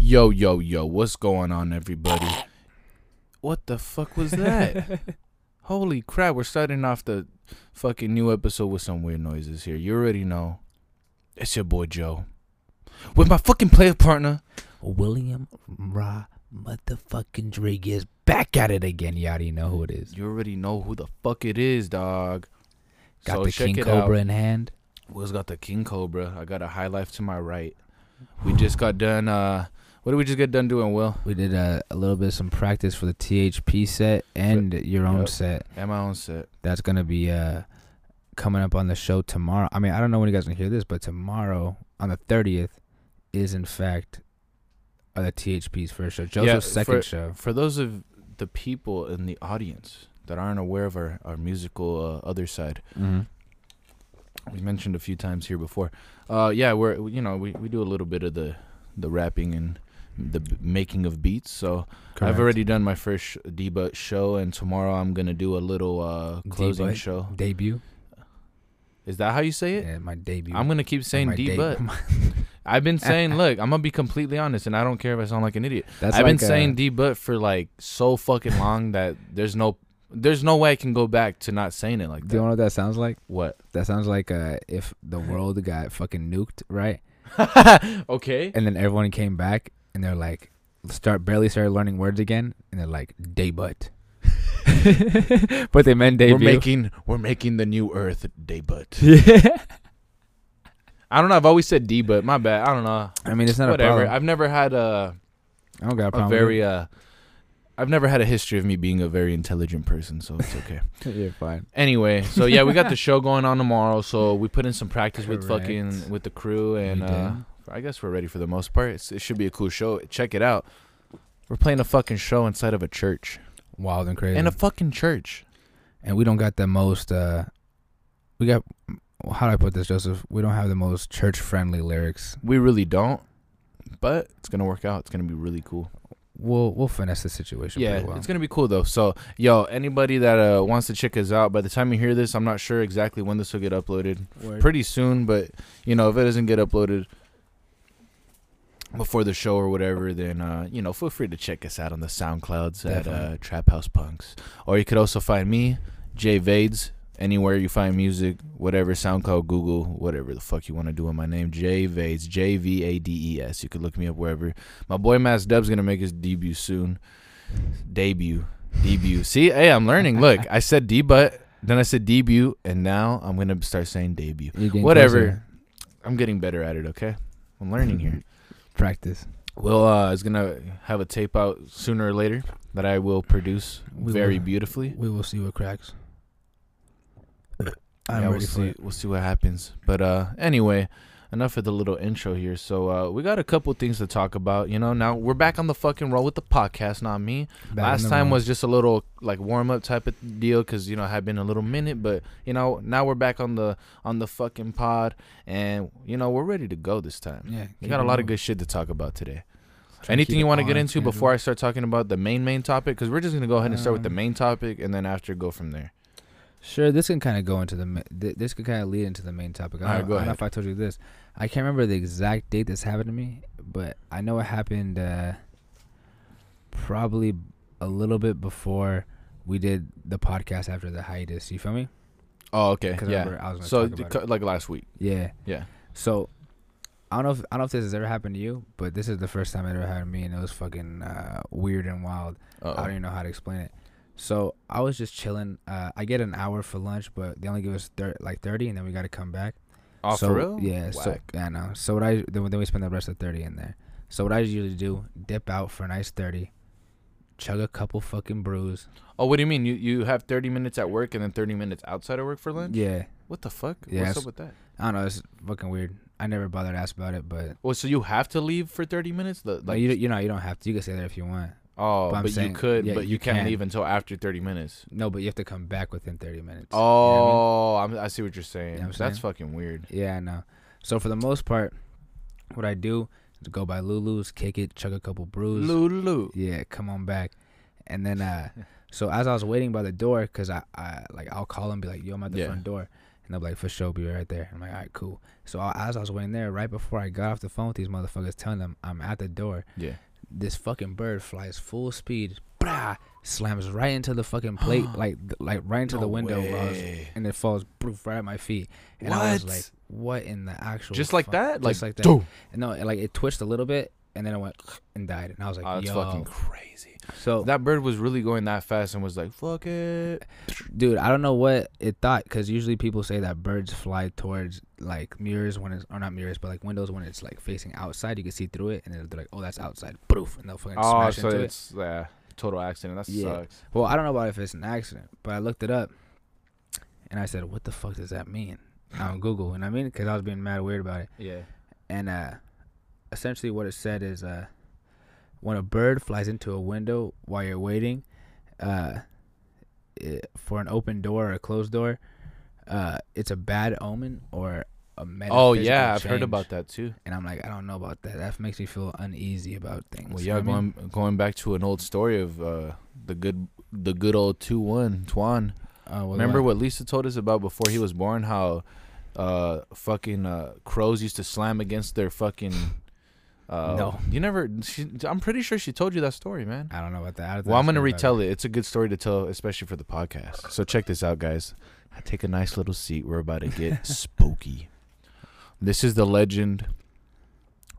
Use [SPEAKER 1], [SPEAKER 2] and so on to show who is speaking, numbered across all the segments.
[SPEAKER 1] Yo, yo, yo, what's going on, everybody? What the fuck was that? Holy crap, we're starting off the fucking new episode with some weird noises here. You already know. It's your boy Joe. With my fucking player partner.
[SPEAKER 2] William Ra motherfucking Drake is back at it again. You already know who it is.
[SPEAKER 1] You already know who the fuck it is, dog.
[SPEAKER 2] Got
[SPEAKER 1] So
[SPEAKER 2] the
[SPEAKER 1] check
[SPEAKER 2] King
[SPEAKER 1] it
[SPEAKER 2] Cobra
[SPEAKER 1] out.
[SPEAKER 2] in hand.
[SPEAKER 1] Will's got the King Cobra. I got a high life to my right. We just got done uh what did we just get done doing, Will?
[SPEAKER 2] We did a, a little bit of some practice for the THP set and your own
[SPEAKER 1] Yep.
[SPEAKER 2] set.
[SPEAKER 1] At my own set.
[SPEAKER 2] That's gonna be uh coming up on the show tomorrow. I mean, I don't know when you guys gonna hear this, but tomorrow on the thirtieth is in fact uh, the THP's first show. Joseph's second
[SPEAKER 1] for-
[SPEAKER 2] show.
[SPEAKER 1] For those of the people in the audience that aren't aware of our, our musical uh, other side,
[SPEAKER 2] Mm-hmm.
[SPEAKER 1] we mentioned a few times here before. Uh, yeah, we're you know we, we do a little bit of the the rapping and the b- making of beats. So I've already done my first sh- debut show, and tomorrow I'm gonna do a little uh, closing
[SPEAKER 2] Debut?
[SPEAKER 1] show.
[SPEAKER 2] debut.
[SPEAKER 1] Is that how you say it?
[SPEAKER 2] Yeah, my debut.
[SPEAKER 1] I'm gonna keep saying
[SPEAKER 2] My
[SPEAKER 1] D
[SPEAKER 2] debut.
[SPEAKER 1] butt. I've been saying, look, I'm gonna be completely honest, and I don't care if I sound like an idiot.
[SPEAKER 2] That's
[SPEAKER 1] I've
[SPEAKER 2] like
[SPEAKER 1] been
[SPEAKER 2] a-
[SPEAKER 1] saying D butt for like so fucking long that there's no there's no way I can go back to not saying it like
[SPEAKER 2] Do you
[SPEAKER 1] that.
[SPEAKER 2] know what that sounds like?
[SPEAKER 1] What?
[SPEAKER 2] That sounds like uh, if the world got fucking nuked, right?
[SPEAKER 1] okay.
[SPEAKER 2] And then everyone came back and they're like, start barely started learning words again, and they're like, day butt. but they meant debut.
[SPEAKER 1] We're making we're making the new Earth day butt.
[SPEAKER 2] yeah.
[SPEAKER 1] I don't know. I've always said D butt. My bad. I don't know.
[SPEAKER 2] I mean, it's not
[SPEAKER 1] Whatever.
[SPEAKER 2] a problem.
[SPEAKER 1] I've never had a
[SPEAKER 2] I don't got a
[SPEAKER 1] a
[SPEAKER 2] problem.
[SPEAKER 1] very uh, I've never had a history of me being a very intelligent person, so it's okay.
[SPEAKER 2] with it. You're fine.
[SPEAKER 1] anyway, so yeah, we got the show going on tomorrow. So we put in some practice with
[SPEAKER 2] Correct.
[SPEAKER 1] fucking with the crew, and
[SPEAKER 2] You
[SPEAKER 1] uh,
[SPEAKER 2] did.
[SPEAKER 1] I guess we're ready for the most part. It's, it should be a cool show. Check it out. We're playing a fucking show inside of a church,
[SPEAKER 2] wild and crazy.
[SPEAKER 1] in
[SPEAKER 2] And,
[SPEAKER 1] a fucking church.
[SPEAKER 2] we don't got the most. uh We got. How do I put this, Joseph? We don't have the most church-friendly lyrics.
[SPEAKER 1] We really don't, but it's gonna work out. It's gonna be really cool.
[SPEAKER 2] We'll we'll finesse the situation.
[SPEAKER 1] Yeah,
[SPEAKER 2] pretty well.
[SPEAKER 1] it's gonna be cool though. So, yo, anybody that uh, wants to check us out, by the time you hear this, I'm not sure exactly when this will get uploaded.
[SPEAKER 2] Word.
[SPEAKER 1] Pretty soon, but you know, if it doesn't get uploaded before the show or whatever, then uh, you know, feel free to check us out on the SoundClouds at uh,
[SPEAKER 2] Definitely.
[SPEAKER 1] Trap House Punks, or you could also find me, Jay Vades, anywhere you find music, whatever SoundCloud, Google, whatever the fuck you want to do with my name, Jay Vades, J V A D E S. You could look me up wherever. My boy Mass Dub's gonna make his debut soon. Debut, debut. See, hey, I'm learning. Look, I said debut, then I said debut, and now I'm gonna start saying debut.
[SPEAKER 2] You're getting
[SPEAKER 1] Whatever.
[SPEAKER 2] closer.
[SPEAKER 1] I'm getting better at it. Okay, I'm learning here.
[SPEAKER 2] Mm-hmm. Practice.
[SPEAKER 1] Will uh, is gonna have a tape out sooner or later that I will produce
[SPEAKER 2] We
[SPEAKER 1] very
[SPEAKER 2] will.
[SPEAKER 1] beautifully.
[SPEAKER 2] We will see what cracks. I'm
[SPEAKER 1] yeah,
[SPEAKER 2] ready
[SPEAKER 1] we'll
[SPEAKER 2] for
[SPEAKER 1] see.
[SPEAKER 2] it.
[SPEAKER 1] We'll see what happens. But uh, anyway, enough of the little intro here. So uh, we got a couple things to talk about. You know, now we're back on the fucking roll with the podcast. Not me.
[SPEAKER 2] Back
[SPEAKER 1] Last
[SPEAKER 2] in the
[SPEAKER 1] time
[SPEAKER 2] room.
[SPEAKER 1] was just a little like warm up type of deal because you know it had been a little minute, but you know now we're back on the on the fucking pod, and you know we're ready to go this time.
[SPEAKER 2] yeah.
[SPEAKER 1] We
[SPEAKER 2] keep
[SPEAKER 1] got a
[SPEAKER 2] it
[SPEAKER 1] lot of
[SPEAKER 2] moving.
[SPEAKER 1] good shit to talk about today.
[SPEAKER 2] Try to
[SPEAKER 1] Anything
[SPEAKER 2] keep
[SPEAKER 1] you
[SPEAKER 2] it
[SPEAKER 1] want to get
[SPEAKER 2] on Mm-hmm.
[SPEAKER 1] into
[SPEAKER 2] schedule.
[SPEAKER 1] before I start talking about the main main topic? Because we're just gonna go ahead and start with the
[SPEAKER 2] Um,
[SPEAKER 1] main topic, and then after go from there.
[SPEAKER 2] Sure, this can kind of go into the. ma- th- This could kind of lead into the main topic. I
[SPEAKER 1] All right,
[SPEAKER 2] don't,
[SPEAKER 1] go
[SPEAKER 2] I don't know
[SPEAKER 1] ahead.
[SPEAKER 2] if I told you this. I can't remember the exact date this happened to me, but I know it happened uh, probably a little bit before we did the podcast after the hiatus. You feel me?
[SPEAKER 1] Oh, okay,
[SPEAKER 2] 'Cause I
[SPEAKER 1] yeah.
[SPEAKER 2] remember I was gonna
[SPEAKER 1] So
[SPEAKER 2] talk
[SPEAKER 1] d-
[SPEAKER 2] about
[SPEAKER 1] co- like last week,
[SPEAKER 2] Yeah.
[SPEAKER 1] yeah.
[SPEAKER 2] So I don't know if I don't know if this has ever happened to you, but this is the first time it ever happened to me, and it was fucking uh, weird and wild. I don't
[SPEAKER 1] Uh,
[SPEAKER 2] even know how to explain it. So I was just chilling. Uh, I get an hour for lunch, but they only give us thir- like thirty, and then we got to come back.
[SPEAKER 1] oh,
[SPEAKER 2] so,
[SPEAKER 1] for real?
[SPEAKER 2] Yeah. So
[SPEAKER 1] Whack.
[SPEAKER 2] yeah, I know. So what I then, then we spend the rest of thirty in there. So what I usually do: dip out for a nice thirty, chug a couple fucking brews.
[SPEAKER 1] Oh, what do you mean? You you have thirty minutes at work and then thirty minutes outside of work for lunch?
[SPEAKER 2] Yeah.
[SPEAKER 1] What the fuck?
[SPEAKER 2] Yeah,
[SPEAKER 1] What's
[SPEAKER 2] it's-
[SPEAKER 1] up with that?
[SPEAKER 2] I don't know. It's fucking weird. I never bothered to ask about it, but
[SPEAKER 1] Well, so you have to leave for thirty minutes? The,
[SPEAKER 2] like
[SPEAKER 1] like,
[SPEAKER 2] you, you know, you don't have to. You can stay there if you want.
[SPEAKER 1] oh,
[SPEAKER 2] but
[SPEAKER 1] but,
[SPEAKER 2] I'm saying-
[SPEAKER 1] you could,
[SPEAKER 2] yeah,
[SPEAKER 1] but you,
[SPEAKER 2] you
[SPEAKER 1] can't
[SPEAKER 2] can.
[SPEAKER 1] leave until after thirty minutes.
[SPEAKER 2] No, but you have to come back within thirty minutes. You know what I mean?
[SPEAKER 1] Oh, I'm- I, see what you're saying.
[SPEAKER 2] You know what I'm
[SPEAKER 1] That's
[SPEAKER 2] saying?
[SPEAKER 1] fucking weird.
[SPEAKER 2] Yeah, I know. So for the most part, what I do is go by Lulu's, kick it, chug a couple brews.
[SPEAKER 1] Lulu.
[SPEAKER 2] Yeah, come on back. And then uh so as I was waiting by the door, cause I, I like I'll call and be like, "Yo, I'm at the
[SPEAKER 1] Yeah.
[SPEAKER 2] front door," And they'll be like, for sure, be right there. I'm like, all right, cool. So I, as I was waiting there, right before I got off the phone with these motherfuckers, telling them I'm at the door,
[SPEAKER 1] Yeah.
[SPEAKER 2] this fucking bird flies full speed, brah, slams right into the fucking plate, like like right into
[SPEAKER 1] No
[SPEAKER 2] the window, bro,
[SPEAKER 1] way.
[SPEAKER 2] and it falls poof, right at my feet. And I was
[SPEAKER 1] What?
[SPEAKER 2] like, what in the actual?
[SPEAKER 1] Just like
[SPEAKER 2] fuck-
[SPEAKER 1] that?
[SPEAKER 2] Just
[SPEAKER 1] Like,
[SPEAKER 2] like that?
[SPEAKER 1] dude.
[SPEAKER 2] And no, it, like it twitched a little bit, and then it went and died. And I was like,
[SPEAKER 1] Oh, that's
[SPEAKER 2] yo.
[SPEAKER 1] fucking crazy.
[SPEAKER 2] so
[SPEAKER 1] That bird was really going that fast and was like, "Fuck it."
[SPEAKER 2] dude i don't know what it thought because usually people say that birds fly towards like mirrors when it's or not mirrors but like windows when it's like facing outside you can see through it and then they're like oh that's outside poof and they'll fucking
[SPEAKER 1] Oh,
[SPEAKER 2] smash
[SPEAKER 1] so
[SPEAKER 2] into
[SPEAKER 1] it's yeah, total accident. That
[SPEAKER 2] Yeah.
[SPEAKER 1] sucks.
[SPEAKER 2] it well i don't know about if it's an accident but i looked it up and i said what the fuck does that mean on google and i mean because i was being mad weird about it
[SPEAKER 1] Yeah.
[SPEAKER 2] and uh essentially what it said is uh when a bird flies into a window while you're waiting uh it, for an open door or a closed door uh it's a bad omen or a
[SPEAKER 1] Oh
[SPEAKER 2] metaphysical
[SPEAKER 1] yeah, I've
[SPEAKER 2] change.
[SPEAKER 1] heard about that too.
[SPEAKER 2] and i'm like i don't know about that that makes me feel uneasy about things
[SPEAKER 1] Well,
[SPEAKER 2] You know
[SPEAKER 1] yeah,
[SPEAKER 2] what I mean?
[SPEAKER 1] going going back to an old story of uh, the good the good old two one Twan.
[SPEAKER 2] Uh, well,
[SPEAKER 1] Remember
[SPEAKER 2] uh,
[SPEAKER 1] what Lisa told us about before he was born? How uh, fucking uh, crows used to slam against their fucking. Uh,
[SPEAKER 2] No.
[SPEAKER 1] you never. She, I'm pretty sure she told you that story, man.
[SPEAKER 2] i don't know about that I don't
[SPEAKER 1] Well, I'm
[SPEAKER 2] think
[SPEAKER 1] gonna
[SPEAKER 2] I heard about
[SPEAKER 1] retell it. It's a good story to tell, especially for the podcast. So check this out, guys. I take a nice little seat. We're about to get spooky. This is the legend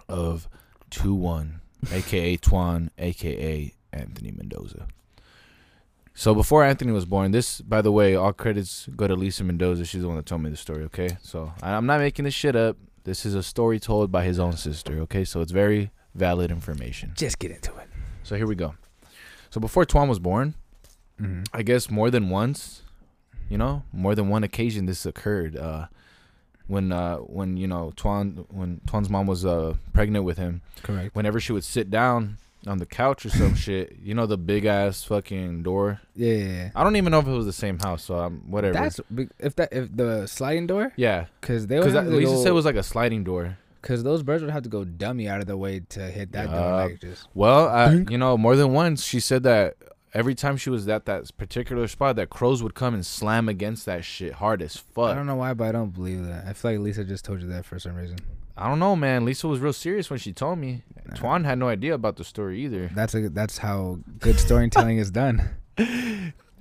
[SPEAKER 1] of Two One, aka Twan, aka Anthony Mendoza. So before Anthony was born, this, by the way, all credits go to Lisa Mendoza. She's the one that told me the story. Okay, so I- I'm not making this shit up. This is a story told by his own sister. Okay, so it's very valid information.
[SPEAKER 2] it. just get into it
[SPEAKER 1] So here we go. So before Twan was born,
[SPEAKER 2] mm-hmm.
[SPEAKER 1] I guess more than once, you know, more than one occasion this occurred. Uh, when uh, when you know Twan when Twan's mom was uh, pregnant with him,
[SPEAKER 2] correct
[SPEAKER 1] whenever she would sit down on the couch or some shit, you know the big ass fucking door.
[SPEAKER 2] yeah, yeah, yeah.
[SPEAKER 1] I don't even know if it was the same house, so I'm whatever.
[SPEAKER 2] that's big- if that if the sliding door
[SPEAKER 1] yeah,
[SPEAKER 2] because they would
[SPEAKER 1] because
[SPEAKER 2] have to
[SPEAKER 1] Lisa
[SPEAKER 2] go-
[SPEAKER 1] said it was like a sliding door.
[SPEAKER 2] Because those birds would have to go dummy out of the way to hit that door.
[SPEAKER 1] Yup.
[SPEAKER 2] Like just
[SPEAKER 1] Well, I,
[SPEAKER 2] Dink.
[SPEAKER 1] you know, more than once she said that every time she was at that particular spot, that crows would come and slam against that shit hard as fuck.
[SPEAKER 2] I don't know why, but I don't believe that. I feel like Lisa just told you that for some reason.
[SPEAKER 1] I don't know, man. Lisa was real serious when she told me.
[SPEAKER 2] Nah.
[SPEAKER 1] Twan had no idea about the story either.
[SPEAKER 2] That's a that's how good storytelling is done.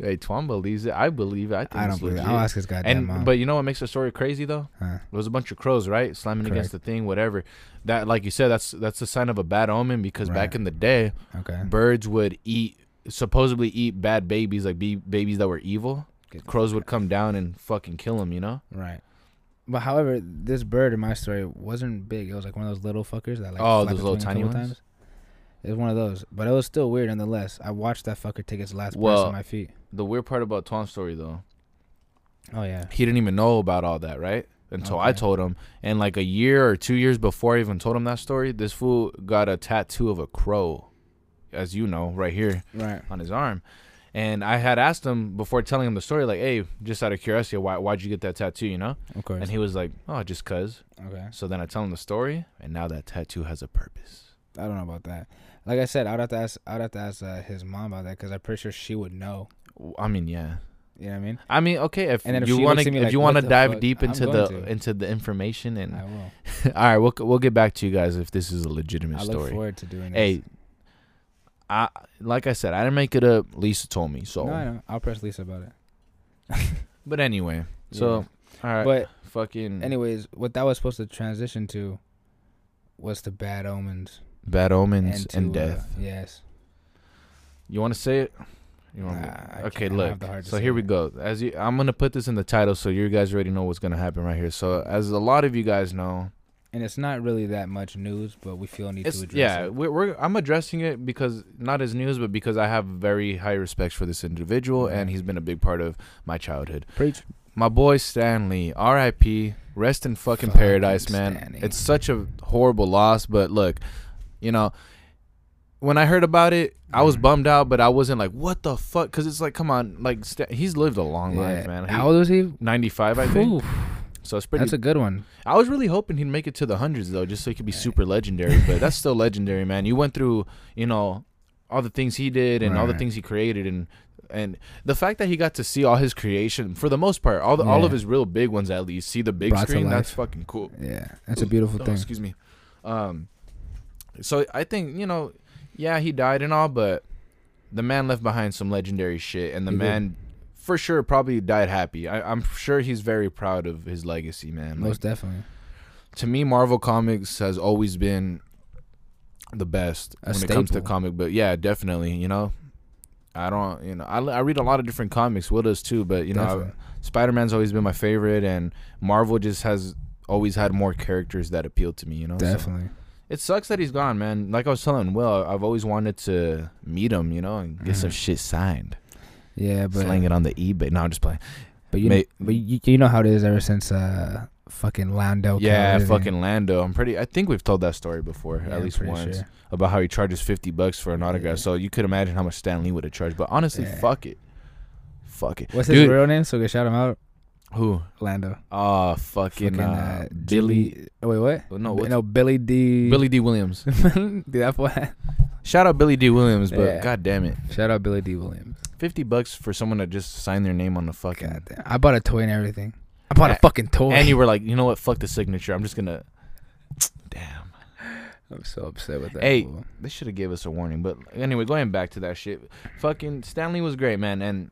[SPEAKER 1] Hey, Twan believes it. I believe it. I think
[SPEAKER 2] I don't
[SPEAKER 1] it's
[SPEAKER 2] believe. It.
[SPEAKER 1] legit.
[SPEAKER 2] I'll ask his goddamn
[SPEAKER 1] and
[SPEAKER 2] mom.
[SPEAKER 1] but you know what makes the story crazy though?
[SPEAKER 2] Huh.
[SPEAKER 1] It was a bunch of crows, right? Slamming against the thing, whatever. That, like you said, that's that's a sign of a bad omen because back
[SPEAKER 2] Right.
[SPEAKER 1] in the day,
[SPEAKER 2] okay,
[SPEAKER 1] birds would eat, supposedly eat bad babies, like be babies that were evil.
[SPEAKER 2] Get the
[SPEAKER 1] Crows
[SPEAKER 2] fuck
[SPEAKER 1] would come down and fucking kill them, you know?
[SPEAKER 2] out. right. But however, this bird in my story wasn't big. It was like one of those little fuckers that like
[SPEAKER 1] Oh,
[SPEAKER 2] flap
[SPEAKER 1] those
[SPEAKER 2] its
[SPEAKER 1] little
[SPEAKER 2] wings a
[SPEAKER 1] tiny
[SPEAKER 2] couple
[SPEAKER 1] ones?
[SPEAKER 2] Times. It was one of those, but it was still weird nonetheless. I watched that fucker take its last breath
[SPEAKER 1] Well-
[SPEAKER 2] on my feet.
[SPEAKER 1] The weird part about Twan's story though,
[SPEAKER 2] Oh yeah,
[SPEAKER 1] he didn't even know about all that, right? Until I
[SPEAKER 2] Okay.
[SPEAKER 1] told him. And like a year or two years before I even told him that story, this fool got a tattoo of a crow, as you know, right here
[SPEAKER 2] right.
[SPEAKER 1] on his arm. And I had asked him before telling him the story, like, hey, just out of curiosity, why, why'd you get that tattoo, you know?
[SPEAKER 2] Of course.
[SPEAKER 1] And he was like, oh, just cuz.
[SPEAKER 2] okay.
[SPEAKER 1] So then I tell him the story, and now that tattoo has a purpose.
[SPEAKER 2] I don't know about that. Like I said, I'd have to ask. I'd have to ask uh, his mom about that because I'm pretty sure she would know.
[SPEAKER 1] W- I mean, yeah.
[SPEAKER 2] You know what I mean?
[SPEAKER 1] I mean, okay, if,
[SPEAKER 2] And then if
[SPEAKER 1] you
[SPEAKER 2] she
[SPEAKER 1] want
[SPEAKER 2] looks
[SPEAKER 1] to
[SPEAKER 2] at me
[SPEAKER 1] if
[SPEAKER 2] like,
[SPEAKER 1] you
[SPEAKER 2] "What
[SPEAKER 1] want to
[SPEAKER 2] the
[SPEAKER 1] dive
[SPEAKER 2] fuck?"
[SPEAKER 1] deep
[SPEAKER 2] I'm
[SPEAKER 1] into the
[SPEAKER 2] going to.
[SPEAKER 1] into the information and
[SPEAKER 2] I will.
[SPEAKER 1] all right, we'll we'll get back to you guys if this is a legitimate
[SPEAKER 2] I look
[SPEAKER 1] story.
[SPEAKER 2] forward to doing this.
[SPEAKER 1] Hey, I like I said, I didn't make it up. Lisa told me so.
[SPEAKER 2] no, I know. I'll press Lisa about it.
[SPEAKER 1] But anyway, so Mm. all right,
[SPEAKER 2] But
[SPEAKER 1] fucking
[SPEAKER 2] anyways, what that was supposed to transition to was to bad omens
[SPEAKER 1] bad omens
[SPEAKER 2] to,
[SPEAKER 1] and,
[SPEAKER 2] uh,
[SPEAKER 1] death.
[SPEAKER 2] yes.
[SPEAKER 1] you want to say it? You want?
[SPEAKER 2] Nah, I
[SPEAKER 1] to
[SPEAKER 2] can't- I
[SPEAKER 1] Oh, okay,
[SPEAKER 2] don't
[SPEAKER 1] look.
[SPEAKER 2] have the heart to
[SPEAKER 1] So
[SPEAKER 2] say
[SPEAKER 1] here we
[SPEAKER 2] it.
[SPEAKER 1] go. As you, I'm gonna put this in the title, so you guys already know what's gonna happen right here. So as a lot of you guys know,
[SPEAKER 2] And it's not really that much news, but we feel need
[SPEAKER 1] it's
[SPEAKER 2] to address
[SPEAKER 1] yeah,
[SPEAKER 2] it.
[SPEAKER 1] we're, we're I'm addressing it because not as news, but because I have very high respect for this individual, and
[SPEAKER 2] Right.
[SPEAKER 1] he's been a big part of my childhood.
[SPEAKER 2] Preach.
[SPEAKER 1] My boy Stanley, R.I.P. Rest in fucking
[SPEAKER 2] Fucking
[SPEAKER 1] paradise, man.
[SPEAKER 2] Stanley.
[SPEAKER 1] It's such a horrible loss, but look, you know, when I heard about it, I was
[SPEAKER 2] Mhm.
[SPEAKER 1] bummed out, but I wasn't like, "What the fuck?" Because it's like, come on, like Stan- he's lived a long life,
[SPEAKER 2] Yeah.
[SPEAKER 1] man. He-
[SPEAKER 2] How old was he?
[SPEAKER 1] Ninety-five, I think.
[SPEAKER 2] Oof,
[SPEAKER 1] So it's pretty.
[SPEAKER 2] that's a good one.
[SPEAKER 1] I was really hoping he'd make it to the hundreds though, just so he could be
[SPEAKER 2] Right.
[SPEAKER 1] super legendary. But that's still legendary, man. You went through, you know, all the things he did and all the
[SPEAKER 2] Right.
[SPEAKER 1] things he created, and and the fact that he got to see all his creation for the most part, all the, all
[SPEAKER 2] Yeah.
[SPEAKER 1] of his real big ones at least, see the big
[SPEAKER 2] Brought to
[SPEAKER 1] screen. That's
[SPEAKER 2] life.
[SPEAKER 1] fucking cool.
[SPEAKER 2] Yeah, that's a beautiful
[SPEAKER 1] Oh,
[SPEAKER 2] thing.
[SPEAKER 1] Excuse me. Um, so I think you know, yeah, he died and all, but the man left behind some legendary shit, and the
[SPEAKER 2] He did.
[SPEAKER 1] man for sure probably died happy. I, I'm sure he's very proud of his legacy, man. Like,
[SPEAKER 2] Most definitely.
[SPEAKER 1] to me, Marvel Comics has always been the best
[SPEAKER 2] A
[SPEAKER 1] when it comes to
[SPEAKER 2] staple.
[SPEAKER 1] comic book. Yeah, definitely. You know, I don't. You know, I, I read a lot of different comics. Will does too, but you know, uh,
[SPEAKER 2] Definitely.
[SPEAKER 1] Spider Man's always been my favorite, and Marvel just has always had more characters that appeal to me. You know, So,
[SPEAKER 2] Definitely.
[SPEAKER 1] it sucks that he's gone, man. Like I was telling Will, I've always wanted to meet him. You know, and get some
[SPEAKER 2] Mhm.
[SPEAKER 1] shit signed,
[SPEAKER 2] Yeah, but
[SPEAKER 1] slang it on the eBay. No, I'm just playing.
[SPEAKER 2] but you
[SPEAKER 1] ma-
[SPEAKER 2] but you, you know how it is ever since uh fucking Lando.
[SPEAKER 1] yeah,
[SPEAKER 2] killed everything.
[SPEAKER 1] fucking Lando. I'm pretty. I think we've told that story before,
[SPEAKER 2] Yeah,
[SPEAKER 1] at
[SPEAKER 2] I'm
[SPEAKER 1] least
[SPEAKER 2] pretty
[SPEAKER 1] once.
[SPEAKER 2] sure.
[SPEAKER 1] about how he charges 50 bucks for an autograph.
[SPEAKER 2] Yeah.
[SPEAKER 1] So you could imagine how much Stan Lee would have charged. But honestly,
[SPEAKER 2] Yeah.
[SPEAKER 1] fuck it. Fuck it.
[SPEAKER 2] What's his
[SPEAKER 1] Dude,
[SPEAKER 2] real name? So we can shout him out.
[SPEAKER 1] who?
[SPEAKER 2] Lando.
[SPEAKER 1] Oh, fucking,
[SPEAKER 2] Fucking,
[SPEAKER 1] uh,
[SPEAKER 2] uh,
[SPEAKER 1] Billy.
[SPEAKER 2] Billy. Oh, wait, what?
[SPEAKER 1] Well, no,
[SPEAKER 2] B-
[SPEAKER 1] what's-
[SPEAKER 2] no, Billy D.
[SPEAKER 1] Billy D. Williams.
[SPEAKER 2] Dude, that boy.
[SPEAKER 1] Shout out Billy D. Williams, but
[SPEAKER 2] Yeah.
[SPEAKER 1] god damn it.
[SPEAKER 2] Shout out Billy D. Williams.
[SPEAKER 1] 50 bucks for someone to just sign their name on the fucking.
[SPEAKER 2] God damn. I bought a toy and everything. I bought a
[SPEAKER 1] Yeah,
[SPEAKER 2] fucking toy.
[SPEAKER 1] And you were like, you know what? Fuck the signature. I'm just going to. Damn.
[SPEAKER 2] I'm so upset with that.
[SPEAKER 1] Hey.
[SPEAKER 2] fool.
[SPEAKER 1] They should have gave us a warning. But anyway, going back to that shit. Fucking Stanley was great, man. And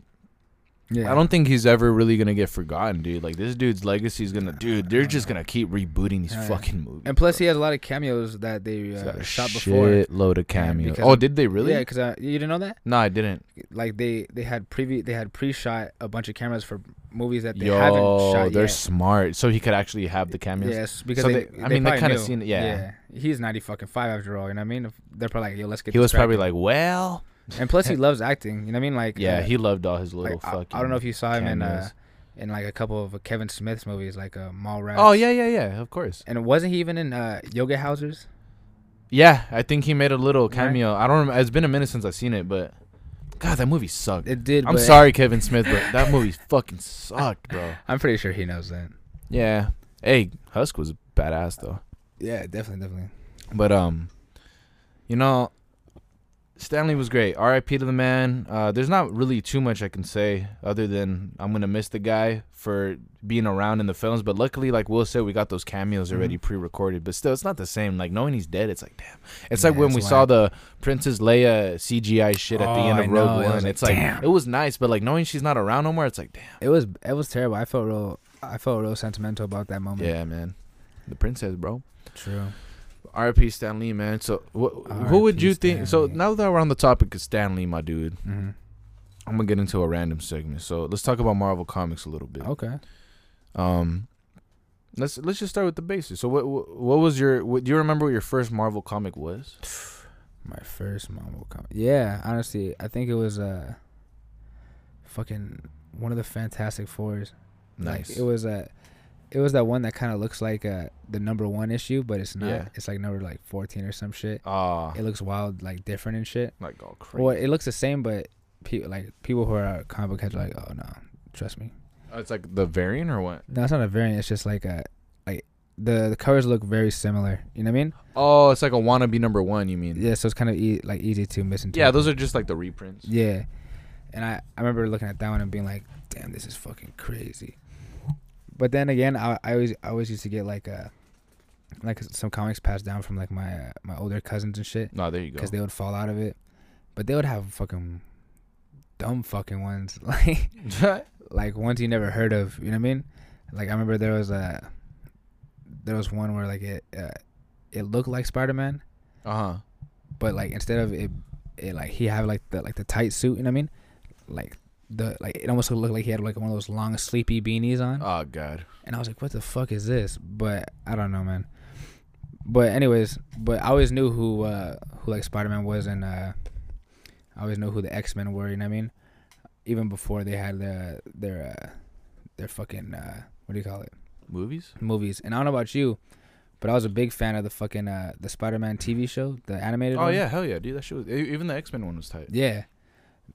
[SPEAKER 2] Yeah.
[SPEAKER 1] I don't think he's ever really gonna get forgotten, dude. Like this dude's legacy is gonna, dude. They're just gonna keep rebooting these
[SPEAKER 2] Yeah.
[SPEAKER 1] fucking movies.
[SPEAKER 2] And plus, he has a lot of cameos that they
[SPEAKER 1] He's
[SPEAKER 2] uh,
[SPEAKER 1] got a
[SPEAKER 2] shot before.
[SPEAKER 1] shitload of cameos.
[SPEAKER 2] because
[SPEAKER 1] Oh,
[SPEAKER 2] of-
[SPEAKER 1] did they really?
[SPEAKER 2] Yeah, because you didn't know that.
[SPEAKER 1] no, I didn't.
[SPEAKER 2] Like they they had previ- they had pre-shot a bunch of cameras for movies that they haven't
[SPEAKER 1] Yo,
[SPEAKER 2] shot
[SPEAKER 1] they're
[SPEAKER 2] yet.
[SPEAKER 1] smart. So he could actually have the cameos.
[SPEAKER 2] Yes, because
[SPEAKER 1] So
[SPEAKER 2] they,
[SPEAKER 1] they- I mean, they
[SPEAKER 2] probably
[SPEAKER 1] kinda
[SPEAKER 2] knew.
[SPEAKER 1] seen it, yeah.
[SPEAKER 2] He's ninety fucking five after all. You know what I mean? They're probably like, yo, let's get.
[SPEAKER 1] He was
[SPEAKER 2] this
[SPEAKER 1] probably like,
[SPEAKER 2] back.
[SPEAKER 1] well,
[SPEAKER 2] and plus he loves acting. You know what I mean? Like,
[SPEAKER 1] yeah.
[SPEAKER 2] uh,
[SPEAKER 1] He loved all his little
[SPEAKER 2] like, I-
[SPEAKER 1] fucking.
[SPEAKER 2] I, don't know if you saw him in uh,
[SPEAKER 1] cameos.
[SPEAKER 2] in like a couple of uh, Kevin Smith's movies, like uh, Mallrats.
[SPEAKER 1] Oh yeah, yeah, yeah. Of course.
[SPEAKER 2] And wasn't he even in uh, Yoga Housers?
[SPEAKER 1] Yeah, I think he made a little
[SPEAKER 2] Right.
[SPEAKER 1] cameo. I don't. Remember. It's been a minute since I've seen it, but God, that movie sucked.
[SPEAKER 2] It did.
[SPEAKER 1] I'm
[SPEAKER 2] but
[SPEAKER 1] sorry, Kevin Smith, but that movie fucking sucked, bro.
[SPEAKER 2] I'm pretty sure he knows that.
[SPEAKER 1] Yeah. Hey, Husk was badass though.
[SPEAKER 2] Yeah, definitely, definitely.
[SPEAKER 1] But um, you know, Stanley was great. R.I.P. to the man. Uh, there's not really too much I can say other than I'm gonna miss the guy for being around in the films. But luckily, like Will said, we got those cameos
[SPEAKER 2] Mm-hmm.
[SPEAKER 1] already pre-recorded. But still, it's not the same. Like knowing he's dead, it's like damn. It's like
[SPEAKER 2] Yeah,
[SPEAKER 1] when
[SPEAKER 2] it's
[SPEAKER 1] we
[SPEAKER 2] wild.
[SPEAKER 1] saw the Princess Leia CGI shit at the
[SPEAKER 2] Oh,
[SPEAKER 1] end
[SPEAKER 2] I
[SPEAKER 1] of Rogue
[SPEAKER 2] know. It was
[SPEAKER 1] One.
[SPEAKER 2] like,
[SPEAKER 1] it's like
[SPEAKER 2] damn.
[SPEAKER 1] it was nice, but like knowing she's not around no more, it's like damn.
[SPEAKER 2] It was it was terrible. I felt real. I felt real sentimental about that moment.
[SPEAKER 1] Yeah, man. The princess, bro.
[SPEAKER 2] true.
[SPEAKER 1] R.I.P. Stan Lee, man. So, wh- who
[SPEAKER 2] R.I.P.
[SPEAKER 1] would you think?
[SPEAKER 2] Stan
[SPEAKER 1] So,
[SPEAKER 2] Lee.
[SPEAKER 1] now that we're on the topic of Stan Lee, my dude,
[SPEAKER 2] hmm
[SPEAKER 1] I'm gonna get into a random segment. So, let's talk about Marvel Comics a little bit.
[SPEAKER 2] Okay.
[SPEAKER 1] Um, let's let's just start with the basics. So, what what, what was your? What, do you remember what your first Marvel comic was?
[SPEAKER 2] My first Marvel comic. Yeah, honestly, I think it was uh, fucking one of the Fantastic Fours.
[SPEAKER 1] Nice.
[SPEAKER 2] Like, it was uh, it was that one that kind of looks like uh the number one issue, but it's not.
[SPEAKER 1] Yeah.
[SPEAKER 2] It's like number like fourteen or some shit.
[SPEAKER 1] Ah,
[SPEAKER 2] It looks wild, like different and shit.
[SPEAKER 1] like all crazy.
[SPEAKER 2] Well, it looks the same, but people like people who are comic book heads are like, oh no, trust me.
[SPEAKER 1] Oh, it's like the variant or what?
[SPEAKER 2] No, it's not a variant. It's just like a like the the covers look very similar. You know what I mean?
[SPEAKER 1] Oh, it's like a wannabe number one. You mean?
[SPEAKER 2] Yeah, so it's kind of e- like easy to misinterpret.
[SPEAKER 1] Mm. Yeah, those are just like the reprints.
[SPEAKER 2] Yeah, and I I remember looking at that one and being like, damn, this is fucking crazy. But then again, I I always I always used to get like uh like some comics passed down from like my uh, my older cousins and shit
[SPEAKER 1] No, there you go.
[SPEAKER 2] because they would fall out of it, but they would have fucking dumb fucking ones like like ones you never heard of. You know what I mean? Like I remember there was a there was one where like it uh, it looked like Spider Man,
[SPEAKER 1] uh huh.
[SPEAKER 2] but like instead of it, it like he had like the like the tight suit. You know what I mean? Like the like it almost looked like he had like one of those long sleepy beanies on,
[SPEAKER 1] Oh god.
[SPEAKER 2] and I was like, what the fuck is this? But I don't know, man. But anyways, but I always knew who uh who like Spider Man was, and uh I always knew who the X Men were. You know what I mean? Even before they had their their uh, their fucking uh, what do you call it?
[SPEAKER 1] Movies.
[SPEAKER 2] movies. And I don't know about you, but I was a big fan of the fucking uh, the Spider-Man TV show, the animated.
[SPEAKER 1] Oh
[SPEAKER 2] one.
[SPEAKER 1] yeah, hell yeah, dude. That shit was. e- Even the X Men one was tight.
[SPEAKER 2] yeah.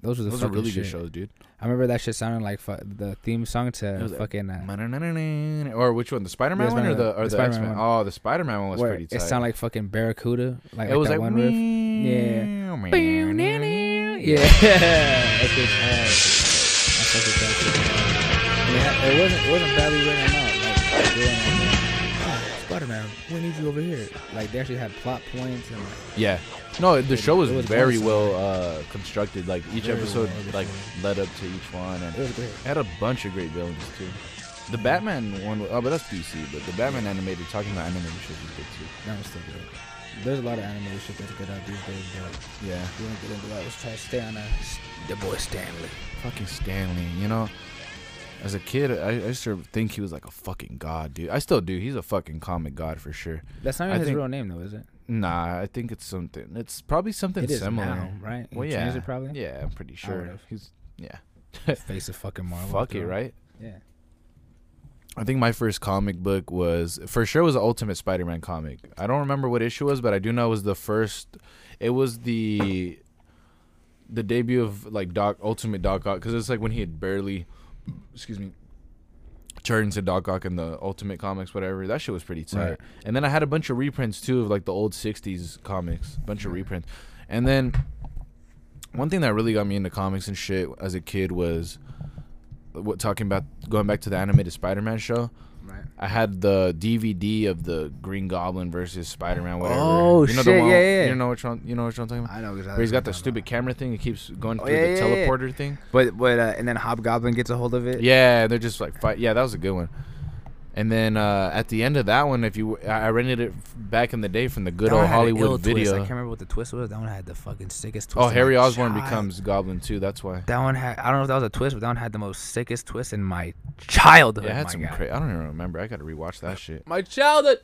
[SPEAKER 2] Those were the
[SPEAKER 1] Those are
[SPEAKER 2] fucking
[SPEAKER 1] really
[SPEAKER 2] shit.
[SPEAKER 1] good shows, dude.
[SPEAKER 2] I remember that shit sounded like fu- the theme song to
[SPEAKER 1] It was like,
[SPEAKER 2] fucking uh,
[SPEAKER 1] Or which one? The Spider Man
[SPEAKER 2] Yeah,
[SPEAKER 1] one or the
[SPEAKER 2] Spider-Man.
[SPEAKER 1] or the,
[SPEAKER 2] The
[SPEAKER 1] X
[SPEAKER 2] Spider-Man
[SPEAKER 1] Men? Oh, the Spider Man one was
[SPEAKER 2] where
[SPEAKER 1] pretty tight.
[SPEAKER 2] it sounded like fucking Barracuda, like,
[SPEAKER 1] it was like
[SPEAKER 2] that one riff.
[SPEAKER 1] meow,
[SPEAKER 2] Yeah.
[SPEAKER 1] meow, meow,
[SPEAKER 2] Yeah,
[SPEAKER 1] meow, meow.
[SPEAKER 2] Yeah. That's just hard. I fuck with that shit. And it, ha- it wasn't it wasn't badly written out. Like they weren't like, "Oh, Spider-Man, we need you over here. Like they actually had plot points and like,
[SPEAKER 1] Yeah. No, the show was,
[SPEAKER 2] It was
[SPEAKER 1] very
[SPEAKER 2] awesome.
[SPEAKER 1] well uh, constructed. Like each
[SPEAKER 2] Very well
[SPEAKER 1] episode, like
[SPEAKER 2] orchestrated.
[SPEAKER 1] led up to each one, and
[SPEAKER 2] it was great.
[SPEAKER 1] had a bunch of great villains too. The Batman one, oh, but that's DC. But the Batman animated, talking about animated shit is good too.
[SPEAKER 2] That was still good. There's a lot of anime shit that's good out these days, but
[SPEAKER 1] Yeah.
[SPEAKER 2] we don't get into that. Let's try to stay on uh, the boy Stanley.
[SPEAKER 1] Fucking Stanley, you know. As a kid, I, I used to think he was like a fucking god, dude. I still do. He's a fucking comic god for sure.
[SPEAKER 2] That's not
[SPEAKER 1] I
[SPEAKER 2] even his
[SPEAKER 1] think-
[SPEAKER 2] real name though, is it?
[SPEAKER 1] Nah, I think it's something. It's probably something
[SPEAKER 2] it is
[SPEAKER 1] similar.
[SPEAKER 2] now, right? He
[SPEAKER 1] Well, yeah.
[SPEAKER 2] changed it probably.
[SPEAKER 1] Yeah, I'm pretty sure.
[SPEAKER 2] would've.
[SPEAKER 1] He's yeah.
[SPEAKER 2] Face of fucking Marvel.
[SPEAKER 1] Fuck
[SPEAKER 2] after
[SPEAKER 1] it,
[SPEAKER 2] all.
[SPEAKER 1] right?
[SPEAKER 2] Yeah.
[SPEAKER 1] I think my first comic book was for sure was the Ultimate Spider-Man comic. I don't remember what issue it was, but I do know it was the first. It was the the debut of like Doc Ultimate Doc Ock because it's like when he had barely, excuse me, turned into Doc Ock in the Ultimate comics, whatever. That shit was pretty tight.
[SPEAKER 2] Right.
[SPEAKER 1] And then I had a bunch of reprints too of like the old '60s comics, bunch of reprints, and then one thing that really got me into comics and shit as a kid was what talking about going back to the animated Spider-Man show.
[SPEAKER 2] Right.
[SPEAKER 1] I had the DVD of the Green Goblin versus Spider-Man, whatever.
[SPEAKER 2] Oh,
[SPEAKER 1] you know The
[SPEAKER 2] shit,
[SPEAKER 1] one,
[SPEAKER 2] yeah, yeah, yeah.
[SPEAKER 1] You know which one? You know which one I'm talking about?
[SPEAKER 2] I know exactly.
[SPEAKER 1] Where he's
[SPEAKER 2] what
[SPEAKER 1] got the
[SPEAKER 2] you're talking
[SPEAKER 1] stupid camera thing. It keeps going
[SPEAKER 2] Oh,
[SPEAKER 1] through
[SPEAKER 2] yeah,
[SPEAKER 1] the
[SPEAKER 2] yeah, yeah.
[SPEAKER 1] teleporter thing.
[SPEAKER 2] about. But but uh, and then Hobgoblin gets a hold of it.
[SPEAKER 1] Yeah, they're just like fight. Yeah, that was a good one. And then uh, at the end of that one, if you, I I rented it f- back in the day from the good
[SPEAKER 2] That one
[SPEAKER 1] old
[SPEAKER 2] had an ill
[SPEAKER 1] Hollywood
[SPEAKER 2] twist. I
[SPEAKER 1] video.
[SPEAKER 2] can't remember what the twist was. That one had the fucking sickest twist.
[SPEAKER 1] Oh,
[SPEAKER 2] of
[SPEAKER 1] Harry
[SPEAKER 2] my
[SPEAKER 1] Osborn
[SPEAKER 2] child.
[SPEAKER 1] becomes Goblin too. That's why.
[SPEAKER 2] That one had. I don't know if that was a twist, but that one had the most sickest twist in my childhood.
[SPEAKER 1] Yeah, it had
[SPEAKER 2] Oh my
[SPEAKER 1] some.
[SPEAKER 2] God.
[SPEAKER 1] Cra- I don't even remember. I got to rewatch that shit.
[SPEAKER 2] my childhood.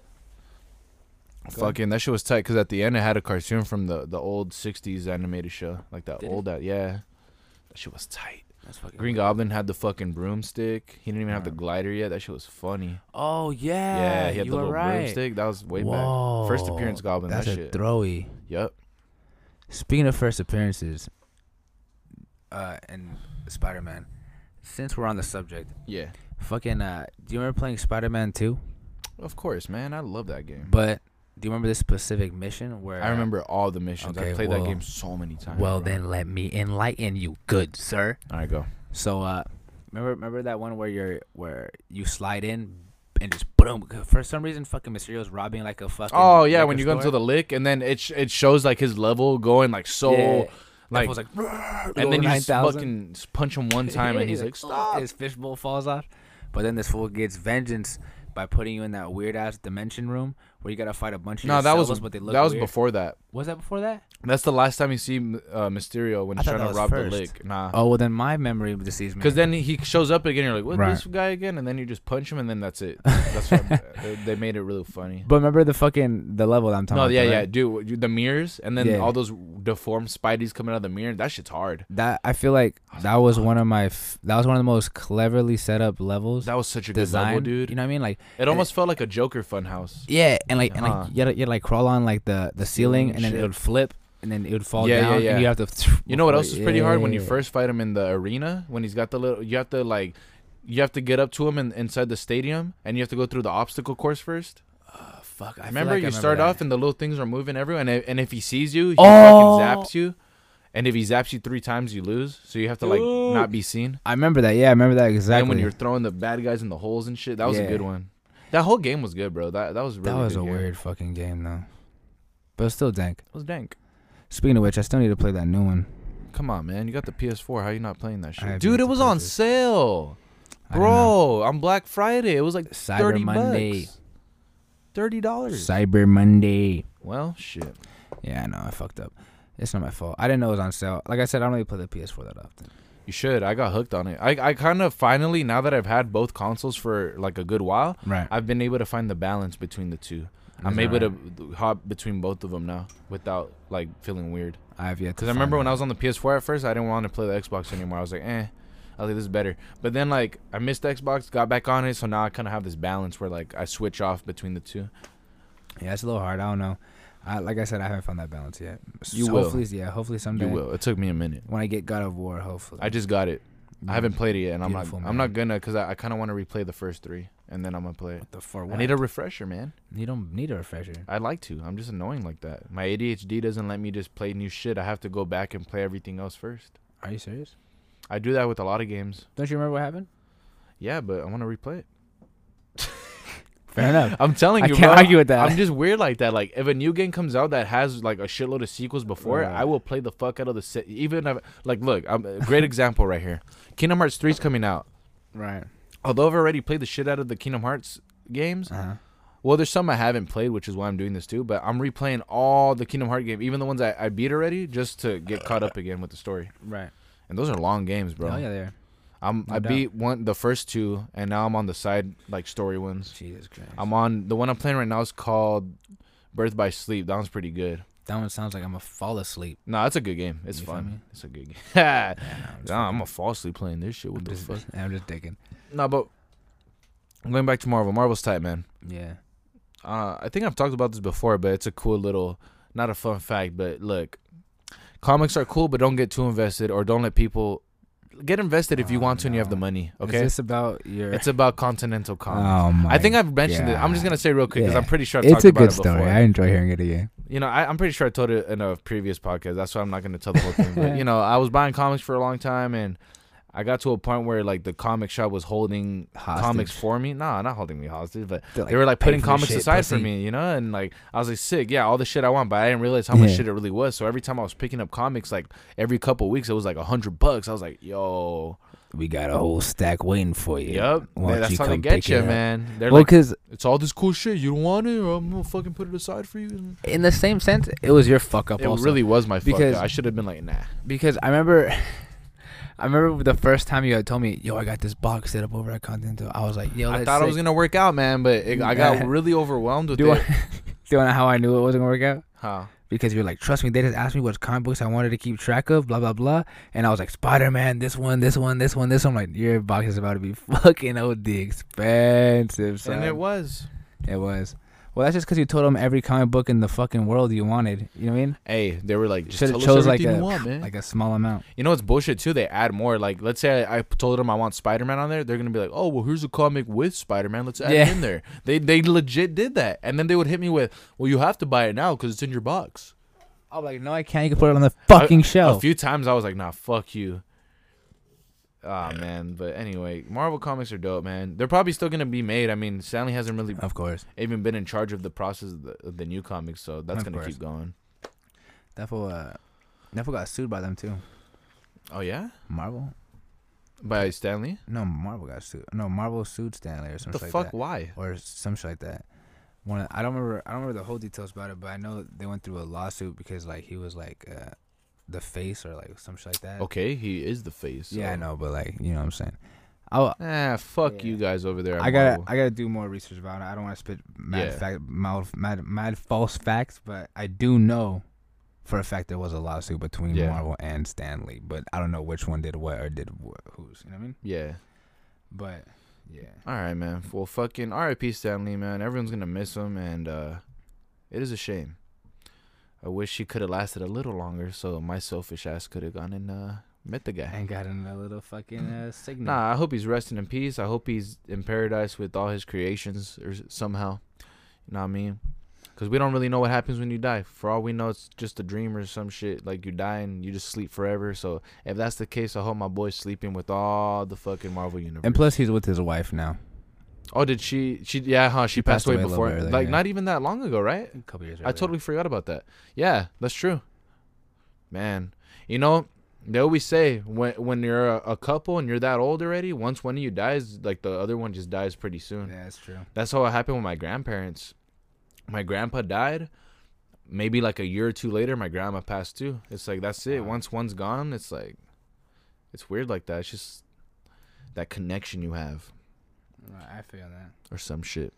[SPEAKER 1] Fucking that shit was tight because at the end it had a cartoon from the the old '60s animated show, like that
[SPEAKER 2] Did it?
[SPEAKER 1] old that yeah, that shit was tight.
[SPEAKER 2] That's fucking
[SPEAKER 1] Green Goblin had the fucking broomstick. He didn't even have the
[SPEAKER 2] Alright.
[SPEAKER 1] glider yet. That shit was funny.
[SPEAKER 2] Oh yeah.
[SPEAKER 1] Yeah, he had
[SPEAKER 2] you
[SPEAKER 1] the
[SPEAKER 2] were
[SPEAKER 1] little
[SPEAKER 2] right.
[SPEAKER 1] broomstick. That was way back. First appearance
[SPEAKER 2] Whoa,
[SPEAKER 1] Goblin.
[SPEAKER 2] That's
[SPEAKER 1] that
[SPEAKER 2] a
[SPEAKER 1] shit.
[SPEAKER 2] throwy.
[SPEAKER 1] yep.
[SPEAKER 2] Speaking of first appearances, uh, and Spider Man. Since we're on the subject,
[SPEAKER 1] Yeah.
[SPEAKER 2] fucking. Uh, do you remember playing Spider Man Two?
[SPEAKER 1] Of course, man. I love that game.
[SPEAKER 2] But do you remember this specific mission where?
[SPEAKER 1] I remember all the missions. I
[SPEAKER 2] Okay,
[SPEAKER 1] played
[SPEAKER 2] well-
[SPEAKER 1] that game so many times.
[SPEAKER 2] Well,
[SPEAKER 1] bro.
[SPEAKER 2] then let me enlighten you, good sir.
[SPEAKER 1] All right, go.
[SPEAKER 2] So uh, remember remember that one where you're where you slide in and just boom. For some reason, fucking Mysterio's robbing like a fucking.
[SPEAKER 1] Oh yeah,
[SPEAKER 2] liquor
[SPEAKER 1] when you go into
[SPEAKER 2] store.
[SPEAKER 1] the lick and then it sh- it shows like his level going like so
[SPEAKER 2] Yeah.
[SPEAKER 1] like
[SPEAKER 2] That was like,
[SPEAKER 1] and then you just
[SPEAKER 2] 9,000.
[SPEAKER 1] fucking s- punch him one time and he's like
[SPEAKER 2] oh,
[SPEAKER 1] stop.
[SPEAKER 2] His fishbowl falls off, but then this fool gets vengeance by putting you in that weird ass dimension room where you gotta fight a bunch of
[SPEAKER 1] No,
[SPEAKER 2] your
[SPEAKER 1] that was
[SPEAKER 2] cells, but they look
[SPEAKER 1] that was
[SPEAKER 2] weird.
[SPEAKER 1] before that.
[SPEAKER 2] Was that before that?
[SPEAKER 1] That's the last time you see uh, Mysterio when
[SPEAKER 2] I
[SPEAKER 1] he's trying
[SPEAKER 2] thought that
[SPEAKER 1] to
[SPEAKER 2] was
[SPEAKER 1] rob
[SPEAKER 2] first.
[SPEAKER 1] the lick. Nah.
[SPEAKER 2] Oh well, then my memory deceives me.
[SPEAKER 1] Because then he he shows up again, you're like, "What
[SPEAKER 2] Right.
[SPEAKER 1] this guy again?" And then you just punch him, and then that's it. That's what I'm- uh, they, they made it really funny.
[SPEAKER 2] but remember the fucking the level I'm talking
[SPEAKER 1] No,
[SPEAKER 2] about.
[SPEAKER 1] yeah,
[SPEAKER 2] though,
[SPEAKER 1] yeah,
[SPEAKER 2] right?
[SPEAKER 1] dude, you- the mirrors, and then
[SPEAKER 2] Yeah.
[SPEAKER 1] all those deformed Spideys coming out of the mirror. That shit's hard.
[SPEAKER 2] That I feel like that was one of my f- that was one of the most cleverly set up levels.
[SPEAKER 1] That was such a good
[SPEAKER 2] design,
[SPEAKER 1] level, dude.
[SPEAKER 2] You know what I mean? Like
[SPEAKER 1] it almost felt like a Joker funhouse.
[SPEAKER 2] yeah, and like and
[SPEAKER 1] Uh-huh.
[SPEAKER 2] like you had, you had like crawl on like the the ceiling,
[SPEAKER 1] Ceiling
[SPEAKER 2] and then
[SPEAKER 1] shit.
[SPEAKER 2] it would flip, and then it would fall
[SPEAKER 1] Yeah, yeah,
[SPEAKER 2] down,
[SPEAKER 1] yeah.
[SPEAKER 2] and you have to.
[SPEAKER 1] You know what else is
[SPEAKER 2] before-
[SPEAKER 1] pretty hard when you
[SPEAKER 2] yeah.
[SPEAKER 1] first fight him in the arena when he's got the little. You have to like, you have to get up to him in, inside the stadium, and you have to go through the obstacle course first.
[SPEAKER 2] Oh, fuck, I feel
[SPEAKER 1] remember,
[SPEAKER 2] like I
[SPEAKER 1] you start
[SPEAKER 2] that.
[SPEAKER 1] off and the little things are moving everywhere, and, and if he sees you, he
[SPEAKER 2] Oh.
[SPEAKER 1] fucking zaps you. And if he zaps you three times, you lose. So you have to like
[SPEAKER 2] Dude.
[SPEAKER 1] not be seen.
[SPEAKER 2] I remember that. Yeah, I remember that exactly.
[SPEAKER 1] And when you're throwing the bad guys in the holes and shit, that was a
[SPEAKER 2] Yeah.
[SPEAKER 1] good one. That whole game was good, bro. That that was really
[SPEAKER 2] that was a
[SPEAKER 1] good game.
[SPEAKER 2] weird fucking game though, but it's still dank.
[SPEAKER 1] It was dank.
[SPEAKER 2] Speaking of which, I still need to play that new one.
[SPEAKER 1] Come on, man. You got the PS4. How you not playing that shit?
[SPEAKER 2] have
[SPEAKER 1] Dude,
[SPEAKER 2] yet
[SPEAKER 1] it
[SPEAKER 2] to
[SPEAKER 1] was on
[SPEAKER 2] purchase.
[SPEAKER 1] sale.
[SPEAKER 2] I don't know.
[SPEAKER 1] Bro, on Black Friday, it was like
[SPEAKER 2] Cyber
[SPEAKER 1] 30
[SPEAKER 2] Monday.
[SPEAKER 1] bucks. $30.
[SPEAKER 2] Cyber Monday.
[SPEAKER 1] Well, shit.
[SPEAKER 2] Yeah, I know I fucked up. It's not my fault. I didn't know it was on sale. Like I said, I don't really play the PS4 that often.
[SPEAKER 1] You should. I got hooked on it. I, I kind of finally, now that I've had both consoles for like a good while,
[SPEAKER 2] Right.
[SPEAKER 1] I've been able to find the balance between the two. I'm
[SPEAKER 2] That's
[SPEAKER 1] able
[SPEAKER 2] alright.
[SPEAKER 1] to hop between both of them now without like feeling weird.
[SPEAKER 2] I have yet.
[SPEAKER 1] Because I remember when I was on the PS4 at first, I didn't want to play the Xbox anymore. I was like, eh, I think this is better. But then like I missed the Xbox, got back on it, so now I kind of have this balance where like I switch off between the two.
[SPEAKER 2] Yeah, it's a little hard. I don't know. I, like I said, I haven't found that balance yet.
[SPEAKER 1] You
[SPEAKER 2] So
[SPEAKER 1] will.
[SPEAKER 2] Hopefully, yeah. Hopefully someday.
[SPEAKER 1] You will. It took me a minute.
[SPEAKER 2] When I get God of War, hopefully.
[SPEAKER 1] I just got it. I haven't played it yet, and I'm
[SPEAKER 2] Beautiful,
[SPEAKER 1] not. I'm
[SPEAKER 2] man.
[SPEAKER 1] not gonna because I, I kind of want to replay the first three. and then I'm gonna play it.
[SPEAKER 2] What the for
[SPEAKER 1] I
[SPEAKER 2] what?
[SPEAKER 1] need a refresher, man.
[SPEAKER 2] you don't need a refresher.
[SPEAKER 1] I like to. I'm just annoying like that. My ADHD doesn't let me just play new shit. I have to go back and play everything else first.
[SPEAKER 2] Are you serious?
[SPEAKER 1] I do that with a lot of games.
[SPEAKER 2] Don't you remember what happened?
[SPEAKER 1] Yeah, but I want to replay it.
[SPEAKER 2] Fair enough.
[SPEAKER 1] I'm telling
[SPEAKER 2] I
[SPEAKER 1] you,
[SPEAKER 2] can't
[SPEAKER 1] bro.
[SPEAKER 2] argue with that.
[SPEAKER 1] I'm just weird like that. Like if a new game comes out that has like a shitload of sequels before it,
[SPEAKER 2] Right.
[SPEAKER 1] I will play the fuck out of the set. Even if like look, I'm a great example right here. Kingdom Hearts 3 is coming out.
[SPEAKER 2] right.
[SPEAKER 1] Although I've already played the shit out of the Kingdom Hearts games,
[SPEAKER 2] Uh-huh.
[SPEAKER 1] well, there's some I haven't played, which is why I'm doing this too. But I'm replaying all the Kingdom Heart game, even the ones I, I beat already, just to get caught up again with the story.
[SPEAKER 2] Right.
[SPEAKER 1] And those are long games, bro.
[SPEAKER 2] Oh yeah, there.
[SPEAKER 1] I'm
[SPEAKER 2] No
[SPEAKER 1] I
[SPEAKER 2] doubt.
[SPEAKER 1] beat one the first two, and now I'm on the side like story ones.
[SPEAKER 2] Jesus Christ.
[SPEAKER 1] I'm on the one I'm playing right now is called Birth by Sleep. That one's pretty good.
[SPEAKER 2] that one sounds like I'm gonna fall asleep.
[SPEAKER 1] No, that's a good game. It's
[SPEAKER 2] You feel me?
[SPEAKER 1] fun. It's a good game. nah,
[SPEAKER 2] I'm just
[SPEAKER 1] I'm gonna fall asleep playing this shit. What
[SPEAKER 2] I'm
[SPEAKER 1] the
[SPEAKER 2] just,
[SPEAKER 1] fuck?
[SPEAKER 2] I'm just digging.
[SPEAKER 1] No, but I'm going back to Marvel. Marvel's tight, man.
[SPEAKER 2] Yeah.
[SPEAKER 1] uh, I think I've talked about this before, but it's a cool little, not a fun fact, but look, comics are cool, but don't get too invested or don't let people get invested if you
[SPEAKER 2] Oh,
[SPEAKER 1] want to and you have the
[SPEAKER 2] no.
[SPEAKER 1] money.
[SPEAKER 2] Is
[SPEAKER 1] Okay,
[SPEAKER 2] this about your?
[SPEAKER 1] it's about continental comics.
[SPEAKER 2] oh my.
[SPEAKER 1] I think I've mentioned it. I'm just gonna say real quick because
[SPEAKER 2] Yeah.
[SPEAKER 1] I'm pretty sure I've
[SPEAKER 2] It's
[SPEAKER 1] talked
[SPEAKER 2] a
[SPEAKER 1] about
[SPEAKER 2] good
[SPEAKER 1] it
[SPEAKER 2] story.
[SPEAKER 1] before.
[SPEAKER 2] I enjoy hearing it again.
[SPEAKER 1] You know, I, I'm pretty sure I told it in a previous podcast. That's why I'm not gonna tell the whole thing. But you know, I was buying comics for a long time and. I got to a point where like the comic shop was holding comics
[SPEAKER 2] Hostage.
[SPEAKER 1] for me. Nah, not holding me hostage, but
[SPEAKER 2] They're
[SPEAKER 1] they were like
[SPEAKER 2] pay
[SPEAKER 1] putting
[SPEAKER 2] for your
[SPEAKER 1] comics
[SPEAKER 2] shit,
[SPEAKER 1] aside for
[SPEAKER 2] pussy.
[SPEAKER 1] me, you know, and like I was like sick, yeah, all the shit I want, but I didn't realize how much
[SPEAKER 2] Yeah.
[SPEAKER 1] shit it really was. So every time I was picking up comics, like every couple weeks, it was like a hundred bucks. I was like, yo,
[SPEAKER 2] We got a whole stack waiting for you.
[SPEAKER 1] yep,
[SPEAKER 2] Why don't
[SPEAKER 1] that's
[SPEAKER 2] you
[SPEAKER 1] how they
[SPEAKER 2] come
[SPEAKER 1] get
[SPEAKER 2] pick
[SPEAKER 1] you,
[SPEAKER 2] it up?
[SPEAKER 1] man. They're
[SPEAKER 2] Well,
[SPEAKER 1] like,
[SPEAKER 2] because
[SPEAKER 1] it's all this cool shit. You don't want it, or I'm gonna fucking put it aside for you.
[SPEAKER 2] in the same sense, it was your fuck up.
[SPEAKER 1] It
[SPEAKER 2] also.
[SPEAKER 1] really was my fuck.
[SPEAKER 2] Because-
[SPEAKER 1] up. I should have been like, nah.
[SPEAKER 2] because I remember, I remember the first time you had told me, "Yo, I got this box set up over at Continental." I was like, "Yo,
[SPEAKER 1] I
[SPEAKER 2] that's
[SPEAKER 1] thought I was
[SPEAKER 2] sick."
[SPEAKER 1] gonna work out, man, but it, I got really overwhelmed with
[SPEAKER 2] Do
[SPEAKER 1] it.
[SPEAKER 2] I, do you know how I knew it wasn't gonna work out?
[SPEAKER 1] Huh.
[SPEAKER 2] Because you were like, "Trust me, they just asked me what comic books I wanted to keep track of, blah blah blah," and I was like, "Spider Man, this one, this one, this one, this one." I'm like, your box is about to be fucking OD expensive, son.
[SPEAKER 1] And it was.
[SPEAKER 2] It was. Well, that's just because you told them every comic book in the fucking world you wanted. You know what I mean?
[SPEAKER 1] Hey, they were like, just
[SPEAKER 2] Should've
[SPEAKER 1] tell
[SPEAKER 2] chose,
[SPEAKER 1] us
[SPEAKER 2] like,
[SPEAKER 1] everything you
[SPEAKER 2] a-
[SPEAKER 1] want, man.
[SPEAKER 2] Like a small amount.
[SPEAKER 1] You know it's bullshit too. They add more. Like, let's say I, I told them I want Spider Man on there, they're gonna be like, "Oh, well, here's a comic with Spider Man. Let's add
[SPEAKER 2] Yeah.
[SPEAKER 1] it in there." They they legit did that, and then they would hit me with, "Well, you have to buy it now because it's in your box."
[SPEAKER 2] I'm like, no, I can't. You can put it on the fucking
[SPEAKER 1] A
[SPEAKER 2] shelf.
[SPEAKER 1] few times I was like, "Nah, fuck you." Ah man, but anyway, Marvel comics are dope, man. They're probably still gonna be made. I mean, Stanley hasn't really
[SPEAKER 2] of course,
[SPEAKER 1] even been in charge of the process of the, of the new comics, so that's
[SPEAKER 2] Of
[SPEAKER 1] gonna
[SPEAKER 2] course.
[SPEAKER 1] keep going.
[SPEAKER 2] that fool, uh, that fool got sued by them too.
[SPEAKER 1] Oh yeah,
[SPEAKER 2] Marvel?
[SPEAKER 1] by Stanley.
[SPEAKER 2] No, Marvel got sued. No, Marvel sued Stanley or
[SPEAKER 1] What
[SPEAKER 2] something
[SPEAKER 1] the
[SPEAKER 2] like
[SPEAKER 1] fuck?
[SPEAKER 2] that,
[SPEAKER 1] Why?
[SPEAKER 2] or some shit like that. One, of- I don't remember. I don't remember the whole details about it, but I know they went through a lawsuit because like he was like uh, the face or like some shit like that.
[SPEAKER 1] Okay, he is the face.
[SPEAKER 2] Yeah, I
[SPEAKER 1] so-
[SPEAKER 2] know, but like you know what I'm saying. I
[SPEAKER 1] Ah, fuck
[SPEAKER 2] Yeah.
[SPEAKER 1] you guys over there. at
[SPEAKER 2] I gotta
[SPEAKER 1] Marvel.
[SPEAKER 2] I gotta do more research about it. I don't want to spit mad
[SPEAKER 1] Yeah.
[SPEAKER 2] fact mad, mad mad false facts, but I do know for a fact there was a lawsuit between
[SPEAKER 1] Yeah.
[SPEAKER 2] Marvel and Stanley, but I don't know which one did what or did wh- whose. You know what I mean?
[SPEAKER 1] yeah.
[SPEAKER 2] But yeah,
[SPEAKER 1] All right, man. Well, fucking R.I.P. Stanley, man. Everyone's gonna miss him, and uh, it is a shame. I wish he could have lasted a little longer, so my selfish ass could have gone and uh, met the guy.
[SPEAKER 2] and got in a little fucking uh, signal.
[SPEAKER 1] Nah, I hope he's resting in peace. I hope he's in paradise with all his creations, or s- somehow. You know what I mean? Because we don't really know what happens when you die. For all we know, it's just a dream or some shit. Like you die and you just sleep forever. So if that's the case, I hope my boy's sleeping with all the fucking Marvel universe.
[SPEAKER 2] And plus, he's with his wife now.
[SPEAKER 1] Oh, did she? She yeah, huh? She,
[SPEAKER 2] passed
[SPEAKER 1] passed, away
[SPEAKER 2] away a little
[SPEAKER 1] before,
[SPEAKER 2] bit earlier,
[SPEAKER 1] like
[SPEAKER 2] yeah.
[SPEAKER 1] not even that long ago, right?
[SPEAKER 2] A couple years.
[SPEAKER 1] I totally forgot about that. Yeah, that's true. Man, you know they always say when when you're a, a couple and you're that old already, once one of you dies, like the other one just dies pretty soon.
[SPEAKER 2] Yeah, that's true.
[SPEAKER 1] That's how it happened with my grandparents. My grandpa died. Maybe like a year or two later, my grandma passed too. It's like that's it.
[SPEAKER 2] Wow.
[SPEAKER 1] Once one's gone, it's like it's weird like that. It's just that connection you have
[SPEAKER 2] Right, I feel that.
[SPEAKER 1] or some shit.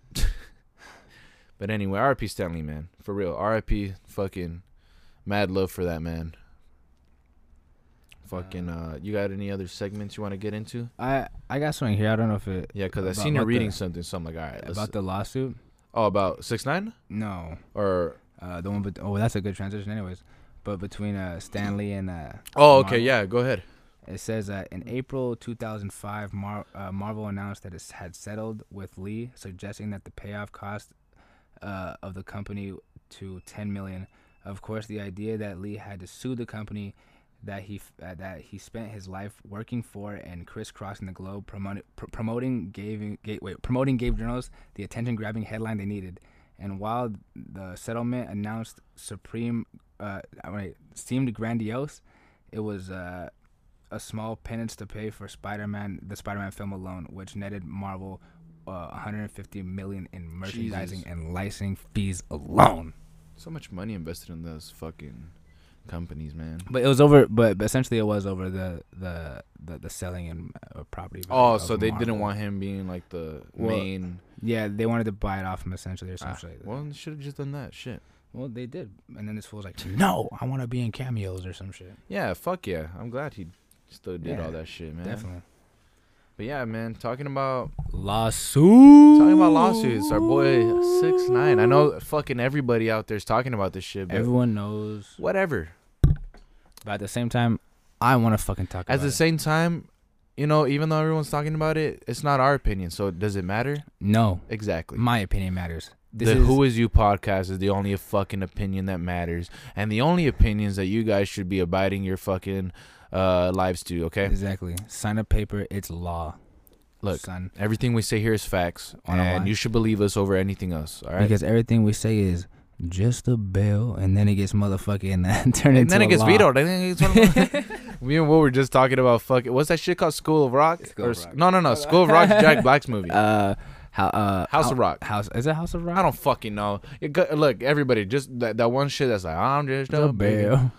[SPEAKER 1] but anyway, R.I.P. Stanley, man, for real. R.I.P. Fucking mad love for that man. Fucking, uh, you got any other segments you want to get into?
[SPEAKER 2] I I got something here. I don't know if it
[SPEAKER 1] Yeah, because I
[SPEAKER 2] About-
[SPEAKER 1] seen you
[SPEAKER 2] about
[SPEAKER 1] reading
[SPEAKER 2] the-
[SPEAKER 1] something, so I'm like, all right, let's.
[SPEAKER 2] about the lawsuit.
[SPEAKER 1] oh, about six nine
[SPEAKER 2] No,
[SPEAKER 1] or
[SPEAKER 2] uh, the one. But oh, that's a good transition, anyways. But between uh, Stanley and uh,
[SPEAKER 1] oh,
[SPEAKER 2] Marvel.
[SPEAKER 1] okay, yeah, go ahead.
[SPEAKER 2] It says that in April 2005, Mar- uh, Marvel announced that it had settled with Lee, suggesting that the payoff cost uh, of the company to 10 million. Of course, the idea that Lee had to sue the company that he f- uh, that he spent his life working for and crisscrossing the globe, promoting pr- promoting gave gave- wait, promoting gave journalists the attention-grabbing headline they needed. And while the settlement announced supreme uh, wait, seemed grandiose, it was uh, a small penance to pay for Spider-Man, the Spider-Man film alone, which netted Marvel uh, 150 million in merchandising
[SPEAKER 1] Jesus.
[SPEAKER 2] and licensing fees alone.
[SPEAKER 1] So much money invested in those fucking companies, man.
[SPEAKER 2] But it was over. But, but essentially, it was over the the the, the selling and uh, property. value
[SPEAKER 1] Oh,
[SPEAKER 2] of
[SPEAKER 1] so they didn't
[SPEAKER 2] Marvel.
[SPEAKER 1] want him being like the
[SPEAKER 2] Well,
[SPEAKER 1] main.
[SPEAKER 2] Yeah, they wanted to buy it off him essentially or
[SPEAKER 1] Ah,
[SPEAKER 2] something. like that.
[SPEAKER 1] well, should have just done that shit.
[SPEAKER 2] well, they did, and then this fool's like, "No, I want to be in cameos or some shit."
[SPEAKER 1] Yeah, fuck yeah. I'm glad he still did
[SPEAKER 2] Yeah,
[SPEAKER 1] all that shit, man.
[SPEAKER 2] Definitely.
[SPEAKER 1] But yeah, man. Talking about
[SPEAKER 2] Lawsuit.
[SPEAKER 1] talking about lawsuits. Our boy six nine. I know fucking everybody out there's talking about this shit, but
[SPEAKER 2] Everyone knows.
[SPEAKER 1] whatever.
[SPEAKER 2] But at the same time, I want to fucking talk
[SPEAKER 1] At
[SPEAKER 2] about
[SPEAKER 1] the
[SPEAKER 2] it.
[SPEAKER 1] same time, you know, even though everyone's talking about it, it's not our opinion. So does it matter?
[SPEAKER 2] No,
[SPEAKER 1] Exactly.
[SPEAKER 2] my opinion matters. This
[SPEAKER 1] the
[SPEAKER 2] is
[SPEAKER 1] Who Is You podcast is the only fucking opinion that matters, and the only opinions that you guys should be abiding your fucking uh, lives to. Okay,
[SPEAKER 2] exactly sign a paper. It's law.
[SPEAKER 1] look,
[SPEAKER 2] son,
[SPEAKER 1] everything we say here is facts,
[SPEAKER 2] I don't
[SPEAKER 1] and
[SPEAKER 2] lie.
[SPEAKER 1] you should believe us over anything else. All right,
[SPEAKER 2] because everything we say is just a bill, and then it gets motherfucking turned into
[SPEAKER 1] and then
[SPEAKER 2] a
[SPEAKER 1] it gets
[SPEAKER 2] law.
[SPEAKER 1] vetoed. And then it gets Me and Will were just talking about fucking what's that shit called? School of Rock?
[SPEAKER 2] School
[SPEAKER 1] or
[SPEAKER 2] of
[SPEAKER 1] s-
[SPEAKER 2] Rock.
[SPEAKER 1] no, no, no, School of Rock. Jack Black's movie,
[SPEAKER 2] Uh, how uh
[SPEAKER 1] House of
[SPEAKER 2] Hou-
[SPEAKER 1] Rock.
[SPEAKER 2] House is it House of Rock?
[SPEAKER 1] I don't fucking know. It go, look, everybody, just that, that one shit that's like I'm just a bill.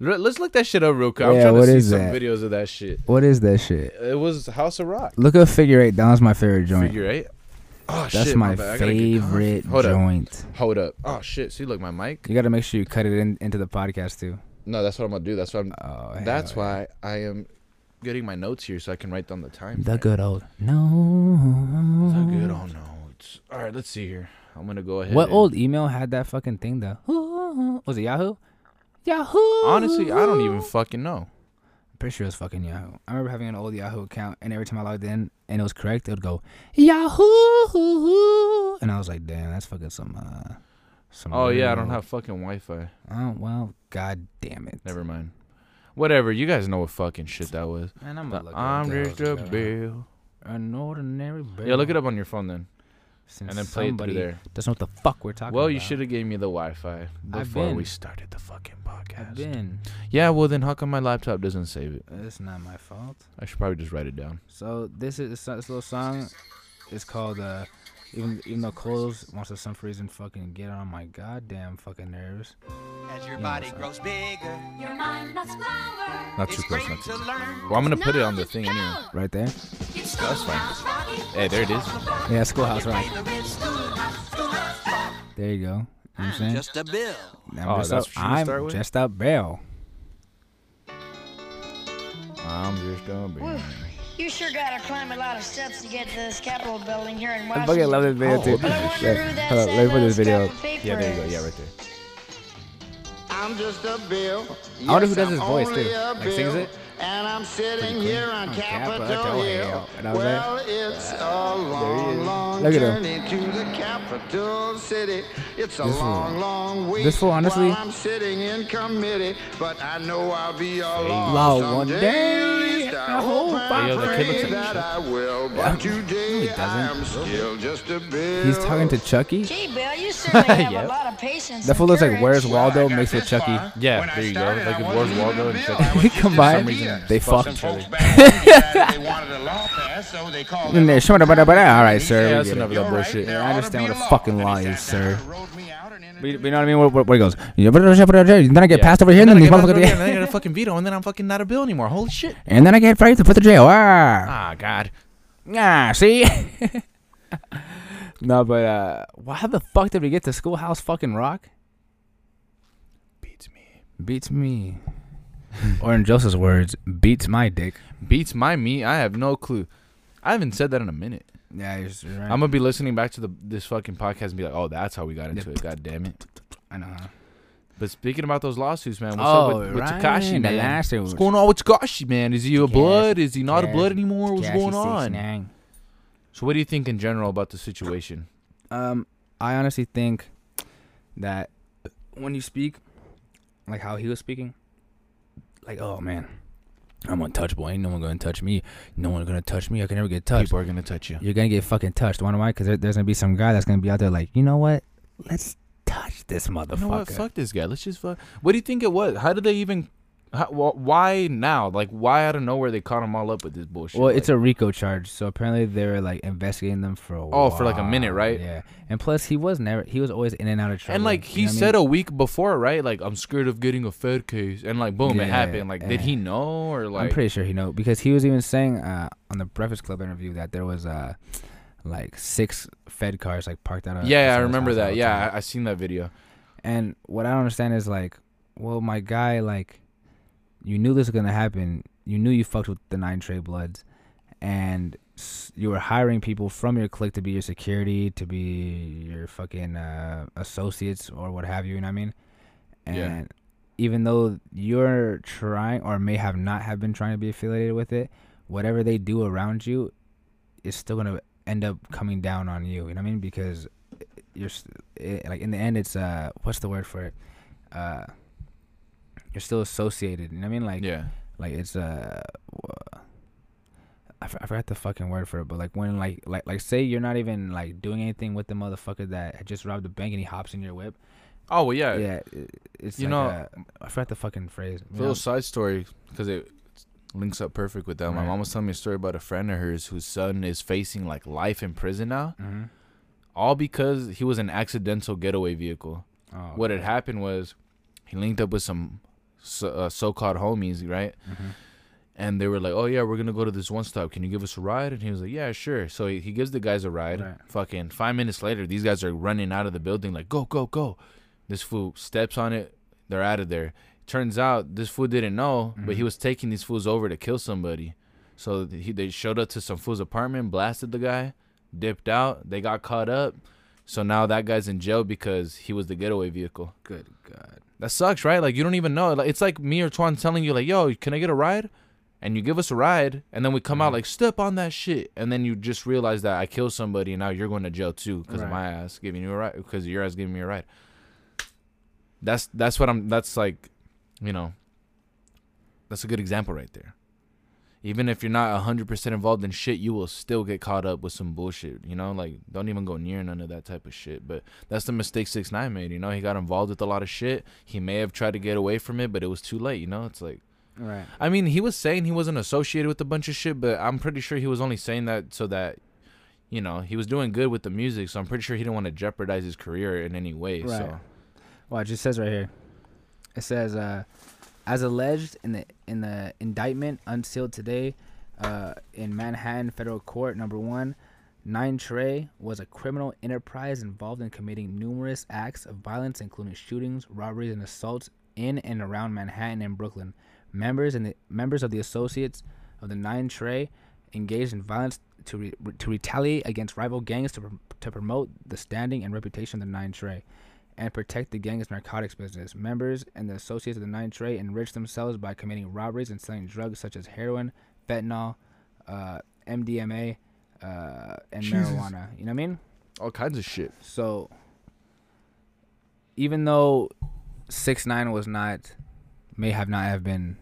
[SPEAKER 1] Let- Let's look that shit up real quick. I'm
[SPEAKER 2] Yeah,
[SPEAKER 1] trying to
[SPEAKER 2] what
[SPEAKER 1] see
[SPEAKER 2] is
[SPEAKER 1] some
[SPEAKER 2] that?
[SPEAKER 1] videos of that shit.
[SPEAKER 2] What is that shit?
[SPEAKER 1] It was House of Rock.
[SPEAKER 2] Look up figure eight. That was my favorite joint.
[SPEAKER 1] Figure eight. Oh
[SPEAKER 2] That's
[SPEAKER 1] shit,
[SPEAKER 2] my
[SPEAKER 1] bad. I gotta get coffee.
[SPEAKER 2] favorite
[SPEAKER 1] Hold up.
[SPEAKER 2] joint.
[SPEAKER 1] Hold up. Oh shit. See, look, my mic.
[SPEAKER 2] You got to make sure you cut it in, into the podcast too.
[SPEAKER 1] No, that's what I'm gonna do. That's what I'm.
[SPEAKER 2] Oh,
[SPEAKER 1] that's why I am getting my notes here so I can write down the time.
[SPEAKER 2] The
[SPEAKER 1] frame.
[SPEAKER 2] good old no.
[SPEAKER 1] The good old notes. All right, let's see here. I'm gonna go ahead.
[SPEAKER 2] Mm-hmm. What
[SPEAKER 1] and-
[SPEAKER 2] old email had that fucking thing though? Was it Yahoo? Yahoo.
[SPEAKER 1] Honestly, I don't even fucking know.
[SPEAKER 2] Pretty sure it was fucking Yahoo. I remember having an old Yahoo account, and every time I logged in and it was correct, it would go Yahoo, and I was like, "Damn, that's fucking some." Uh, some
[SPEAKER 1] Oh yeah, I don't
[SPEAKER 2] real-
[SPEAKER 1] have fucking Wi-Fi.
[SPEAKER 2] Oh well, god damn it.
[SPEAKER 1] Never mind. Whatever. You guys know what fucking shit that was.
[SPEAKER 2] Man, I'm
[SPEAKER 1] The
[SPEAKER 2] gonna look it up.
[SPEAKER 1] I'm
[SPEAKER 2] That
[SPEAKER 1] just
[SPEAKER 2] was
[SPEAKER 1] a
[SPEAKER 2] good.
[SPEAKER 1] bill.
[SPEAKER 2] An ordinary bill.
[SPEAKER 1] Yeah, look it up on your phone then,
[SPEAKER 2] Since
[SPEAKER 1] and then play it through
[SPEAKER 2] somebody
[SPEAKER 1] there.
[SPEAKER 2] Doesn't know what the fuck we're talking about.
[SPEAKER 1] Well, you should have gave me the Wi-Fi before we
[SPEAKER 2] been.
[SPEAKER 1] started the fucking
[SPEAKER 2] I've
[SPEAKER 1] podcast.
[SPEAKER 2] been.
[SPEAKER 1] Yeah, well then how come my laptop doesn't save it?
[SPEAKER 2] It's not my fault.
[SPEAKER 1] I should probably just write it down.
[SPEAKER 2] So this is this little song. It's called uh, even even though Coles wants to some reason fucking get on my goddamn fucking nerves.
[SPEAKER 3] As your
[SPEAKER 2] Yeah,
[SPEAKER 3] body
[SPEAKER 2] so-
[SPEAKER 3] grows bigger,
[SPEAKER 4] Your mind must flower.
[SPEAKER 1] Not
[SPEAKER 3] it's
[SPEAKER 1] too close,
[SPEAKER 3] great
[SPEAKER 1] not too
[SPEAKER 3] to
[SPEAKER 1] close.
[SPEAKER 3] learn.
[SPEAKER 1] Well, I'm gonna put it on the thing anyway.
[SPEAKER 2] Right there.
[SPEAKER 4] That's fine.
[SPEAKER 1] Hey, there it is.
[SPEAKER 2] Yeah, Schoolhouse Rock.
[SPEAKER 3] Pay the bills, schoolhouse, schoolhouse rock.
[SPEAKER 2] There you go. You know what I'm saying?
[SPEAKER 3] Ah, Just a bill.
[SPEAKER 2] I'm
[SPEAKER 1] Oh,
[SPEAKER 2] just
[SPEAKER 1] that's
[SPEAKER 2] up,
[SPEAKER 1] what you wanna
[SPEAKER 2] I'm
[SPEAKER 1] start with?
[SPEAKER 2] just up bail.
[SPEAKER 1] I'm just gonna be.
[SPEAKER 5] You sure gotta climb a lot of steps to get to this Capitol building here in
[SPEAKER 2] I
[SPEAKER 5] Washington.
[SPEAKER 2] fucking love this video
[SPEAKER 1] Oh,
[SPEAKER 2] too.
[SPEAKER 1] okay.
[SPEAKER 5] But I wonder
[SPEAKER 2] Look,
[SPEAKER 5] who that
[SPEAKER 2] hold on, let me put this video up.
[SPEAKER 1] Yeah, there you go. Yeah, right there.
[SPEAKER 6] I'm just a bill.
[SPEAKER 2] I wonder who
[SPEAKER 6] Yes,
[SPEAKER 2] does his
[SPEAKER 6] I'm
[SPEAKER 2] voice,
[SPEAKER 6] only
[SPEAKER 2] too.
[SPEAKER 6] a
[SPEAKER 2] Like, sings
[SPEAKER 6] bill,
[SPEAKER 2] it?
[SPEAKER 6] And I'm sitting
[SPEAKER 2] Pretty
[SPEAKER 6] here
[SPEAKER 2] clean.
[SPEAKER 6] on
[SPEAKER 2] On
[SPEAKER 6] Capitol,
[SPEAKER 2] Capitol
[SPEAKER 6] Hill.
[SPEAKER 2] Hill. And I was
[SPEAKER 6] Well, it's a long, long
[SPEAKER 2] Look at him.
[SPEAKER 6] journey to the capital city. It's a
[SPEAKER 2] This fool.
[SPEAKER 6] long, long wait.
[SPEAKER 2] This fool, honestly-
[SPEAKER 6] While I'm sitting in committee, but I know I'll be along
[SPEAKER 2] Law one
[SPEAKER 6] someday.
[SPEAKER 2] day,
[SPEAKER 6] At least
[SPEAKER 2] I
[SPEAKER 6] I
[SPEAKER 2] hope
[SPEAKER 6] hope
[SPEAKER 2] I
[SPEAKER 6] I
[SPEAKER 1] Yo, the kid looks
[SPEAKER 6] pray
[SPEAKER 1] like
[SPEAKER 6] that
[SPEAKER 1] Chuck.
[SPEAKER 6] I will. But
[SPEAKER 2] he
[SPEAKER 6] today I
[SPEAKER 2] doesn't.
[SPEAKER 6] am still just a bill.
[SPEAKER 2] He's talking to Chucky.
[SPEAKER 5] Gee, Bill, you certainly have
[SPEAKER 1] Yep.
[SPEAKER 5] a lot of patience.
[SPEAKER 2] That
[SPEAKER 5] and
[SPEAKER 2] fool looks like
[SPEAKER 5] courage.
[SPEAKER 2] Where's
[SPEAKER 6] Well,
[SPEAKER 2] Waldo
[SPEAKER 6] I got
[SPEAKER 2] mixed with
[SPEAKER 6] this
[SPEAKER 2] Chucky.
[SPEAKER 6] far.
[SPEAKER 1] Yeah,
[SPEAKER 6] When I
[SPEAKER 1] there you go. Like
[SPEAKER 6] started, I
[SPEAKER 1] if
[SPEAKER 6] wasn't
[SPEAKER 1] Where's
[SPEAKER 6] even
[SPEAKER 1] Waldo
[SPEAKER 6] a
[SPEAKER 1] and
[SPEAKER 6] bill.
[SPEAKER 1] Chucky.
[SPEAKER 6] I was just
[SPEAKER 2] Combined,
[SPEAKER 6] an idea.
[SPEAKER 2] they
[SPEAKER 6] Some
[SPEAKER 2] fucked.
[SPEAKER 6] folks back home decided they wanted a law passed, so they called
[SPEAKER 2] In
[SPEAKER 6] it
[SPEAKER 2] there,
[SPEAKER 6] a
[SPEAKER 2] shimada bada bada. All right,
[SPEAKER 1] Yeah,
[SPEAKER 2] sir.
[SPEAKER 1] that's
[SPEAKER 2] we
[SPEAKER 1] enough
[SPEAKER 2] get it.
[SPEAKER 1] of that
[SPEAKER 6] You're
[SPEAKER 1] bullshit.
[SPEAKER 2] Yeah,
[SPEAKER 6] there
[SPEAKER 2] I
[SPEAKER 6] ought to
[SPEAKER 2] understand
[SPEAKER 6] be
[SPEAKER 2] what a
[SPEAKER 6] law.
[SPEAKER 2] fucking
[SPEAKER 6] And he
[SPEAKER 2] law
[SPEAKER 6] sat
[SPEAKER 2] is,
[SPEAKER 6] down
[SPEAKER 2] sir.
[SPEAKER 6] and rode me out and
[SPEAKER 2] But you
[SPEAKER 6] introduced
[SPEAKER 2] but you know what I mean? Where, where, where it goes? Then I get passed over here, and then these
[SPEAKER 1] I gotta- and then I
[SPEAKER 2] motherfuckers.
[SPEAKER 1] got a fucking veto, and then I'm fucking not a bill anymore. Holy shit!
[SPEAKER 2] And then I get fired to put to jail. Ah,
[SPEAKER 1] Ah, God.
[SPEAKER 2] ah see? no, but uh, why how the fuck did we get to Schoolhouse fucking Rock?
[SPEAKER 1] Beats me.
[SPEAKER 2] Beats me. or in Joseph's words, beats my dick.
[SPEAKER 1] Beats my meat. I have no clue. I haven't said that in a minute.
[SPEAKER 2] Yeah, you're s- you're right.
[SPEAKER 1] I'm gonna be listening back to the this fucking podcast and be like, oh, that's how we got into it. God damn it.
[SPEAKER 2] I know. Huh?
[SPEAKER 1] But speaking about those lawsuits, man, what's
[SPEAKER 2] Oh,
[SPEAKER 1] up with, with
[SPEAKER 2] right,
[SPEAKER 1] Takashi,
[SPEAKER 2] the
[SPEAKER 1] man?
[SPEAKER 2] last one
[SPEAKER 1] What's
[SPEAKER 2] was-
[SPEAKER 1] going on with Takashi, man? Is he a
[SPEAKER 2] Takashi-
[SPEAKER 1] blood? Is he not a
[SPEAKER 2] Takashi-
[SPEAKER 1] blood anymore? What's
[SPEAKER 2] Takashi
[SPEAKER 1] going on?
[SPEAKER 2] 69.
[SPEAKER 1] So, what do you think in general about the situation?
[SPEAKER 2] Um, I honestly think that when you speak, like how he was speaking, like, oh man, I'm untouchable. Ain't no one gonna touch me. No one gonna touch me. I can never get touched.
[SPEAKER 1] People are gonna touch you.
[SPEAKER 2] You're gonna get fucking touched. Wonder why? Because there, there's gonna be some guy that's gonna be out there like, you know what? Let's touch this motherfucker.
[SPEAKER 1] You know what? Fuck this guy. Let's just fuck. What do you think it was? How did they even? How, wh- why now? Like, why out of nowhere they caught him all up with this bullshit?
[SPEAKER 2] Well, it's a RICO charge, so apparently they were like investigating them for a
[SPEAKER 1] Oh, for, like, a minute,
[SPEAKER 2] while.
[SPEAKER 1] right?
[SPEAKER 2] Yeah, and plus he was never he was always in and out of trouble.
[SPEAKER 1] and like he
[SPEAKER 2] you know what I
[SPEAKER 1] said
[SPEAKER 2] mean?
[SPEAKER 1] a week before, right? Like, I'm scared of getting a Fed case, and like, boom,
[SPEAKER 2] Yeah,
[SPEAKER 1] it happened. Like, did
[SPEAKER 2] yeah.
[SPEAKER 1] he know or like?
[SPEAKER 2] I'm pretty sure he know because he was even saying uh, on the Breakfast Club interview that there was uh like six Fed cars like parked out. outside
[SPEAKER 1] yeah, I
[SPEAKER 2] his
[SPEAKER 1] remember
[SPEAKER 2] house all
[SPEAKER 1] that.
[SPEAKER 2] the
[SPEAKER 1] Yeah,
[SPEAKER 2] time.
[SPEAKER 1] I, I seen that video.
[SPEAKER 2] and what I don't understand is like, well, my guy, like, you knew this was gonna happen. You knew you fucked with the Nine Trey Bloods, and s- you were hiring people from your clique to be your security, to be your fucking uh, associates or what have you. You know what I mean? And
[SPEAKER 1] Yeah.
[SPEAKER 2] even though you're trying or may have not have been trying to be affiliated with it, whatever they do around you is still gonna end up coming down on you. You know what I mean? Because you're s- it, like in the end, it's uh, what's the word for it? Uh, you're still associated. You know what I mean? Like
[SPEAKER 1] Yeah,
[SPEAKER 2] like it's uh, wha- I for- I forgot the fucking word for it, but like when like like like say you're not even like doing anything with the motherfucker that had just robbed the bank and he hops in your whip.
[SPEAKER 1] Oh well, yeah.
[SPEAKER 2] Yeah, it, it's
[SPEAKER 1] You
[SPEAKER 2] like
[SPEAKER 1] know-
[SPEAKER 2] a- I forgot the fucking phrase. you
[SPEAKER 1] A little
[SPEAKER 2] know?
[SPEAKER 1] side story because it links up perfect with that. My
[SPEAKER 2] Right.
[SPEAKER 1] mom was telling me a story about a friend of hers whose son is facing like life in prison now,
[SPEAKER 2] Mhm.
[SPEAKER 1] all because he was an accidental getaway vehicle.
[SPEAKER 2] Oh,
[SPEAKER 1] What had happened was he linked up with some so, uh, so-called homies, right? And they were like, "Oh yeah, we're gonna go to this one stop. Can you give us a ride?" And he was like, "Yeah, sure." So he, he gives the guys a ride.
[SPEAKER 2] Right.
[SPEAKER 1] Fucking five minutes later, these guys are running out of the building like, "Go, go, go!" This fool steps on it. They're out of there. Turns out this fool didn't know, but he was taking these fools over to kill somebody. So th- he, they showed up to some fool's apartment, blasted the guy, dipped out. They got caught up. So now that guy's in jail because he was the getaway vehicle.
[SPEAKER 2] good god.
[SPEAKER 1] That sucks, right? Like you don't even know. Like it's like me or Twan telling you, like, "Yo, can I get a ride?" And you give us a ride, and then we come
[SPEAKER 2] Mm-hmm.
[SPEAKER 1] out like, "Step on that shit," and then you just realize that I killed somebody, and now you're going to jail too because of my
[SPEAKER 2] Right.
[SPEAKER 1] ass giving you a ride, because your ass giving me a ride. That's that's what I'm. That's like, you know, that's a good example right there. Even if you're not hundred percent involved in shit, you will still get caught up with some bullshit. You know, like don't even go near none of that type of shit. But that's the mistake six nine made. You know, he got involved with a lot of shit. He may have tried to get away from it, but it was too late. You know, it's like
[SPEAKER 2] Right.
[SPEAKER 1] I mean, he was saying he wasn't associated with a bunch of shit, but I'm pretty sure he was only saying that so that you know he was doing good with the music. So I'm pretty sure he didn't want to jeopardize his career in any way. So
[SPEAKER 2] Right. Watch, it just says right here. It says, uh, as alleged in the in the indictment unsealed today, uh, in Manhattan federal court, number one, Nine Trey was a criminal enterprise involved in committing numerous acts of violence, including shootings, robberies, and assaults in and around Manhattan and Brooklyn. Members and the members of the associates of the Nine Trey engaged in violence to re, to retaliate against rival gangs to prom- to promote the standing and reputation of the Nine Trey and protect the gang's narcotics business. Members and the associates of the Nine Trade enrich themselves by committing robberies and selling drugs such as heroin, fentanyl, uh, MDMA, uh, and marijuana. You know what I mean?
[SPEAKER 1] all kinds of shit.
[SPEAKER 2] So, even though Six Nine was not, may have not have been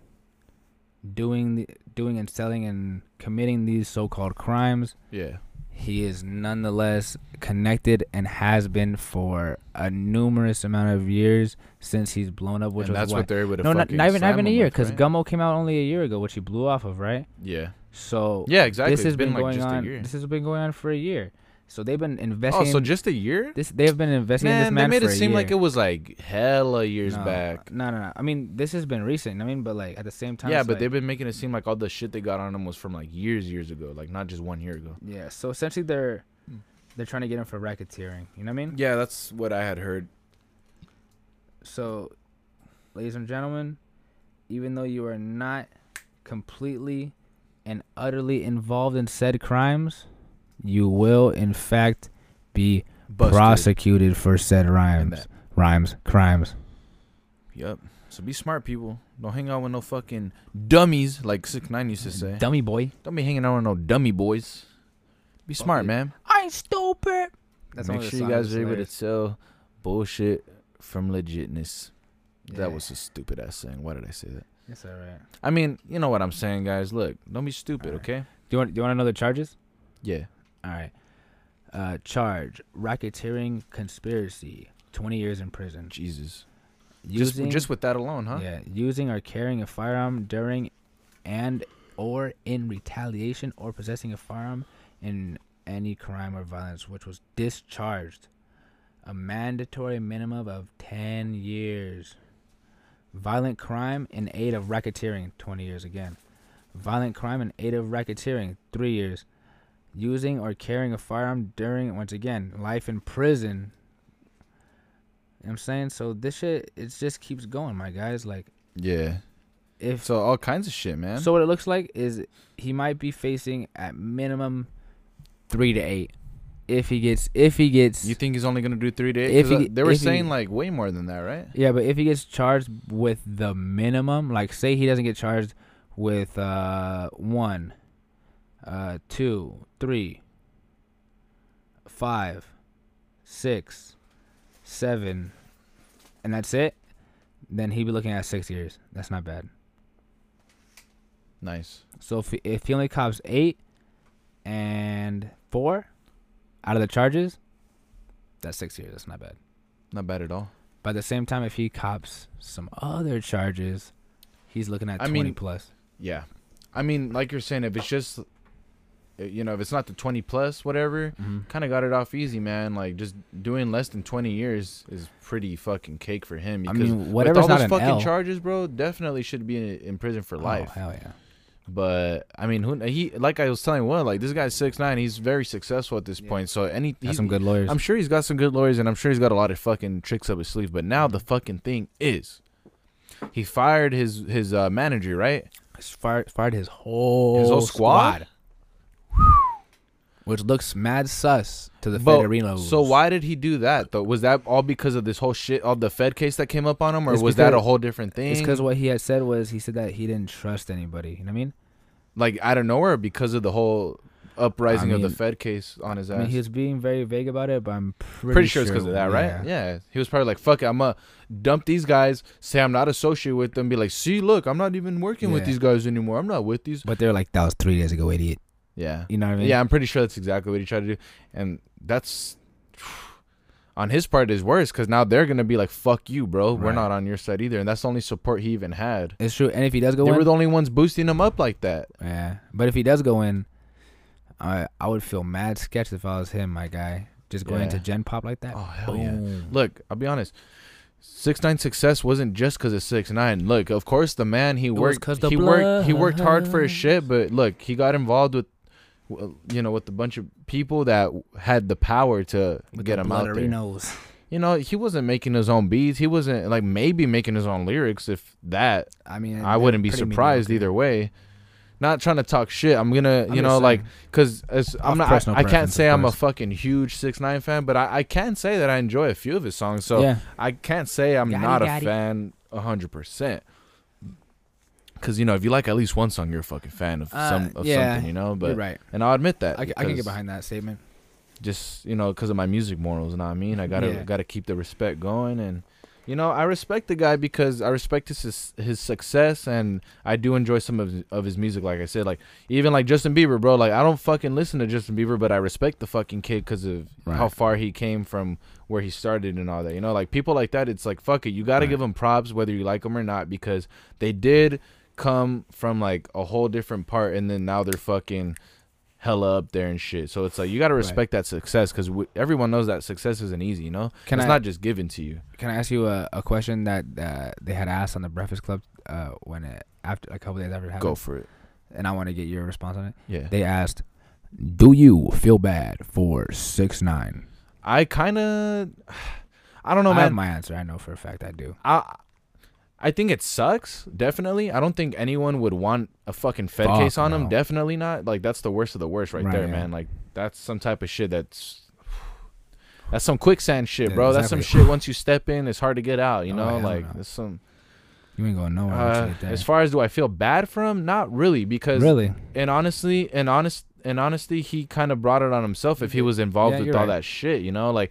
[SPEAKER 2] doing the, doing and selling and committing these so-called crimes,
[SPEAKER 1] Yeah.
[SPEAKER 2] he is nonetheless connected and has been for a numerous amount of years since he's blown up, which
[SPEAKER 1] and
[SPEAKER 2] was
[SPEAKER 1] that's what, they're able to
[SPEAKER 2] no, not,
[SPEAKER 1] fucking
[SPEAKER 2] not even not
[SPEAKER 1] slam
[SPEAKER 2] even a
[SPEAKER 1] him
[SPEAKER 2] year
[SPEAKER 1] with,
[SPEAKER 2] because
[SPEAKER 1] right?
[SPEAKER 2] Gummo came out only a year ago, which he blew off of, right?
[SPEAKER 1] Yeah.
[SPEAKER 2] So
[SPEAKER 1] Yeah, exactly.
[SPEAKER 2] this
[SPEAKER 1] It's
[SPEAKER 2] has
[SPEAKER 1] been, like,
[SPEAKER 2] been, going
[SPEAKER 1] just a
[SPEAKER 2] on.
[SPEAKER 1] year.
[SPEAKER 2] This has been going on for a year. So they've been
[SPEAKER 1] Oh,
[SPEAKER 2] investigating.
[SPEAKER 1] so just a year?
[SPEAKER 2] this they have been investigating this
[SPEAKER 1] Man,
[SPEAKER 2] man
[SPEAKER 1] they made
[SPEAKER 2] for
[SPEAKER 1] it
[SPEAKER 2] a
[SPEAKER 1] seem like it
[SPEAKER 2] year.
[SPEAKER 1] was like hella years
[SPEAKER 2] no,
[SPEAKER 1] back.
[SPEAKER 2] No, no, no. I mean, this has been recent. I mean, but like at the same time,
[SPEAKER 1] Yeah,
[SPEAKER 2] it's
[SPEAKER 1] but
[SPEAKER 2] like-
[SPEAKER 1] they've been making it seem like all the shit they got on them was from like years, years ago, like not just one year ago.
[SPEAKER 2] yeah. So essentially, they're they're trying to get him for racketeering. You know what I mean?
[SPEAKER 1] Yeah, that's what I had heard.
[SPEAKER 2] So, ladies and gentlemen, even though you are not completely and utterly involved in said crimes, you will in fact be
[SPEAKER 1] Busted.
[SPEAKER 2] prosecuted for said
[SPEAKER 1] And
[SPEAKER 2] rhymes,
[SPEAKER 1] that-
[SPEAKER 2] rhymes, crimes.
[SPEAKER 1] Yep. So be smart, people. Don't hang out with no fucking dummies, like Six Nine used to say.
[SPEAKER 2] Dummy boy.
[SPEAKER 1] Don't be hanging out with no dummy boys. Be smart,
[SPEAKER 2] it.
[SPEAKER 1] man.
[SPEAKER 2] I'm stupid. That's
[SPEAKER 1] Make sure you guys are able to tell bullshit from legitness. That was a stupid ass saying. Why did I say that?
[SPEAKER 2] That's all right.
[SPEAKER 1] I mean, you know what I'm saying, guys. Look, don't be stupid,
[SPEAKER 2] Alright.
[SPEAKER 1] okay?
[SPEAKER 2] Do you want? Do you want to know the charges?
[SPEAKER 1] Yeah.
[SPEAKER 2] All right. Uh, charge racketeering conspiracy, 20 years in prison.
[SPEAKER 1] Jesus. Just,
[SPEAKER 2] Using,
[SPEAKER 1] just with that alone, huh?
[SPEAKER 2] yeah, using or carrying a firearm during and or in retaliation or possessing a firearm in any crime or violence which was discharged. A mandatory minimum of 10 years. Violent crime in aid of racketeering, 20 years again. Violent crime in aid of racketeering, 3 years. Using or carrying a firearm during, once again, life in prison. You know what I'm saying? So this shit, it just keeps going, my guys. Like,
[SPEAKER 1] Yeah.
[SPEAKER 2] if
[SPEAKER 1] So all kinds of shit, man.
[SPEAKER 2] so what it looks like is he might be facing at minimum three to eight if he gets if he gets
[SPEAKER 1] you think he's only gonna do three days?
[SPEAKER 2] If
[SPEAKER 1] 'Cause, uh,
[SPEAKER 2] he-
[SPEAKER 1] they were
[SPEAKER 2] if he-
[SPEAKER 1] saying like way more than that, right?
[SPEAKER 2] yeah, but if he gets charged with the minimum, like say he doesn't get charged with uh one, uh two, three, five, six, seven, and that's it, then he'd be looking at six years. That's not bad.
[SPEAKER 1] Nice.
[SPEAKER 2] So if if he only cops eight and four out of the charges, that's six years. That's not bad.
[SPEAKER 1] Not bad at all.
[SPEAKER 2] But at the same time, if he cops some other charges, he's looking at
[SPEAKER 1] I
[SPEAKER 2] twenty
[SPEAKER 1] mean-
[SPEAKER 2] plus.
[SPEAKER 1] Yeah. I mean, like you're saying, if it's just, uh, you know, if it's not the 20 plus, whatever,
[SPEAKER 2] Mm-hmm.
[SPEAKER 1] kind of got it off easy, man. Like, just doing less than 20 years is pretty fucking cake for him.
[SPEAKER 2] I
[SPEAKER 1] Because
[SPEAKER 2] mean,
[SPEAKER 1] with
[SPEAKER 2] whatever's
[SPEAKER 1] all
[SPEAKER 2] not
[SPEAKER 1] those
[SPEAKER 2] an
[SPEAKER 1] fucking
[SPEAKER 2] L.
[SPEAKER 1] charges, bro, definitely should be in, in prison for life.
[SPEAKER 2] Oh, hell yeah.
[SPEAKER 1] But I mean, who he like I was telling you, what like this guy's six nine. He's very successful at this point. So any
[SPEAKER 2] Got
[SPEAKER 1] he's,
[SPEAKER 2] some good lawyers.
[SPEAKER 1] I'm sure he's got some good lawyers, and I'm sure he's got a lot of fucking tricks up his sleeve. But now the fucking thing is, he fired his his uh, manager, right?
[SPEAKER 2] He's fired, fired his whole
[SPEAKER 1] His whole squad?
[SPEAKER 2] which looks mad sus to the
[SPEAKER 1] But-
[SPEAKER 2] Federinos.
[SPEAKER 1] so why did he do that though? Was that all because of this whole shit, all the Fed case that came up on him, or
[SPEAKER 2] It's
[SPEAKER 1] was that a
[SPEAKER 2] because-
[SPEAKER 1] whole different thing?
[SPEAKER 2] It's because what he had said was he said that he didn't trust anybody. You know what I mean?
[SPEAKER 1] like out of nowhere, because of the whole uprising of
[SPEAKER 2] mean-
[SPEAKER 1] the Fed case on his ass.
[SPEAKER 2] I mean, he was being very vague about it, but I'm pretty,
[SPEAKER 1] pretty sure it's because of that,
[SPEAKER 2] yeah.
[SPEAKER 1] right? Yeah. He was probably like, "Fuck it, I'm gonna dump these guys, say I'm not associated with them, be like, see, look, I'm not even working with
[SPEAKER 2] Yeah.
[SPEAKER 1] these guys anymore. I'm not with these."
[SPEAKER 2] But they're like, that was three days ago, idiot.
[SPEAKER 1] Yeah,
[SPEAKER 2] You know what I mean?
[SPEAKER 1] yeah, I'm pretty sure that's exactly what he tried to do, and that's on his part is worse because now they're gonna be like, "Fuck you, bro. We're
[SPEAKER 2] Right.
[SPEAKER 1] not on your side either," and that's the only support he even had.
[SPEAKER 2] It's true. And if he does go
[SPEAKER 1] They
[SPEAKER 2] in,
[SPEAKER 1] were the only ones boosting him up like that.
[SPEAKER 2] yeah. But if he does go in, I I would feel mad sketched if I was him, my guy. Just going
[SPEAKER 1] Yeah.
[SPEAKER 2] into Gen Pop like that.
[SPEAKER 1] Oh hell yeah!
[SPEAKER 2] Boom.
[SPEAKER 1] Look, I'll be honest. Six nine success wasn't just because of six nine. Look, of course the man he
[SPEAKER 2] was
[SPEAKER 1] worked
[SPEAKER 2] 'cause the
[SPEAKER 1] he worked he worked hard for his shit, but look, he got involved with w- you know with a bunch of people that had the power to
[SPEAKER 2] With
[SPEAKER 1] get
[SPEAKER 2] the
[SPEAKER 1] him out there.
[SPEAKER 2] Blooderinos.
[SPEAKER 1] You know, he wasn't making his own beats. He wasn't like maybe making his own lyrics. If that,
[SPEAKER 2] I mean,
[SPEAKER 1] I wouldn't be surprised either way. Not trying to talk shit. I'm gonna, you
[SPEAKER 2] just
[SPEAKER 1] know,
[SPEAKER 2] saying.
[SPEAKER 1] like, cause it's,
[SPEAKER 2] Of
[SPEAKER 1] I'm not.
[SPEAKER 2] personal
[SPEAKER 1] I, I can't
[SPEAKER 2] preference,
[SPEAKER 1] say
[SPEAKER 2] of
[SPEAKER 1] I'm a
[SPEAKER 2] course.
[SPEAKER 1] fucking huge six nine fan, but I, I can say that I enjoy a few of his songs. So
[SPEAKER 2] Yeah.
[SPEAKER 1] I can't say I'm
[SPEAKER 2] Yaddy,
[SPEAKER 1] not a
[SPEAKER 2] yaddy.
[SPEAKER 1] fan a hundred percent. Cause you know, if you like at least one song, you're a fucking fan of
[SPEAKER 2] Uh,
[SPEAKER 1] some of
[SPEAKER 2] yeah,
[SPEAKER 1] something, you know. But
[SPEAKER 2] right.
[SPEAKER 1] and I'll admit that.
[SPEAKER 2] I, c- I can
[SPEAKER 1] because
[SPEAKER 2] get behind that statement.
[SPEAKER 1] Just you know, cause of my music morals, you know what I mean. I gotta
[SPEAKER 2] Yeah.
[SPEAKER 1] gotta keep the respect going, and you know, I respect the guy because I respect his his success, and I do enjoy some of his, of his music. Like I said, like even like Justin Bieber, bro. Like I don't fucking listen to Justin Bieber, but I respect the fucking kid because of
[SPEAKER 2] Right.
[SPEAKER 1] how far he came from where he started and all that. You know, like people like that, it's like fuck it, you gotta
[SPEAKER 2] Right.
[SPEAKER 1] give them props whether you like them or not because they did come from like a whole different part, and then now they're fucking hella up there and shit. So it's like you gotta respect that success because w- everyone knows that success isn't easy. You know,
[SPEAKER 2] Can
[SPEAKER 1] it's
[SPEAKER 2] I-
[SPEAKER 1] not just given to you.
[SPEAKER 2] Can I ask you a, a question that uh, they had asked on the Breakfast Club uh, when it after a couple days after it happened?
[SPEAKER 1] Go for it.
[SPEAKER 2] And I want to get your response on it.
[SPEAKER 1] Yeah.
[SPEAKER 2] They asked, "Do you feel bad for six nine?
[SPEAKER 1] I kind of, I don't know,
[SPEAKER 2] I have
[SPEAKER 1] man.
[SPEAKER 2] my answer. I know for a fact I do.
[SPEAKER 1] I, I think it sucks. Definitely, I don't think anyone would want a fucking Fed
[SPEAKER 2] Fuck
[SPEAKER 1] case on him.
[SPEAKER 2] no.
[SPEAKER 1] Definitely not. Like that's the worst of the worst, right,
[SPEAKER 2] Right,
[SPEAKER 1] there,
[SPEAKER 2] yeah.
[SPEAKER 1] man. Like that's some type of shit that's That's some quicksand shit,
[SPEAKER 2] Yeah,
[SPEAKER 1] bro. That's some
[SPEAKER 2] exactly.
[SPEAKER 1] shit. Once you step in, it's hard to get out. You
[SPEAKER 2] Oh,
[SPEAKER 1] know,
[SPEAKER 2] hell
[SPEAKER 1] like
[SPEAKER 2] no.
[SPEAKER 1] that's some.
[SPEAKER 2] You ain't going nowhere. once you
[SPEAKER 1] Uh,
[SPEAKER 2] get there.
[SPEAKER 1] as far as do I feel bad for him? Not really, because
[SPEAKER 2] really,
[SPEAKER 1] and honestly, and honest, and honestly, he kind of brought it on himself if he was involved
[SPEAKER 2] Yeah,
[SPEAKER 1] with
[SPEAKER 2] you're
[SPEAKER 1] all
[SPEAKER 2] right.
[SPEAKER 1] that shit, you know. Like,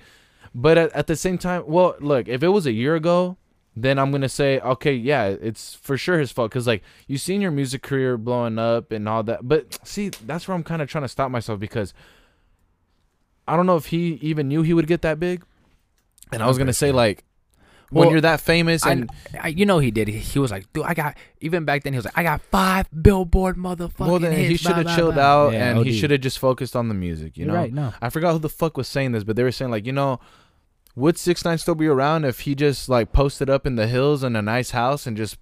[SPEAKER 1] but at, at the same time, well, look, if it was a year ago, then I'm gonna say, okay, yeah, it's for sure his fault, cause like you seen your music career blowing up and all that. But see, that's where I'm kind of trying to stop myself because I don't know if he even knew he would get that big. And I was gonna say like, when
[SPEAKER 2] Well,
[SPEAKER 1] you're that famous
[SPEAKER 2] I,
[SPEAKER 1] and
[SPEAKER 2] I, you know he did. He, he was like, dude, I got. Even back then, he was like, I got five billboard motherfucking.
[SPEAKER 1] Well, then he
[SPEAKER 2] hits, blah,
[SPEAKER 1] should have
[SPEAKER 2] blah,
[SPEAKER 1] chilled
[SPEAKER 2] blah."
[SPEAKER 1] out
[SPEAKER 2] Yeah,
[SPEAKER 1] and he
[SPEAKER 2] OD.
[SPEAKER 1] should have just focused on the music. You
[SPEAKER 2] You're
[SPEAKER 1] know,
[SPEAKER 2] right, no.
[SPEAKER 1] I forgot who the fuck was saying this, but they were saying like, you know, would Six Nine still be around if he just like posted up in the hills in a nice house and just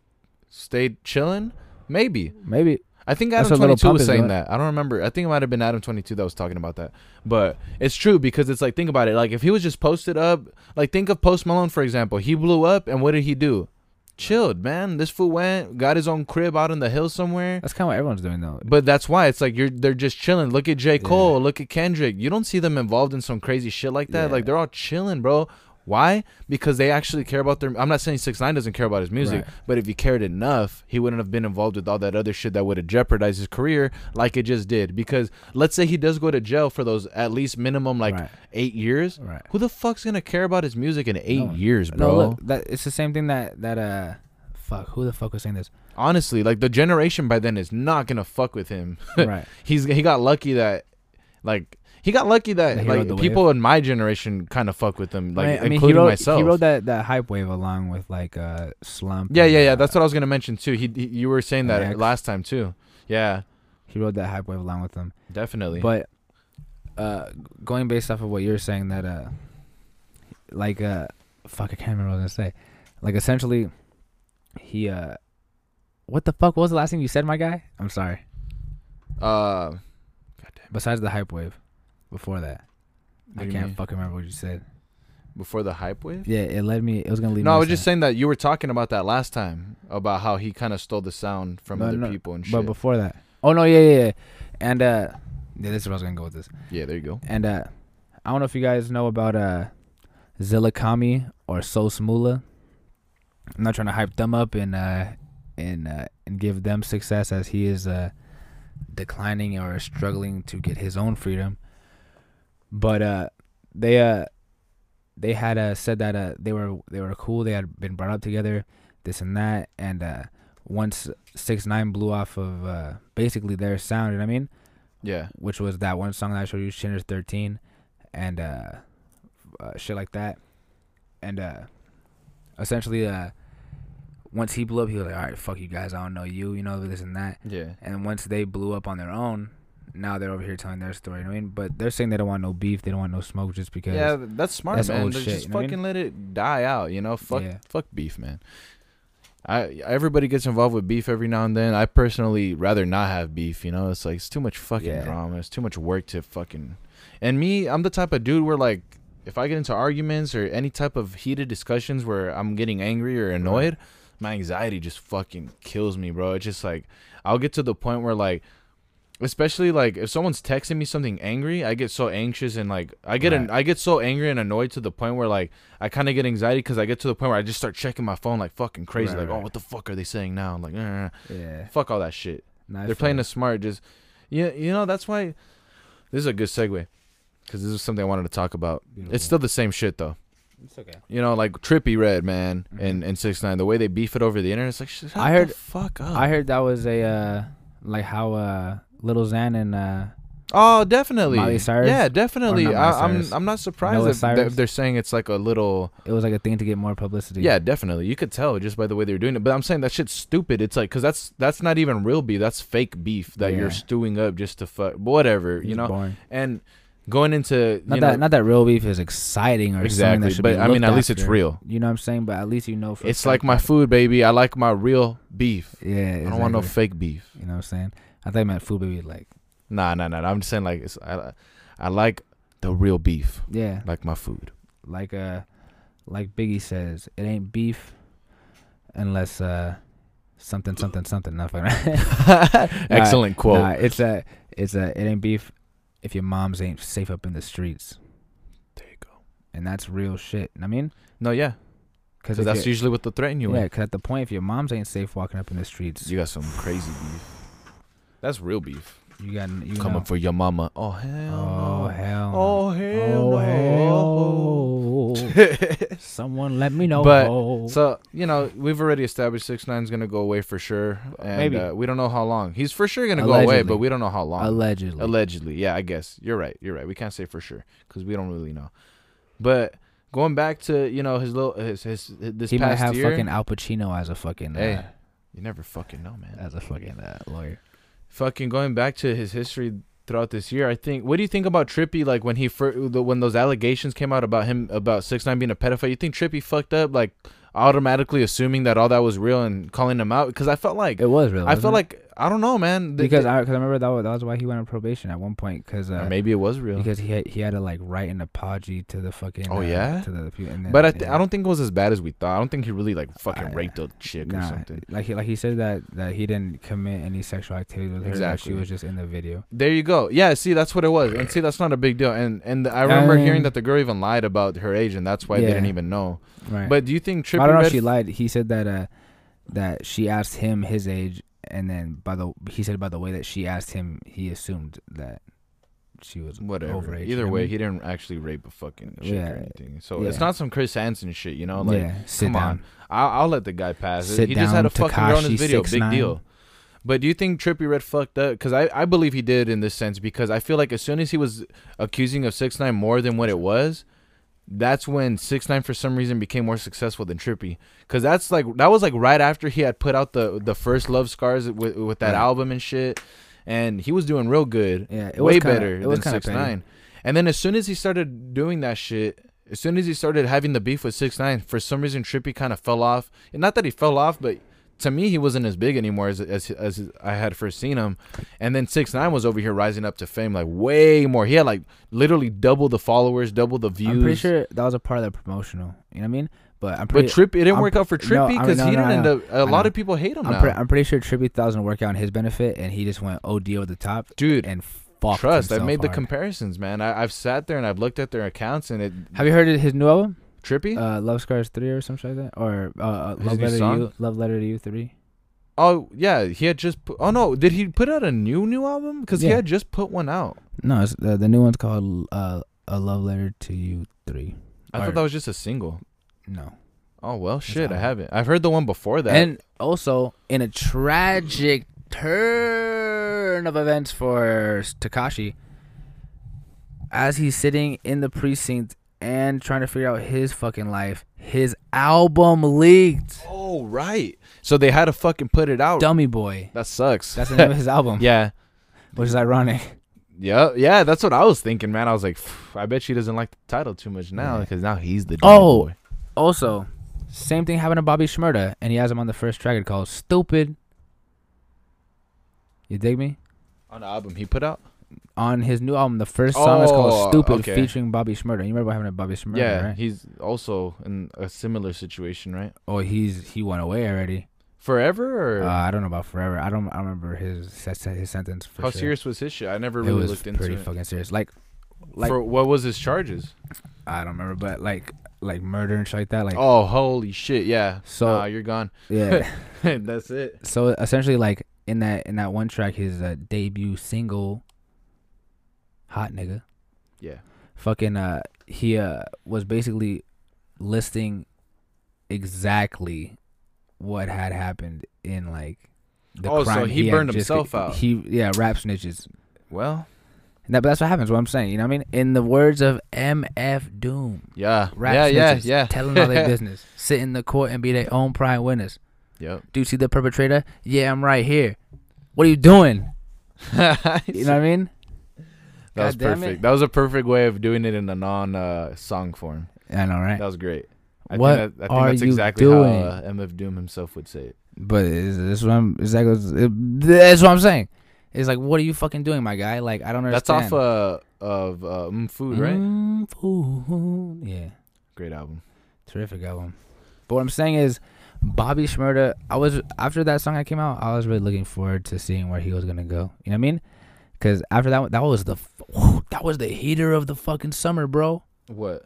[SPEAKER 1] stayed chilling? Maybe.
[SPEAKER 2] Maybe
[SPEAKER 1] I think
[SPEAKER 2] That's
[SPEAKER 1] Adam
[SPEAKER 2] what Lil
[SPEAKER 1] Twenty Two
[SPEAKER 2] Pump
[SPEAKER 1] was
[SPEAKER 2] is
[SPEAKER 1] saying
[SPEAKER 2] doing.
[SPEAKER 1] that. I don't remember. I think it might have been Adam Twenty Two that was talking about that. But it's true because it's like think about it. Like if he was just posted up, like think of Post Malone for example. He blew up, and what did he do? Chilled, man. This fool went, got his own crib out in the hills somewhere.
[SPEAKER 2] that's kind of what everyone's doing though.
[SPEAKER 1] But that's why it's like you're they're just chilling. Look at J. Cole, look at Kendrick. You don't see them involved in some crazy shit like that. Like they're all chilling, bro. Why? Because they actually care about their I'm not saying six nine doesn't care about his music,
[SPEAKER 2] Right.
[SPEAKER 1] but if he cared enough, he wouldn't have been involved with all that other shit that would have jeopardized his career like it just did. Because let's say he does go to jail for those at least minimum like
[SPEAKER 2] Right.
[SPEAKER 1] eight years.
[SPEAKER 2] Right.
[SPEAKER 1] Who the fuck's gonna care about his music in eight
[SPEAKER 2] No.
[SPEAKER 1] years,
[SPEAKER 2] No,
[SPEAKER 1] bro?
[SPEAKER 2] look, that it's the same thing that that uh, fuck, who the fuck was saying this?
[SPEAKER 1] honestly, like the generation by then is not gonna fuck with him.
[SPEAKER 2] Right.
[SPEAKER 1] He's he got lucky that, like he got lucky that
[SPEAKER 2] That he
[SPEAKER 1] like
[SPEAKER 2] rode the
[SPEAKER 1] people in my generation kind of fuck with him, like
[SPEAKER 2] I mean,
[SPEAKER 1] including
[SPEAKER 2] he rode,
[SPEAKER 1] myself.
[SPEAKER 2] He rode that, that hype wave along with like uh slump.
[SPEAKER 1] yeah,
[SPEAKER 2] and,
[SPEAKER 1] yeah, yeah.
[SPEAKER 2] uh,
[SPEAKER 1] That's what I was gonna mention too. He, he you were saying that
[SPEAKER 2] Next.
[SPEAKER 1] last time too. Yeah,
[SPEAKER 2] he rode that hype wave along with them.
[SPEAKER 1] definitely.
[SPEAKER 2] But uh, going based off of what you're saying, that uh, like uh, fuck, I can't remember what I was gonna say. Like essentially, he uh, what the fuck was the last thing you said, my guy? I'm sorry.
[SPEAKER 1] uh,
[SPEAKER 2] Besides the hype wave, before that,
[SPEAKER 1] do
[SPEAKER 2] I
[SPEAKER 1] you
[SPEAKER 2] can't
[SPEAKER 1] mean?
[SPEAKER 2] fucking remember what you said.
[SPEAKER 1] before the hype wave.
[SPEAKER 2] Yeah, it led me. It was gonna lead.
[SPEAKER 1] No,
[SPEAKER 2] me
[SPEAKER 1] I
[SPEAKER 2] to
[SPEAKER 1] was just
[SPEAKER 2] say-
[SPEAKER 1] saying that you were talking about that last time about how he kind of stole the sound from
[SPEAKER 2] No,
[SPEAKER 1] other
[SPEAKER 2] no,
[SPEAKER 1] people and shit.
[SPEAKER 2] But before that, oh no, yeah, yeah, yeah, and uh, yeah, this is where I was gonna go with this.
[SPEAKER 1] yeah, there you go.
[SPEAKER 2] And uh, I don't know if you guys know about uh, Zillikami or Soul Smula. I'm not trying to hype them up and uh, and uh, and give them success as he is uh, declining or struggling to get his own freedom. But uh, they uh, they had uh, said that uh, they were they were cool. They had been brought up together, this and that. And uh, once Six Nine blew off of uh, basically their sound, you know what I mean?
[SPEAKER 1] Yeah,
[SPEAKER 2] which was that one song that I showed you, Shinner's 13, and uh, uh, shit like that. And uh, essentially, uh, once he blew up, he was like, all right, fuck you guys. I don't know you, you know, this and that.
[SPEAKER 1] yeah.
[SPEAKER 2] And once they blew up on their own, now they're over here telling their story. You know what I mean, but they're saying they don't want no beef, they don't want no smoke just because.
[SPEAKER 1] Yeah, th- that's smart,
[SPEAKER 2] that's
[SPEAKER 1] man.
[SPEAKER 2] old
[SPEAKER 1] Just
[SPEAKER 2] shit,
[SPEAKER 1] just
[SPEAKER 2] you know what I
[SPEAKER 1] fucking let it die out, you know. Fuck,
[SPEAKER 2] Yeah.
[SPEAKER 1] fuck beef, man. I everybody gets involved with beef every now and then. I personally rather not have beef, you know. It's like it's too much fucking
[SPEAKER 2] Yeah.
[SPEAKER 1] drama. It's too much work to fucking. And me, I'm the type of dude where like, if I get into arguments or any type of heated discussions where I'm getting angry or annoyed, my anxiety just fucking kills me, bro. It's just like I'll get to the point where like especially like if someone's texting me something angry i get so anxious and like i get an,
[SPEAKER 2] Right.
[SPEAKER 1] i get so angry and annoyed to the point where like i kind of get anxiety because i get to the point where i just start checking my phone like fucking crazy
[SPEAKER 2] Right,
[SPEAKER 1] like oh
[SPEAKER 2] right.
[SPEAKER 1] what the fuck are they saying now like "Uh,
[SPEAKER 2] Yeah.
[SPEAKER 1] fuck all that shit
[SPEAKER 2] Nah, I
[SPEAKER 1] they're
[SPEAKER 2] feel
[SPEAKER 1] playing
[SPEAKER 2] you.
[SPEAKER 1] a smart just you, you know that's why this is a good segue because this is something i wanted to talk about it's still the same shit though
[SPEAKER 2] It's okay.
[SPEAKER 1] you know like trippy red man and and six nine the way they beef it over the internet it's like shut
[SPEAKER 2] Mm-hmm. I
[SPEAKER 1] the
[SPEAKER 2] heard-
[SPEAKER 1] fuck up
[SPEAKER 2] I heard that was a, uh, like how uh, Little Xan and. Uh,
[SPEAKER 1] Oh, definitely.
[SPEAKER 2] Miley Cyrus?
[SPEAKER 1] Yeah,
[SPEAKER 2] Or
[SPEAKER 1] definitely.
[SPEAKER 2] not Miley
[SPEAKER 1] I, I'm
[SPEAKER 2] Cyrus.
[SPEAKER 1] I'm not surprised
[SPEAKER 2] Noah
[SPEAKER 1] if they're,
[SPEAKER 2] Cyrus?
[SPEAKER 1] they're saying it's like a little.
[SPEAKER 2] it was like a thing to get more publicity.
[SPEAKER 1] Yeah, definitely. You could tell just by the way they're doing it. But I'm saying that shit's stupid. It's like because that's that's not even real beef. That's fake beef that
[SPEAKER 2] Yeah.
[SPEAKER 1] you're stewing up just to fuck. Whatever, you
[SPEAKER 2] It's
[SPEAKER 1] know.
[SPEAKER 2] boring.
[SPEAKER 1] And going into
[SPEAKER 2] Not
[SPEAKER 1] you
[SPEAKER 2] that
[SPEAKER 1] know,
[SPEAKER 2] not that real beef is exciting or something
[SPEAKER 1] Exactly,
[SPEAKER 2] that should
[SPEAKER 1] but
[SPEAKER 2] be
[SPEAKER 1] I mean,
[SPEAKER 2] looked
[SPEAKER 1] at least it's
[SPEAKER 2] after.
[SPEAKER 1] real.
[SPEAKER 2] You know what I'm saying? But at least you know for a
[SPEAKER 1] it's like
[SPEAKER 2] fact
[SPEAKER 1] my
[SPEAKER 2] that-
[SPEAKER 1] food, baby. I like my real beef.
[SPEAKER 2] Yeah,
[SPEAKER 1] I don't want no
[SPEAKER 2] exactly.
[SPEAKER 1] fake beef.
[SPEAKER 2] You know what I'm saying? I thought you meant food baby like
[SPEAKER 1] Nah, nah, nah. nah. I'm just saying like it's, I I like the real beef,
[SPEAKER 2] yeah.
[SPEAKER 1] like my food.
[SPEAKER 2] Like uh like Biggie says, it ain't beef unless uh something something something nothing.
[SPEAKER 1] Excellent quote.
[SPEAKER 2] Nah, it's a it's a it ain't beef if your moms ain't safe up in the streets.
[SPEAKER 1] There you go.
[SPEAKER 2] and that's real shit. I mean,
[SPEAKER 1] No, yeah.
[SPEAKER 2] because
[SPEAKER 1] So that's usually what they're threatening you
[SPEAKER 2] yeah.
[SPEAKER 1] with.
[SPEAKER 2] 'cause at the point, if your moms ain't safe walking up in the streets,
[SPEAKER 1] You got some crazy beef. That's real beef.
[SPEAKER 2] you got you
[SPEAKER 1] Coming
[SPEAKER 2] know.
[SPEAKER 1] for your mama. Oh hell.
[SPEAKER 2] Oh hell! no.
[SPEAKER 1] Oh hell. no.
[SPEAKER 2] Oh hell! Someone let me know.
[SPEAKER 1] But so you know, we've already established six nine's gonna go away for sure, and
[SPEAKER 2] Maybe.
[SPEAKER 1] Uh, we don't know how long. He's for sure gonna go away,
[SPEAKER 2] Allegedly.
[SPEAKER 1] but we don't know how long.
[SPEAKER 2] um, allegedly,
[SPEAKER 1] Allegedly, yeah, I guess you're right. You're right. We can't say for sure because we don't really know. But going back to you know his little his his, this
[SPEAKER 2] he might
[SPEAKER 1] past
[SPEAKER 2] have
[SPEAKER 1] year,
[SPEAKER 2] fucking Al Pacino as a fucking
[SPEAKER 1] hey,
[SPEAKER 2] uh,
[SPEAKER 1] you never fucking know, man.
[SPEAKER 2] as a fucking uh, lawyer.
[SPEAKER 1] fucking going back to his history throughout this year, I think. What do you think about Trippy? Like when he fir- the, when those allegations came out about him about six nine being a pedophile, you think Trippy fucked up? Like automatically assuming that all that was real and calling him out because I felt like
[SPEAKER 2] It was really.
[SPEAKER 1] I
[SPEAKER 2] wasn't
[SPEAKER 1] felt
[SPEAKER 2] it?
[SPEAKER 1] like I don't know, man. Th-
[SPEAKER 2] because
[SPEAKER 1] th-
[SPEAKER 2] I, cause I remember that was, that was why he went on probation at one point because uh,
[SPEAKER 1] or maybe it was real.
[SPEAKER 2] because he had, he had to like write an apology to the fucking
[SPEAKER 1] Oh,
[SPEAKER 2] uh,
[SPEAKER 1] yeah?
[SPEAKER 2] to the people and then,
[SPEAKER 1] But I, th-
[SPEAKER 2] yeah.
[SPEAKER 1] I don't think it was as bad as we thought. I don't think he really like fucking
[SPEAKER 2] I-
[SPEAKER 1] raped a chick or
[SPEAKER 2] Nah,
[SPEAKER 1] something.
[SPEAKER 2] like he like he said that that he didn't commit any sexual activity with her that she
[SPEAKER 1] Exactly.
[SPEAKER 2] was just in the video
[SPEAKER 1] There you go. Yeah, see, that's what it was. And see, that's not a big deal. And and I remember hearing
[SPEAKER 2] mean-
[SPEAKER 1] that the girl even lied about her age, and that's why
[SPEAKER 2] Yeah.
[SPEAKER 1] they didn't even know.
[SPEAKER 2] right
[SPEAKER 1] But do you think Trippy?
[SPEAKER 2] I don't know
[SPEAKER 1] Red
[SPEAKER 2] if she lied he said that uh that she asked him his age and then by the he said by the way that she asked him he assumed that she was
[SPEAKER 1] whatever.
[SPEAKER 2] overage
[SPEAKER 1] Either
[SPEAKER 2] I
[SPEAKER 1] way,
[SPEAKER 2] mean,
[SPEAKER 1] he didn't actually rape a fucking chick
[SPEAKER 2] Yeah.
[SPEAKER 1] or anything. So
[SPEAKER 2] Yeah.
[SPEAKER 1] it's not some Chris Hansen shit, you know? Like,
[SPEAKER 2] yeah sit
[SPEAKER 1] come
[SPEAKER 2] down
[SPEAKER 1] on. I'll, I'll let the guy pass. it.
[SPEAKER 2] Sit
[SPEAKER 1] he just had a
[SPEAKER 2] down,
[SPEAKER 1] fucking girl in
[SPEAKER 2] Tekashi
[SPEAKER 1] his video. Big
[SPEAKER 2] 6ix9ine.
[SPEAKER 1] deal. But do you think Trippy Red fucked up? Because I, I believe he did in this sense. Because I feel like as soon as he was accusing of six nine more than what it was, that's when six nine for some reason became more successful than Trippy. Because that's like that was like right after he had put out the the first Love Scars with with that
[SPEAKER 2] Right.
[SPEAKER 1] album and shit, and he was doing real good.
[SPEAKER 2] Yeah, it
[SPEAKER 1] way
[SPEAKER 2] was kinda-
[SPEAKER 1] better
[SPEAKER 2] it was
[SPEAKER 1] than
[SPEAKER 2] kinda
[SPEAKER 1] six nine. And then as soon as he started doing that shit, as soon as he started having the beef with six nine, for some reason Trippy kind of fell off. And not that he fell off, but to me he wasn't as big anymore as as, as I had first seen him. And then six nine was over here rising up to fame like way more. He had like literally double the followers, double the views.
[SPEAKER 2] I'm pretty sure that was a part of the promotional you know what I mean but I'm
[SPEAKER 1] But
[SPEAKER 2] pretty
[SPEAKER 1] Trippy, it didn't
[SPEAKER 2] I'm
[SPEAKER 1] work out for
[SPEAKER 2] pre-
[SPEAKER 1] Trippy
[SPEAKER 2] no, I-
[SPEAKER 1] because
[SPEAKER 2] no,
[SPEAKER 1] he
[SPEAKER 2] no,
[SPEAKER 1] didn't
[SPEAKER 2] I
[SPEAKER 1] end
[SPEAKER 2] know.
[SPEAKER 1] up. A
[SPEAKER 2] I
[SPEAKER 1] lot
[SPEAKER 2] know.
[SPEAKER 1] of people hate him
[SPEAKER 2] I'm,
[SPEAKER 1] now.
[SPEAKER 2] pre- I'm pretty sure Tribute Thousand worked out in his benefit, and he just went OD over the top.
[SPEAKER 1] Dude,
[SPEAKER 2] and fucked
[SPEAKER 1] Trust, I've
[SPEAKER 2] himself
[SPEAKER 1] made the
[SPEAKER 2] hard.
[SPEAKER 1] comparisons, man. I, I've sat there and I've looked at their accounts and it.
[SPEAKER 2] Have you heard of his new album,
[SPEAKER 1] Trippy?
[SPEAKER 2] uh, Love Scars Three, or something like that, or uh, uh,
[SPEAKER 1] His
[SPEAKER 2] Love
[SPEAKER 1] new
[SPEAKER 2] Letter to
[SPEAKER 1] song?
[SPEAKER 2] You, Love Letter to You Three?
[SPEAKER 1] Oh yeah, he had just. Put, oh no, did he put out a new new album? Because he
[SPEAKER 2] Yeah.
[SPEAKER 1] had just put one out.
[SPEAKER 2] No, it's, uh, the new one's called uh, A Love Letter to You Three.
[SPEAKER 1] I
[SPEAKER 2] Or-
[SPEAKER 1] thought that was just a single.
[SPEAKER 2] No,
[SPEAKER 1] Oh well, shit, I
[SPEAKER 2] album.
[SPEAKER 1] haven't. I've heard the one before that.
[SPEAKER 2] and also in a tragic turn of events for Takashi, as he's sitting in the precinct and trying to figure out his fucking life, his album leaked.
[SPEAKER 1] oh right, so they had to fucking put it out.
[SPEAKER 2] Dummy Boy.
[SPEAKER 1] That sucks.
[SPEAKER 2] That's the name of his album.
[SPEAKER 1] yeah,
[SPEAKER 2] Which is ironic.
[SPEAKER 1] yeah, yeah. That's what I was thinking, man. I was like, "Phew, I bet she doesn't like the title too much now
[SPEAKER 2] Yeah.
[SPEAKER 1] because now he's the.
[SPEAKER 2] Oh.
[SPEAKER 1] dummy boy.
[SPEAKER 2] Also, same thing happened to Bobby Shmurda, and he has him on the first track. It called Stupid. You dig me?
[SPEAKER 1] on the album he put out.
[SPEAKER 2] On his new album, the first song is
[SPEAKER 1] Oh,
[SPEAKER 2] called Stupid
[SPEAKER 1] okay.
[SPEAKER 2] featuring Bobby Shmurda. You remember what happened to Bobby Shmurda,
[SPEAKER 1] yeah,
[SPEAKER 2] right?
[SPEAKER 1] he's also in a similar situation, right?
[SPEAKER 2] oh, he's he went away already.
[SPEAKER 1] Forever. Or
[SPEAKER 2] Uh, I don't know about forever. I don't I don't remember his sen- his sentence for
[SPEAKER 1] how
[SPEAKER 2] sure.
[SPEAKER 1] serious was his shit? I never
[SPEAKER 2] it
[SPEAKER 1] really
[SPEAKER 2] was
[SPEAKER 1] looked into
[SPEAKER 2] pretty
[SPEAKER 1] it.
[SPEAKER 2] fucking serious. Like like
[SPEAKER 1] For what was his charges?
[SPEAKER 2] I don't remember, but like like murder and shit like that. Like
[SPEAKER 1] Oh, holy shit! Yeah. So
[SPEAKER 2] So-
[SPEAKER 1] you're gone.
[SPEAKER 2] yeah.
[SPEAKER 1] That's it.
[SPEAKER 2] so essentially like in that in that one track his uh, debut single hot nigga
[SPEAKER 1] Yeah.
[SPEAKER 2] fucking uh he uh was basically listing exactly what had happened in like the
[SPEAKER 1] Oh, so
[SPEAKER 2] crime
[SPEAKER 1] he
[SPEAKER 2] had
[SPEAKER 1] burned
[SPEAKER 2] just-
[SPEAKER 1] himself out.
[SPEAKER 2] he yeah rap snitches
[SPEAKER 1] Well.
[SPEAKER 2] and that, but that's what happens what i'm saying you know what i mean in the words of mf doom
[SPEAKER 1] Yeah.
[SPEAKER 2] rap
[SPEAKER 1] yeah. Yeah.
[SPEAKER 2] snitches
[SPEAKER 1] Yeah.
[SPEAKER 2] telling all their business sit in the court and be their own prime witness
[SPEAKER 1] Yep.
[SPEAKER 2] do you see the perpetrator yeah i'm right here what are you doing You know what I mean?
[SPEAKER 1] that was
[SPEAKER 2] God damn it.
[SPEAKER 1] perfect. That was a perfect way of doing it in a non uh, song form.
[SPEAKER 2] I know, right?
[SPEAKER 1] That was great. I
[SPEAKER 2] What
[SPEAKER 1] think that, I think
[SPEAKER 2] are
[SPEAKER 1] that's
[SPEAKER 2] you
[SPEAKER 1] exactly
[SPEAKER 2] doing?
[SPEAKER 1] how uh, MF Doom himself would say it.
[SPEAKER 2] But is this what I'm exactly that's what I'm saying. It's like, what are you fucking doing, my guy? Like, I don't
[SPEAKER 1] That's
[SPEAKER 2] understand.
[SPEAKER 1] off uh, of uh, mm, Food, right?
[SPEAKER 2] Mm, food. Yeah,
[SPEAKER 1] Great album.
[SPEAKER 2] terrific album. But what I'm saying is, Bobby Shmurda. I was after that song that came out. I was really looking forward to seeing where he was gonna go. You know what I mean? Because after that, one, that was the f- that was the heater of the fucking summer, bro.
[SPEAKER 1] What?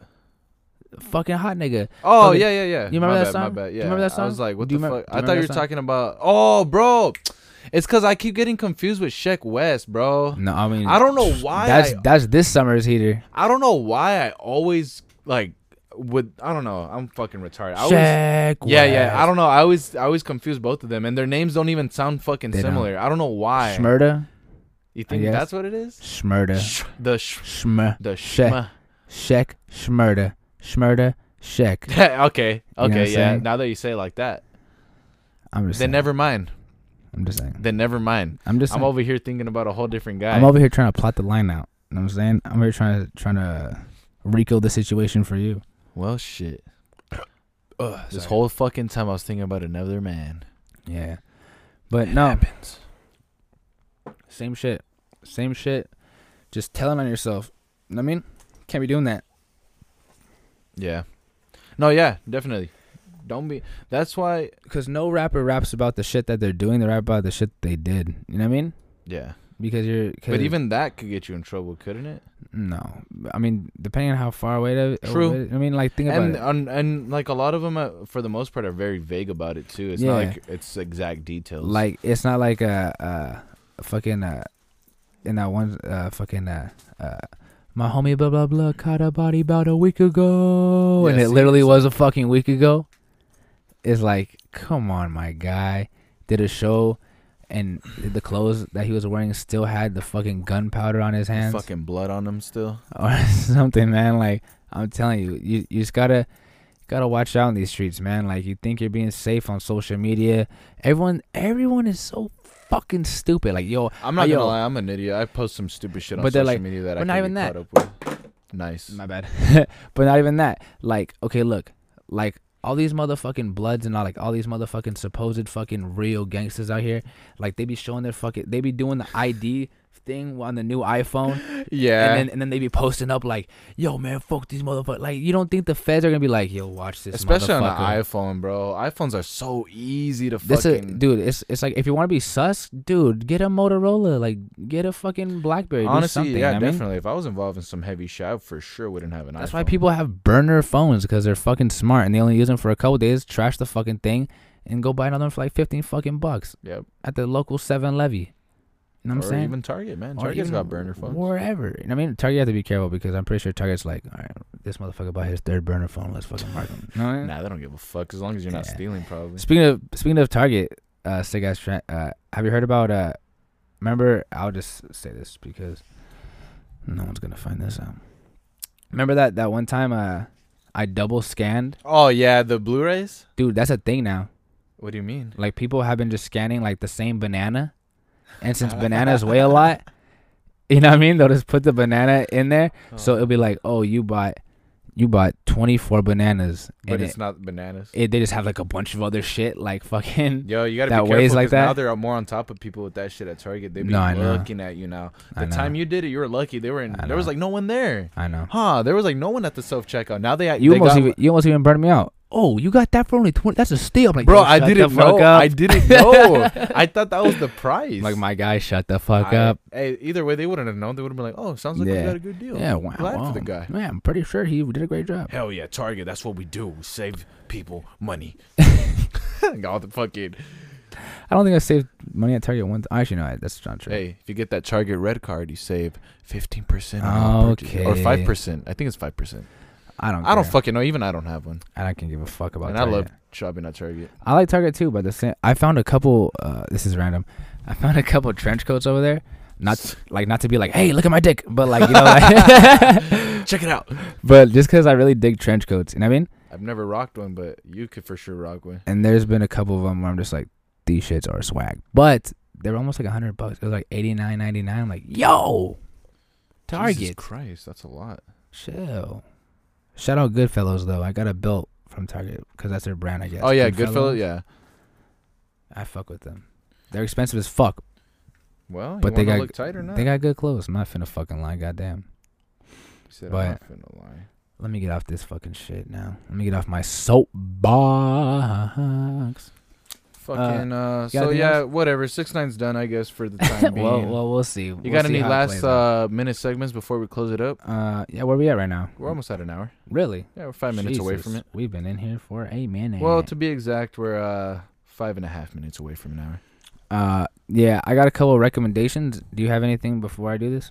[SPEAKER 2] fucking hot nigga.
[SPEAKER 1] Oh
[SPEAKER 2] Fucking-
[SPEAKER 1] yeah, yeah, yeah.
[SPEAKER 2] You remember
[SPEAKER 1] My
[SPEAKER 2] that
[SPEAKER 1] bad, my
[SPEAKER 2] song?
[SPEAKER 1] bad,
[SPEAKER 2] Do you
[SPEAKER 1] yeah.
[SPEAKER 2] remember that
[SPEAKER 1] I
[SPEAKER 2] song?
[SPEAKER 1] was like, what
[SPEAKER 2] Do you
[SPEAKER 1] the
[SPEAKER 2] remem-
[SPEAKER 1] fuck?
[SPEAKER 2] do you
[SPEAKER 1] I
[SPEAKER 2] remember
[SPEAKER 1] thought you
[SPEAKER 2] that
[SPEAKER 1] were
[SPEAKER 2] song?
[SPEAKER 1] talking about. Oh, bro, it's because I keep getting confused with Sheck West, bro.
[SPEAKER 2] No, I mean
[SPEAKER 1] I don't know why.
[SPEAKER 2] That's
[SPEAKER 1] I,
[SPEAKER 2] that's this summer's heater.
[SPEAKER 1] I don't know why I always like would. I don't know. I'm fucking retarded. I always,
[SPEAKER 2] Shaq.
[SPEAKER 1] yeah, yeah. I don't know. I always, I always confuse both of them, and their names don't even sound fucking
[SPEAKER 2] They don't.
[SPEAKER 1] similar. I don't know why.
[SPEAKER 2] Schmurda.
[SPEAKER 1] you think
[SPEAKER 2] guess.
[SPEAKER 1] that's what it is?
[SPEAKER 2] Schmurda.
[SPEAKER 1] Sh- the sh-
[SPEAKER 2] Schmer.
[SPEAKER 1] the
[SPEAKER 2] Shaq.
[SPEAKER 1] shma.
[SPEAKER 2] Sheck. Schmurda. Schmurda. Sheck.
[SPEAKER 1] okay,
[SPEAKER 2] what I'm
[SPEAKER 1] okay, yeah.
[SPEAKER 2] saying?
[SPEAKER 1] Now that you say it like that,
[SPEAKER 2] I'm just.
[SPEAKER 1] then
[SPEAKER 2] Saying,
[SPEAKER 1] never mind.
[SPEAKER 2] I'm just saying.
[SPEAKER 1] Then never mind.
[SPEAKER 2] I'm just.
[SPEAKER 1] I'm
[SPEAKER 2] saying.
[SPEAKER 1] over here thinking about a whole different guy.
[SPEAKER 2] I'm over here trying to plot the line out. You know what I'm saying? I'm here trying to trying to Rico the situation for you.
[SPEAKER 1] Well, shit. this
[SPEAKER 2] sorry.
[SPEAKER 1] whole fucking time I was thinking about another man.
[SPEAKER 2] Yeah. But no. Same shit. Same shit. Just telling on yourself. You know what I mean? Can't be doing that.
[SPEAKER 1] Yeah. No, yeah, definitely. Don't be. That's why.
[SPEAKER 2] Because no rapper raps about the shit that they're doing. They rap about the shit they did. You know what I mean?
[SPEAKER 1] Yeah.
[SPEAKER 2] Because you're. Cause,
[SPEAKER 1] But even that could get you in trouble, couldn't it?
[SPEAKER 2] No. I mean, depending on how far away to.
[SPEAKER 1] True.
[SPEAKER 2] away- I mean, like, think about
[SPEAKER 1] And
[SPEAKER 2] it.
[SPEAKER 1] and, and like a lot of them, uh, for the most part, are very vague about it too. It's not
[SPEAKER 2] Yeah.
[SPEAKER 1] like it's exact details.
[SPEAKER 2] Like, it's not like a, a, a fucking. Uh, in that one uh, fucking. Uh, uh, my homie blah blah blah caught a body about a week ago,
[SPEAKER 1] Yeah,
[SPEAKER 2] and it
[SPEAKER 1] see,
[SPEAKER 2] literally
[SPEAKER 1] it's-
[SPEAKER 2] was a fucking week ago. It's like, come on, my guy did a show, and the clothes that he was wearing still had the fucking gunpowder on his hands.
[SPEAKER 1] fucking blood on them still.
[SPEAKER 2] or something, man. Like I'm telling you, you you just gotta gotta watch out in these streets, man. Like you think you're being safe on social media. Everyone everyone is so fucking stupid. Like yo,
[SPEAKER 1] I'm not
[SPEAKER 2] yo,
[SPEAKER 1] gonna lie, I'm an idiot. I post some stupid shit on
[SPEAKER 2] But they're
[SPEAKER 1] social
[SPEAKER 2] like,
[SPEAKER 1] media that I
[SPEAKER 2] "We're not
[SPEAKER 1] could
[SPEAKER 2] even
[SPEAKER 1] get
[SPEAKER 2] that."
[SPEAKER 1] caught up with. Nice.
[SPEAKER 2] My bad. but not even that. Like okay, look, like. All these motherfucking bloods and all like all these motherfucking supposed fucking real gangsters out here, like they be showing their fucking, they be doing the ID thing on the new iPhone,
[SPEAKER 1] Yeah.
[SPEAKER 2] and then and then they be posting up like, "Yo, man, fuck these motherfuckers!" Like, you don't think the feds are gonna be like, "Yo, watch this,"
[SPEAKER 1] Especially on the
[SPEAKER 2] motherfucker."
[SPEAKER 1] iPhone, bro. iPhones are so easy to
[SPEAKER 2] This is,
[SPEAKER 1] fucking.
[SPEAKER 2] dude. It's it's like if you want to be sus, dude, get a Motorola, like get a fucking BlackBerry, do something.
[SPEAKER 1] Honestly, yeah,
[SPEAKER 2] I mean?
[SPEAKER 1] definitely. If I was involved in some heavy shit, I for sure wouldn't have an
[SPEAKER 2] That's
[SPEAKER 1] iPhone.
[SPEAKER 2] why people have burner phones because they're fucking smart and they only use them for a couple days. Trash the fucking thing and go buy another one for like fifteen fucking bucks
[SPEAKER 1] Yep.
[SPEAKER 2] at the local Seven Levy. You know
[SPEAKER 1] or
[SPEAKER 2] what I'm saying?
[SPEAKER 1] even Target, man.
[SPEAKER 2] Or
[SPEAKER 1] Target's
[SPEAKER 2] even
[SPEAKER 1] got burner phones.
[SPEAKER 2] Wherever. You know what I mean? Target, you have to be careful because I'm pretty sure Target's like, all right, this motherfucker bought his third burner phone. Let's fucking mark him. You know what I mean?
[SPEAKER 1] Nah, they don't give a fuck as long as you're not
[SPEAKER 2] Yeah.
[SPEAKER 1] stealing, probably.
[SPEAKER 2] Speaking of speaking of Target, uh, sick ass trend. Uh, have you heard about? Uh, remember, I'll just say this because no one's gonna find this out. Remember that that one time uh, I double scanned,
[SPEAKER 1] Oh yeah, the Blu-rays.
[SPEAKER 2] dude. That's a thing now.
[SPEAKER 1] What do you mean?
[SPEAKER 2] Like people have been just scanning like the same banana, and since bananas weigh a lot, you know what I mean. They'll just put the banana in there, so it'll be like, oh, you bought, you bought twenty four bananas,
[SPEAKER 1] But
[SPEAKER 2] and
[SPEAKER 1] it's
[SPEAKER 2] it,
[SPEAKER 1] not bananas.
[SPEAKER 2] it, they just have like a bunch of other shit, like fucking.
[SPEAKER 1] Yo, you gotta
[SPEAKER 2] that
[SPEAKER 1] be
[SPEAKER 2] weighs
[SPEAKER 1] careful
[SPEAKER 2] like
[SPEAKER 1] 'cause now
[SPEAKER 2] that?
[SPEAKER 1] they're more on top of people with that shit at Target. They be
[SPEAKER 2] No, I know.
[SPEAKER 1] looking at you now.
[SPEAKER 2] I
[SPEAKER 1] The time
[SPEAKER 2] know.
[SPEAKER 1] you did it, you were lucky. They were in.
[SPEAKER 2] I
[SPEAKER 1] There was
[SPEAKER 2] know.
[SPEAKER 1] like no one there.
[SPEAKER 2] I know.
[SPEAKER 1] Huh? There was like no one at the self checkout. Now they
[SPEAKER 2] You
[SPEAKER 1] they
[SPEAKER 2] almost
[SPEAKER 1] got-
[SPEAKER 2] even you almost even burned me out. Oh, you got that for only twenty? That's a steal. I'm like,
[SPEAKER 1] Bro,
[SPEAKER 2] yo,
[SPEAKER 1] I
[SPEAKER 2] shut the
[SPEAKER 1] didn't know.
[SPEAKER 2] fuck up.
[SPEAKER 1] I didn't know. I thought that was the price.
[SPEAKER 2] I'm like my guy, shut the fuck
[SPEAKER 1] I-
[SPEAKER 2] up.
[SPEAKER 1] Hey, either way, they wouldn't have known. They would have been like, "Oh, sounds like we
[SPEAKER 2] Yeah.
[SPEAKER 1] got a good deal."
[SPEAKER 2] Yeah, wow,
[SPEAKER 1] Glad
[SPEAKER 2] wow.
[SPEAKER 1] for the guy.
[SPEAKER 2] Yeah, I'm pretty sure he did a great job.
[SPEAKER 1] Hell yeah, Target. That's what we do. We save people money. All the fucking.
[SPEAKER 2] I don't think I saved money at Target once. Actually, no, I- that's not true.
[SPEAKER 1] Hey, if you get that Target red card, you save fifteen percent. Or
[SPEAKER 2] Okay.
[SPEAKER 1] five percent. I think it's five percent.
[SPEAKER 2] I don't.
[SPEAKER 1] I don't
[SPEAKER 2] care.
[SPEAKER 1] fucking know. Even I don't have one.
[SPEAKER 2] And I can give a fuck about.
[SPEAKER 1] and
[SPEAKER 2] Target.
[SPEAKER 1] I love shopping at Target.
[SPEAKER 2] I like Target too, but the same. I found a couple. Uh, this is random. I found a couple trench coats over there. Not like not to be like, hey, look at my dick, but like you know, like,
[SPEAKER 1] Check it out.
[SPEAKER 2] but just because I really dig trench coats, you know what I mean.
[SPEAKER 1] I've never rocked one, but you could for sure rock one.
[SPEAKER 2] and there's been a couple of them where I'm just like, these shits are swag, but they're almost like hundred bucks. It was like eighty nine ninety nine. I'm like, yo,
[SPEAKER 1] Jesus
[SPEAKER 2] Target,
[SPEAKER 1] Christ, that's a lot.
[SPEAKER 2] chill. Shout out Goodfellas though. I got a belt from Target because that's their brand, I guess.
[SPEAKER 1] oh yeah, Goodfellas. Yeah.
[SPEAKER 2] I fuck with them. They're expensive as fuck,
[SPEAKER 1] Well, you
[SPEAKER 2] But they
[SPEAKER 1] wanna
[SPEAKER 2] got-
[SPEAKER 1] look tight or not?
[SPEAKER 2] they got good clothes. I'm not finna fucking lie, goddamn.
[SPEAKER 1] He said,
[SPEAKER 2] but-
[SPEAKER 1] I'm not finna lie.
[SPEAKER 2] Let me get off this fucking shit now. Let me get off my soapbox.
[SPEAKER 1] Fucking. Uh, so
[SPEAKER 2] anything
[SPEAKER 1] yeah,
[SPEAKER 2] else?
[SPEAKER 1] whatever. Six nine's done, I guess, for the time being.
[SPEAKER 2] well, well, we'll see.
[SPEAKER 1] you got any last uh, minute segments before we close it up?
[SPEAKER 2] uh, yeah, where we at right now?
[SPEAKER 1] We're almost at an hour.
[SPEAKER 2] Really?
[SPEAKER 1] Yeah, we're five minutes away from
[SPEAKER 2] Jesus,
[SPEAKER 1] it.
[SPEAKER 2] We've been in here for a minute.
[SPEAKER 1] Well, to be exact, we're uh, five and a half minutes away from an hour.
[SPEAKER 2] uh, yeah, I got a couple of recommendations. Do you have anything before I do this?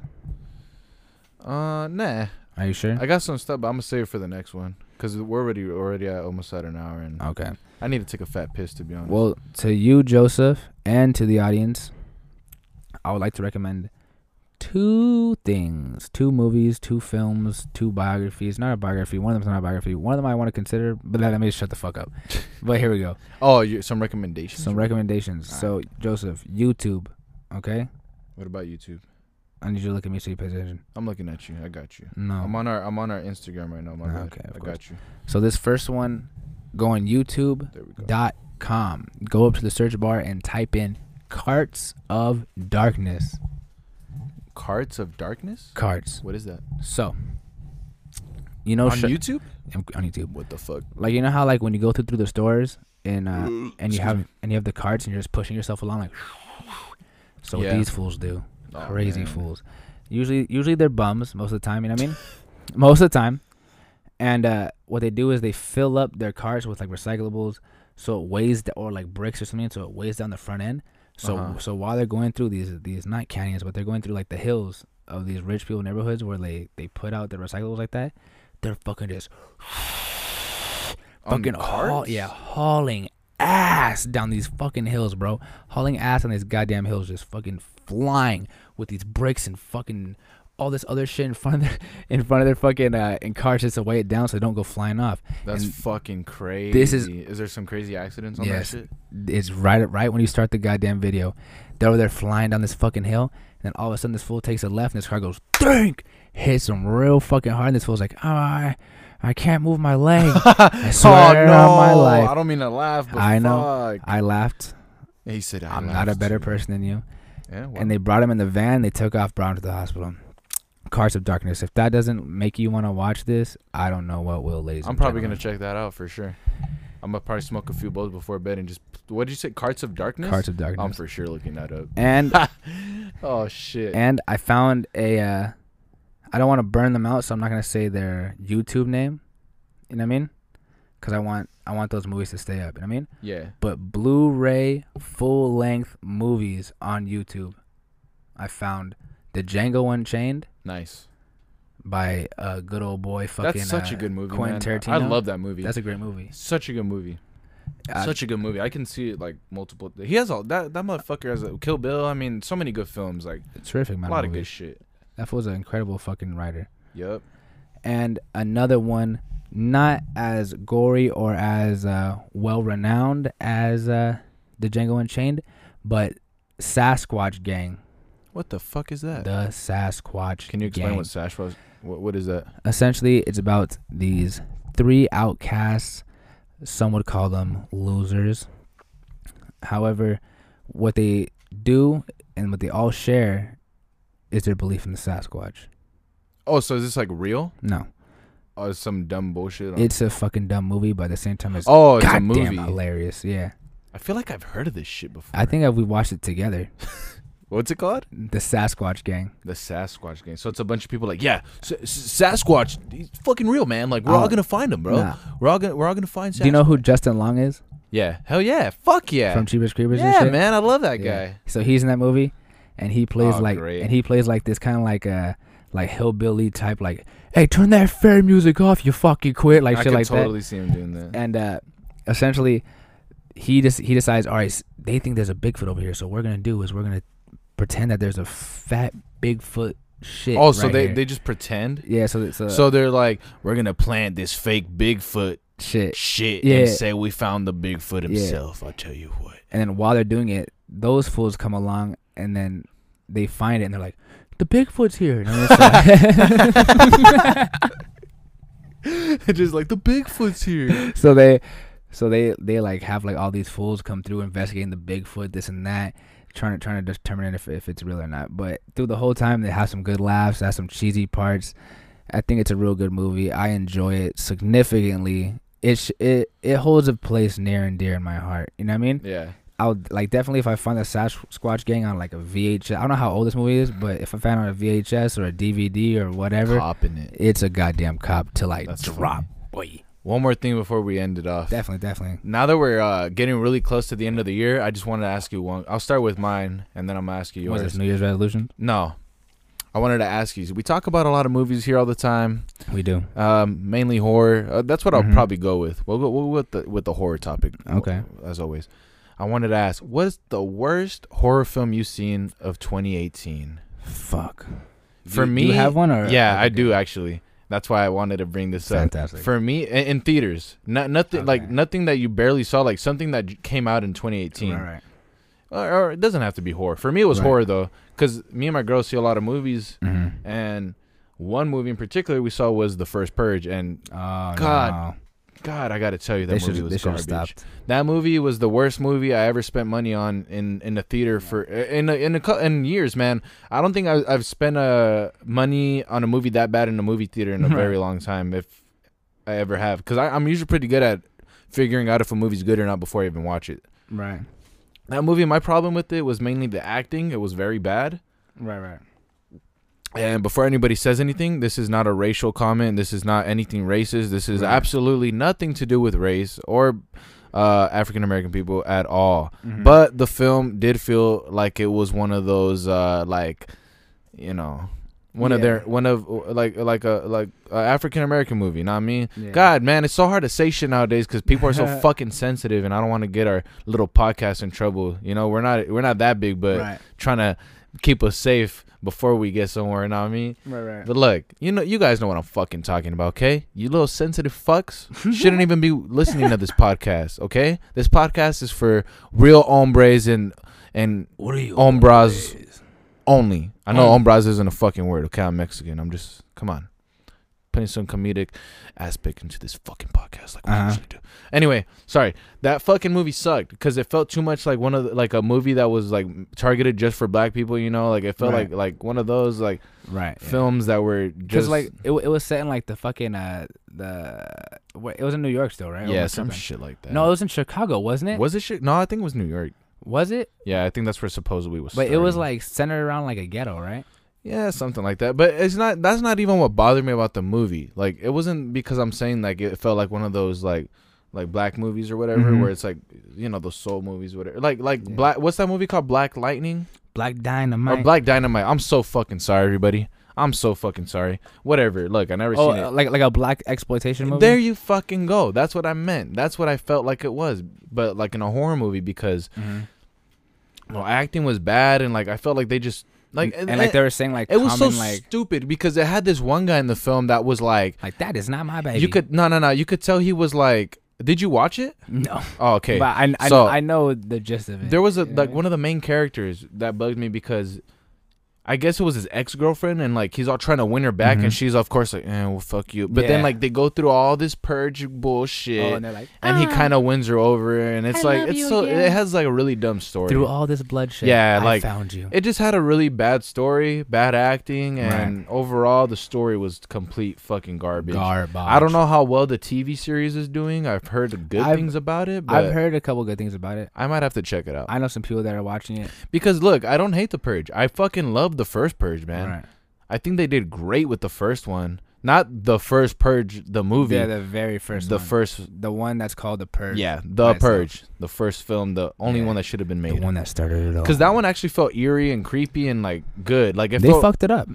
[SPEAKER 1] Uh, nah.
[SPEAKER 2] Are you sure?
[SPEAKER 1] I got some stuff, but I'm gonna save it for the next one because we're already already at almost at an hour, and
[SPEAKER 2] okay.
[SPEAKER 1] I need to take a fat piss to be honest.
[SPEAKER 2] Oh. Well, to you, Joseph, and to the audience, I would like to recommend two things two movies, two films, two biographies. Not a biography. One of them's not a biography. One of them I want to consider, but let me just shut the fuck up. but here we go.
[SPEAKER 1] oh, you, some recommendations.
[SPEAKER 2] Some recommendations. So, Joseph, YouTube, okay?
[SPEAKER 1] what about YouTube?
[SPEAKER 2] I need you to look at me so you pay attention.
[SPEAKER 1] I'm looking at you. I got you.
[SPEAKER 2] No.
[SPEAKER 1] I'm on our I'm on our Instagram right now. My
[SPEAKER 2] Ah,
[SPEAKER 1] bad.
[SPEAKER 2] okay, of
[SPEAKER 1] I
[SPEAKER 2] course.
[SPEAKER 1] got you.
[SPEAKER 2] So this first one, go on
[SPEAKER 1] There we go.
[SPEAKER 2] YouTube.com. Go up to the search bar and type in "Carts of Darkness."
[SPEAKER 1] Carts of Darkness.
[SPEAKER 2] Carts.
[SPEAKER 1] What is that?
[SPEAKER 2] So, you know,
[SPEAKER 1] on
[SPEAKER 2] sh-
[SPEAKER 1] YouTube?
[SPEAKER 2] um, on YouTube,
[SPEAKER 1] What the fuck?
[SPEAKER 2] like you know how like when you go through through the stores and uh, and you have and you have the carts and you're just pushing yourself along like. So what
[SPEAKER 1] Yeah.
[SPEAKER 2] these fools do,
[SPEAKER 1] Aw,
[SPEAKER 2] crazy
[SPEAKER 1] man.
[SPEAKER 2] fools. Usually, usually they're bums most of the time. You know what I mean? most of the time. And uh, what they do is they fill up their carts with like recyclables, so it weighs d- or like bricks or something, so it weighs down the front end. So
[SPEAKER 1] Uh-huh.
[SPEAKER 2] so while they're going through these these not canyons, but they're going through like the hills of these rich people neighborhoods where they they put out their recyclables like that, they're fucking just
[SPEAKER 1] On
[SPEAKER 2] fucking haul,
[SPEAKER 1] carts?
[SPEAKER 2] yeah hauling ass down these fucking hills, bro. Hauling ass on these goddamn hills, just fucking flying with these bricks and fucking all this other shit in front of their in front of their fucking uh, and cars just to weigh it down so they don't go flying off.
[SPEAKER 1] That's
[SPEAKER 2] And
[SPEAKER 1] fucking crazy.
[SPEAKER 2] this is-
[SPEAKER 1] Is there some crazy accidents on
[SPEAKER 2] Yes.
[SPEAKER 1] that shit?
[SPEAKER 2] it's right right when you start the goddamn video. They're over there flying down this fucking hill, and then all of a sudden this fool takes a left and this car goes dink, hits him real fucking hard, and this fool's like, oh, I, I can't move my leg. I swear
[SPEAKER 1] Oh,
[SPEAKER 2] on my
[SPEAKER 1] I
[SPEAKER 2] life.
[SPEAKER 1] don't mean to laugh, but
[SPEAKER 2] I know.
[SPEAKER 1] Fuck.
[SPEAKER 2] I laughed.
[SPEAKER 1] He said, I
[SPEAKER 2] I'm not a
[SPEAKER 1] laughed
[SPEAKER 2] better
[SPEAKER 1] too.
[SPEAKER 2] person than you.
[SPEAKER 1] Yeah, well,
[SPEAKER 2] and they brought him in the van. They took off, brought him to the hospital. Cars of Darkness. If that doesn't make you want to watch this, I don't know what will, ladies.
[SPEAKER 1] I'm
[SPEAKER 2] and
[SPEAKER 1] probably gonna
[SPEAKER 2] gentlemen.
[SPEAKER 1] check that out for sure. I'm gonna probably smoke a few bowls before bed and just. What did you say? Carts of Darkness.
[SPEAKER 2] Carts of
[SPEAKER 1] I'm
[SPEAKER 2] Darkness.
[SPEAKER 1] for sure looking that up.
[SPEAKER 2] and
[SPEAKER 1] Oh shit.
[SPEAKER 2] and I found a. Uh, I don't want to burn them out, so I'm not gonna say their YouTube name. You know what I mean? Because I want I want those movies to stay up. You know what I mean?
[SPEAKER 1] yeah.
[SPEAKER 2] But Blu-ray full-length movies on YouTube. I found the Django Unchained
[SPEAKER 1] Nice.
[SPEAKER 2] by a good old boy. Fucking
[SPEAKER 1] That's such
[SPEAKER 2] uh,
[SPEAKER 1] a good movie.
[SPEAKER 2] Quentin
[SPEAKER 1] man.
[SPEAKER 2] Tarantino.
[SPEAKER 1] I love that movie.
[SPEAKER 2] That's a great movie.
[SPEAKER 1] such a good movie.
[SPEAKER 2] Uh,
[SPEAKER 1] such a good movie. I can see it like multiple. He has all that. That motherfucker has a Kill Bill. I mean, so many good films. Like
[SPEAKER 2] terrific
[SPEAKER 1] a
[SPEAKER 2] amount
[SPEAKER 1] lot of
[SPEAKER 2] movies.
[SPEAKER 1] good shit.
[SPEAKER 2] That was an incredible fucking writer.
[SPEAKER 1] Yep.
[SPEAKER 2] And another one, not as gory or as uh, well renowned as uh, the Django Unchained, but Sasquatch Gang.
[SPEAKER 1] What the fuck is that?
[SPEAKER 2] The Sasquatch.
[SPEAKER 1] Can you explain
[SPEAKER 2] Gang.
[SPEAKER 1] what Sash was? What, what is that?
[SPEAKER 2] Essentially, it's about these three outcasts. Some would call them losers. However, what they do and what they all share is their belief in the Sasquatch.
[SPEAKER 1] Oh, so is this like real?
[SPEAKER 2] No,
[SPEAKER 1] Or is some dumb bullshit? On-
[SPEAKER 2] It's a fucking dumb movie, but at the same time, it's
[SPEAKER 1] oh, it's a
[SPEAKER 2] goddamn
[SPEAKER 1] movie.
[SPEAKER 2] hilarious. Yeah,
[SPEAKER 1] I feel like I've heard of this shit before.
[SPEAKER 2] I think that we watched it together.
[SPEAKER 1] What's it called?
[SPEAKER 2] The Sasquatch Gang.
[SPEAKER 1] The Sasquatch game. So it's a bunch of people like, yeah, S- S- Sasquatch, he's fucking real, man. Like we're
[SPEAKER 2] Oh,
[SPEAKER 1] all gonna find him, bro.
[SPEAKER 2] nah.
[SPEAKER 1] We're all gonna we're all gonna find. Sasquatch.
[SPEAKER 2] Do you know who Justin Long is
[SPEAKER 1] Yeah, hell yeah, fuck yeah.
[SPEAKER 2] from Cheapest Creepers? and
[SPEAKER 1] yeah,
[SPEAKER 2] shit?
[SPEAKER 1] man, I love that
[SPEAKER 2] Yeah.
[SPEAKER 1] guy.
[SPEAKER 2] So he's in that movie, and he plays
[SPEAKER 1] Oh,
[SPEAKER 2] like,
[SPEAKER 1] great.
[SPEAKER 2] and he plays like this kind of like uh like hillbilly type, like, hey, turn that fair music off, you fucking quit, like
[SPEAKER 1] I
[SPEAKER 2] shit
[SPEAKER 1] can
[SPEAKER 2] like
[SPEAKER 1] totally
[SPEAKER 2] that.
[SPEAKER 1] see him doing that.
[SPEAKER 2] And uh, essentially, he just he decides, all right, s- they think there's a Bigfoot over here, so what we're gonna do is we're gonna pretend that there's a fat Bigfoot shit.
[SPEAKER 1] Oh, so
[SPEAKER 2] right
[SPEAKER 1] they
[SPEAKER 2] here."
[SPEAKER 1] they just pretend.
[SPEAKER 2] Yeah, so it's uh,
[SPEAKER 1] So they're like, we're gonna plant this fake Bigfoot
[SPEAKER 2] shit.
[SPEAKER 1] shit
[SPEAKER 2] Yeah.
[SPEAKER 1] and say we found the Bigfoot himself. I'll tell you what.
[SPEAKER 2] And then while they're doing it, those fools come along and then they find it and they're like, "The Bigfoot's here!" And I'm just like-
[SPEAKER 1] just like the Bigfoot's here.
[SPEAKER 2] so they, so they, they like have like all these fools come through investigating the Bigfoot, this and that, trying to trying to determine if if it's real or not. But through the whole time, they have some good laughs, have some cheesy parts. I think it's a real good movie. I enjoy it significantly. It sh- it it holds a place near and dear in my heart. You know what I mean?
[SPEAKER 1] Yeah.
[SPEAKER 2] I would like definitely if I find the Sasquatch Gang on like a VHS. I don't know how old this movie
[SPEAKER 1] Mm-hmm.
[SPEAKER 2] is, but if I find it on a VHS or a DVD or whatever,
[SPEAKER 1] Popping it.
[SPEAKER 2] it's a goddamn cop till I
[SPEAKER 1] That's
[SPEAKER 2] drop. Boy,
[SPEAKER 1] One more thing before we end it off.
[SPEAKER 2] definitely, definitely.
[SPEAKER 1] now that we're uh, getting really close to the end of the year, I just wanted to ask you one. I'll start with mine, and then I'm gonna ask you
[SPEAKER 2] What is
[SPEAKER 1] yours.
[SPEAKER 2] this New Year's resolution?
[SPEAKER 1] no, I wanted to ask you. We talk about a lot of movies here all the time,
[SPEAKER 2] We do.
[SPEAKER 1] um, mainly horror. Uh, that's what I'll
[SPEAKER 2] Mhm.
[SPEAKER 1] probably go with. We'll go we'll go with the with the horror topic. uh,
[SPEAKER 2] Okay.
[SPEAKER 1] as always. I wanted to ask, what's the worst horror film you've seen of 2018?
[SPEAKER 2] Fuck.
[SPEAKER 1] For
[SPEAKER 2] Do you-
[SPEAKER 1] me,
[SPEAKER 2] do you have one or
[SPEAKER 1] yeah,
[SPEAKER 2] okay,
[SPEAKER 1] I do
[SPEAKER 2] good.
[SPEAKER 1] actually. That's why I wanted to bring this up.
[SPEAKER 2] Fantastic.
[SPEAKER 1] For me, in, in theaters, not nothing like
[SPEAKER 2] Okay.
[SPEAKER 1] nothing that you barely saw, like something that j- came out in 2018.
[SPEAKER 2] All right.
[SPEAKER 1] Or, or it doesn't have to be horror. For me, it was
[SPEAKER 2] Right.
[SPEAKER 1] horror though, because me and my girl see a lot of movies,
[SPEAKER 2] hmm
[SPEAKER 1] and one movie in particular we saw was The First Purge, and
[SPEAKER 2] Oh
[SPEAKER 1] God,
[SPEAKER 2] God,
[SPEAKER 1] God, I gotta tell you that
[SPEAKER 2] they
[SPEAKER 1] movie
[SPEAKER 2] should they
[SPEAKER 1] was
[SPEAKER 2] should have
[SPEAKER 1] garbage.
[SPEAKER 2] stopped.
[SPEAKER 1] That movie was the worst movie I ever spent money on in in the theater for in a, in a, cou- in years, man. I don't think I, I've spent uh, money on a movie that bad in a movie theater in a very long time, if I ever have. Because I'm usually pretty good at figuring out if a movie's good or not before I even watch it.
[SPEAKER 2] Right,
[SPEAKER 1] That movie, my problem with it was mainly the acting. It was very bad.
[SPEAKER 2] right, right.
[SPEAKER 1] And before anybody says anything, this is not a racial comment. This is not anything racist. This is
[SPEAKER 2] Right.
[SPEAKER 1] absolutely nothing to do with race or uh, African American people at all.
[SPEAKER 2] Mm-hmm.
[SPEAKER 1] But the film did feel like it was one of those, uh, like, you know, one of
[SPEAKER 2] Yeah.
[SPEAKER 1] their one of like like a like a African American movie. Not me.
[SPEAKER 2] Yeah.
[SPEAKER 1] God, man, it's so hard to say shit nowadays because people are so fucking sensitive, and I don't want to get our little podcast in trouble. You know, we're not we're not that big, but
[SPEAKER 2] Right.
[SPEAKER 1] trying to keep us safe before we get somewhere. You know what I mean?
[SPEAKER 2] Right, right.
[SPEAKER 1] But look, you know, you guys know what I'm fucking talking about, okay? You little sensitive fucks shouldn't even be listening to this podcast, okay? This podcast is for real hombres and and hombres only. I
[SPEAKER 2] Oh.
[SPEAKER 1] know hombres isn't a fucking word, okay? I'm Mexican. I'm just come on, putting some comedic aspect into this fucking podcast, like we
[SPEAKER 2] Uh-huh.
[SPEAKER 1] usually do. Anyway, sorry that fucking movie sucked because it felt too much like one of the, like a movie that was like targeted just for black people. You know, like it felt
[SPEAKER 2] Right.
[SPEAKER 1] like like one of those like
[SPEAKER 2] right. yeah.
[SPEAKER 1] films that were
[SPEAKER 2] Because
[SPEAKER 1] just
[SPEAKER 2] like it, wa- it was set in like the fucking uh the what, it was in New York still right? Or am I
[SPEAKER 1] yeah, some
[SPEAKER 2] tripping?
[SPEAKER 1] shit like that.
[SPEAKER 2] No, it was in Chicago, wasn't it?
[SPEAKER 1] was it shit? No, I think it was New York.
[SPEAKER 2] was it?
[SPEAKER 1] Yeah, I think that's where supposedly was.
[SPEAKER 2] But it was
[SPEAKER 1] starting.
[SPEAKER 2] like centered around like a ghetto, right?
[SPEAKER 1] yeah, something like that. But it's not. That's not even what bothered me about the movie. Like it wasn't because I'm saying like it felt like one of those like like black movies or whatever
[SPEAKER 2] Mhm.
[SPEAKER 1] where it's like you know those soul movies whatever like like black what's that movie called black lightning
[SPEAKER 2] Black
[SPEAKER 1] or
[SPEAKER 2] Dynamite.
[SPEAKER 1] black dynamite i'm so fucking sorry everybody i'm so fucking sorry whatever look i never
[SPEAKER 2] oh,
[SPEAKER 1] seen it
[SPEAKER 2] uh, like like a black exploitation movie.
[SPEAKER 1] There you fucking go. That's what I meant. That's what I felt like it was, but like in a horror movie because well, acting was bad and like I felt like they just like
[SPEAKER 2] Mm-hmm. and, and, like they were saying like
[SPEAKER 1] it was so
[SPEAKER 2] common, like
[SPEAKER 1] stupid because it had this one guy in the film that was like
[SPEAKER 2] like that is not my baby.
[SPEAKER 1] you could no no no you could tell he was like did you watch it?
[SPEAKER 2] no,
[SPEAKER 1] Oh okay.
[SPEAKER 2] but I I,
[SPEAKER 1] So-
[SPEAKER 2] I know the gist of it.
[SPEAKER 1] There was a
[SPEAKER 2] You know
[SPEAKER 1] like
[SPEAKER 2] what I
[SPEAKER 1] one of the main characters that bugged me because I guess it was his ex girlfriend and like he's all trying to win her back and she's of course like, eh, well fuck you. But then
[SPEAKER 2] Mm-hmm. Yeah.
[SPEAKER 1] like they go through all this purge bullshit.
[SPEAKER 2] mean? oh, and they're like
[SPEAKER 1] and he kind of wins her over, and it's like it's so it has like a really dumb story.
[SPEAKER 2] through all this bloodshed.
[SPEAKER 1] Yeah,
[SPEAKER 2] I
[SPEAKER 1] like-
[SPEAKER 2] found you.
[SPEAKER 1] it just had a really bad story, bad acting,
[SPEAKER 2] Right.
[SPEAKER 1] and overall the story was complete fucking garbage.
[SPEAKER 2] Garbage.
[SPEAKER 1] I don't know how well the TV series is doing. I've heard good
[SPEAKER 2] I've-
[SPEAKER 1] things about it, but
[SPEAKER 2] I've heard a couple good things about it.
[SPEAKER 1] I might have to check it out.
[SPEAKER 2] I know some people that are watching it.
[SPEAKER 1] because look, I don't hate the Purge. I fucking love the first Purge, man.
[SPEAKER 2] Right.
[SPEAKER 1] I think they did great with the first one, not the first Purge, the movie,
[SPEAKER 2] Yeah, the very first.
[SPEAKER 1] the
[SPEAKER 2] one.
[SPEAKER 1] first.
[SPEAKER 2] the one that's called the purge.
[SPEAKER 1] Yeah,
[SPEAKER 2] by
[SPEAKER 1] the
[SPEAKER 2] itself.
[SPEAKER 1] Purge, the first film, the only
[SPEAKER 2] Yeah.
[SPEAKER 1] one that should have been
[SPEAKER 2] the
[SPEAKER 1] made.
[SPEAKER 2] one that started it all.
[SPEAKER 1] Because that one actually felt eerie and creepy and like good. Like it
[SPEAKER 2] they
[SPEAKER 1] felt,
[SPEAKER 2] fucked it up.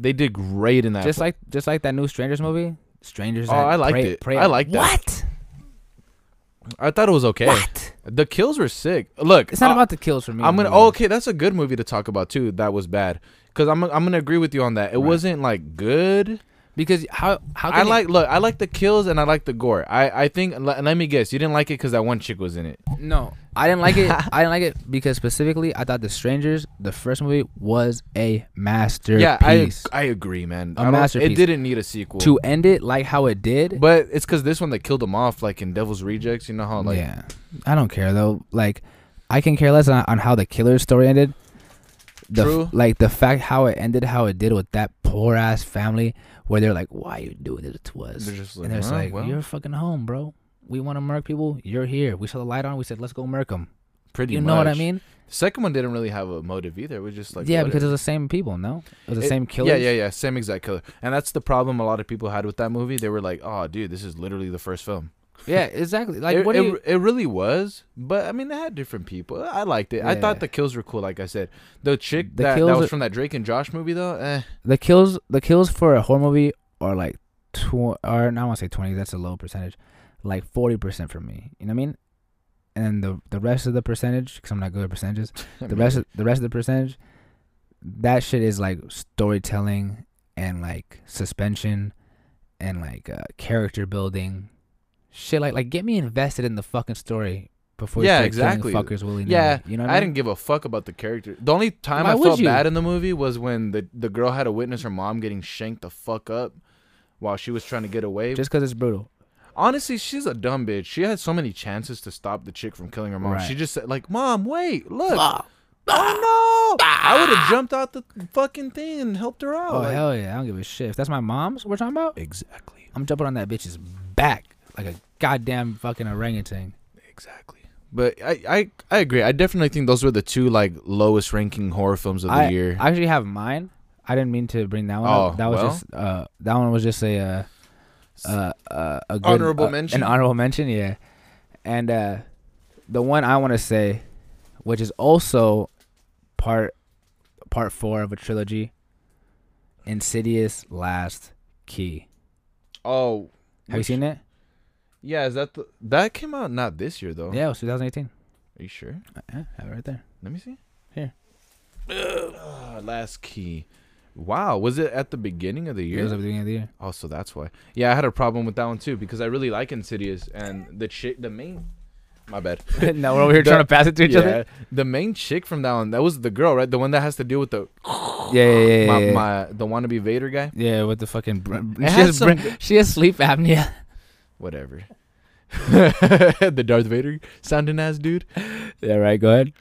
[SPEAKER 1] they did great in that.
[SPEAKER 2] Just like just like that new Strangers movie. Strangers.
[SPEAKER 1] Oh,
[SPEAKER 2] that
[SPEAKER 1] I liked
[SPEAKER 2] pray-
[SPEAKER 1] it.
[SPEAKER 2] pray-
[SPEAKER 1] I liked that.
[SPEAKER 2] What?
[SPEAKER 1] I thought it was okay.
[SPEAKER 2] What?
[SPEAKER 1] The kills were sick. Look,
[SPEAKER 2] It's not
[SPEAKER 1] I-
[SPEAKER 2] about the kills for me.
[SPEAKER 1] Uh, I'm gonna.
[SPEAKER 2] man.
[SPEAKER 1] Oh, okay, that's a good movie to talk about too. That was bad. Cause I'm I'm gonna agree with you on that. It wasn't like good.
[SPEAKER 2] because how how can
[SPEAKER 1] I
[SPEAKER 2] you-
[SPEAKER 1] like look. I like the kills and I like the gore. I I think. Let, let me guess. You didn't like it because that one chick was in it.
[SPEAKER 2] no. I didn't like it. I didn't like it because specifically, I thought the Strangers, the first movie, was a masterpiece.
[SPEAKER 1] Yeah, I I agree, man.
[SPEAKER 2] A
[SPEAKER 1] I don't- It
[SPEAKER 2] masterpiece.
[SPEAKER 1] didn't need a sequel.
[SPEAKER 2] to end it like how it did.
[SPEAKER 1] But it's cause this one they killed him off like in Devil's Rejects. You know how like
[SPEAKER 2] yeah, I don't care though. Like, I can care less on, on how the killer's story ended. The f-
[SPEAKER 1] True.
[SPEAKER 2] like the fact how it ended, how it did with that poor ass family, where they're like, "Why you doing this to us?"
[SPEAKER 1] They're just like,
[SPEAKER 2] and they're just
[SPEAKER 1] "Huh,
[SPEAKER 2] like,
[SPEAKER 1] well."
[SPEAKER 2] "You're fucking home, bro. We want to murk people. You're here. We saw the light on. We said, let's go murk them."
[SPEAKER 1] Pretty
[SPEAKER 2] you know what I
[SPEAKER 1] much.
[SPEAKER 2] mean?
[SPEAKER 1] The second one didn't really have a motive either. It was just like
[SPEAKER 2] yeah, because
[SPEAKER 1] whatever.
[SPEAKER 2] it's the same people. No, it's the
[SPEAKER 1] It-
[SPEAKER 2] same killers.
[SPEAKER 1] Yeah, yeah, yeah. Same exact killer. And that's the problem a lot of people had with that movie. They were like, "Oh, dude, this is literally the first film."
[SPEAKER 2] yeah. Exactly. Like
[SPEAKER 1] it,
[SPEAKER 2] what? do
[SPEAKER 1] it,
[SPEAKER 2] you,
[SPEAKER 1] it really was, but I mean, they had different people. I liked it. I
[SPEAKER 2] Yeah.
[SPEAKER 1] thought the kills were cool. Like I said, the chick
[SPEAKER 2] The
[SPEAKER 1] that, that
[SPEAKER 2] kills
[SPEAKER 1] was
[SPEAKER 2] are-
[SPEAKER 1] from that Drake and Josh movie, though. Eh,
[SPEAKER 2] the kills the kills for a horror movie are like tw- or I want to say 20 that's a low percentage like 40% for me you know what I mean and the the rest of the percentage cuz I'm not good at percentages the rest of, the rest of the percentage that shit is like storytelling and like suspension and like uh, character building shit like like get me invested in the fucking story before
[SPEAKER 1] Yeah,
[SPEAKER 2] you start killing
[SPEAKER 1] exactly.
[SPEAKER 2] fuckers willy
[SPEAKER 1] yeah,
[SPEAKER 2] you know what
[SPEAKER 1] I
[SPEAKER 2] I mean
[SPEAKER 1] didn't give a fuck about the character. The only time
[SPEAKER 2] Why
[SPEAKER 1] I
[SPEAKER 2] would
[SPEAKER 1] felt
[SPEAKER 2] you?
[SPEAKER 1] bad in the movie was when the the girl had to witness her mom getting shanked the fuck up while she was trying to get away.
[SPEAKER 2] just cuz it's brutal
[SPEAKER 1] Honestly, she's a dumb bitch. She had so many chances to stop the chick from killing her mom.
[SPEAKER 2] Right.
[SPEAKER 1] She just said, like, Mom, wait, look. Oh no! I would have jumped out the fucking thing and helped her out.
[SPEAKER 2] oh
[SPEAKER 1] like-
[SPEAKER 2] hell yeah I don't give a shit if that's my mom's we're talking about
[SPEAKER 1] Exactly.
[SPEAKER 2] I'm jumping on that bitch's back like a goddamn fucking orangutan.
[SPEAKER 1] Exactly. But I, I I agree. I definitely think those were the two like lowest ranking horror films of the
[SPEAKER 2] I,
[SPEAKER 1] year.
[SPEAKER 2] I actually have mine. I didn't mean to bring that one.
[SPEAKER 1] Oh,
[SPEAKER 2] up. that was
[SPEAKER 1] well.
[SPEAKER 2] just uh, that one was just a uh, uh, uh, a good,
[SPEAKER 1] Honorable
[SPEAKER 2] uh,
[SPEAKER 1] mention?
[SPEAKER 2] An honorable mention, yeah. And uh, the one I want to say, which is also part part four of a trilogy, Insidious Last Key.
[SPEAKER 1] oh,
[SPEAKER 2] Have you seen it?
[SPEAKER 1] Yeah, is that the, that came out not this year though?
[SPEAKER 2] Yeah, it was 2018.
[SPEAKER 1] Are you sure?
[SPEAKER 2] Yeah, have it right there.
[SPEAKER 1] Let me see.
[SPEAKER 2] Here.
[SPEAKER 1] Ugh, last key. Wow, was it at the beginning of the year?
[SPEAKER 2] It was at the beginning of the year.
[SPEAKER 1] Oh, so that's why. Yeah, I had a problem with that one too because I really like Insidious and the chick, the main. My bad.
[SPEAKER 2] no, we're over here
[SPEAKER 1] The-
[SPEAKER 2] trying to pass it to each
[SPEAKER 1] yeah,
[SPEAKER 2] other.
[SPEAKER 1] the main chick from that one. That was the girl, right? The one that has to deal with the
[SPEAKER 2] Yeah, yeah, yeah.
[SPEAKER 1] my,
[SPEAKER 2] yeah, yeah.
[SPEAKER 1] my the wannabe Vader guy.
[SPEAKER 2] Yeah, with the fucking br- she,
[SPEAKER 1] It had
[SPEAKER 2] has br-
[SPEAKER 1] some-
[SPEAKER 2] she has sleep apnea.
[SPEAKER 1] Whatever. the Darth Vader sounding ass dude.
[SPEAKER 2] Yeah, right. Go ahead.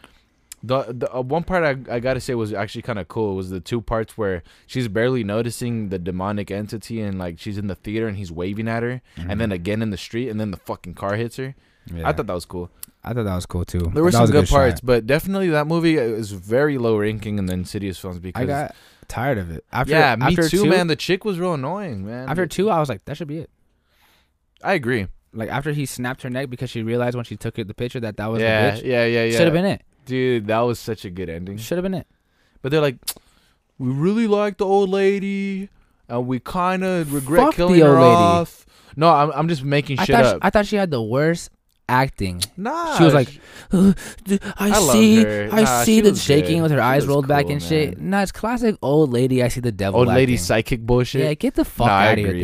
[SPEAKER 1] The, the uh, one part I, I gotta say was actually kind of cool was the two parts where she's barely noticing the demonic entity and like she's in the theater and he's waving at her and then again in the street and then the fucking car hits her.
[SPEAKER 2] Mm-hmm. Yeah.
[SPEAKER 1] I thought that was cool.
[SPEAKER 2] I thought that was cool too.
[SPEAKER 1] There were
[SPEAKER 2] That
[SPEAKER 1] some
[SPEAKER 2] was a
[SPEAKER 1] good, parts,
[SPEAKER 2] shot.
[SPEAKER 1] but definitely that movie is very low ranking in the Insidious films because
[SPEAKER 2] I got tired of it. After,
[SPEAKER 1] yeah, me
[SPEAKER 2] after
[SPEAKER 1] too,
[SPEAKER 2] two,
[SPEAKER 1] man. The chick was real annoying, man.
[SPEAKER 2] after two, I was like, that should be it.
[SPEAKER 1] I agree.
[SPEAKER 2] Like after he snapped her neck because she realized when she took it, the picture that that was
[SPEAKER 1] Yeah,
[SPEAKER 2] the bitch.
[SPEAKER 1] yeah, yeah, yeah.
[SPEAKER 2] Should have been it.
[SPEAKER 1] dude. That was such a good ending.
[SPEAKER 2] Should have been it.
[SPEAKER 1] But they're like, we really like the old lady, and we kind of regret
[SPEAKER 2] Fuck the
[SPEAKER 1] killing her
[SPEAKER 2] old lady.
[SPEAKER 1] off. No, I'm, I'm just making
[SPEAKER 2] I
[SPEAKER 1] shit
[SPEAKER 2] thought she,
[SPEAKER 1] up.
[SPEAKER 2] I thought she had the worst acting.
[SPEAKER 1] nah,
[SPEAKER 2] she was like, "Uh, d- I,
[SPEAKER 1] I love
[SPEAKER 2] see,
[SPEAKER 1] her.
[SPEAKER 2] I
[SPEAKER 1] Nah, she
[SPEAKER 2] see the
[SPEAKER 1] was
[SPEAKER 2] shaking
[SPEAKER 1] good.
[SPEAKER 2] with her
[SPEAKER 1] She
[SPEAKER 2] eyes
[SPEAKER 1] was
[SPEAKER 2] rolled back
[SPEAKER 1] cool,
[SPEAKER 2] and shit.
[SPEAKER 1] man.
[SPEAKER 2] Nah, it's classic old lady. I see the devil.
[SPEAKER 1] old lady
[SPEAKER 2] acting.
[SPEAKER 1] psychic bullshit.
[SPEAKER 2] Yeah, get the fuck
[SPEAKER 1] Nah, I
[SPEAKER 2] out of here with
[SPEAKER 1] agree,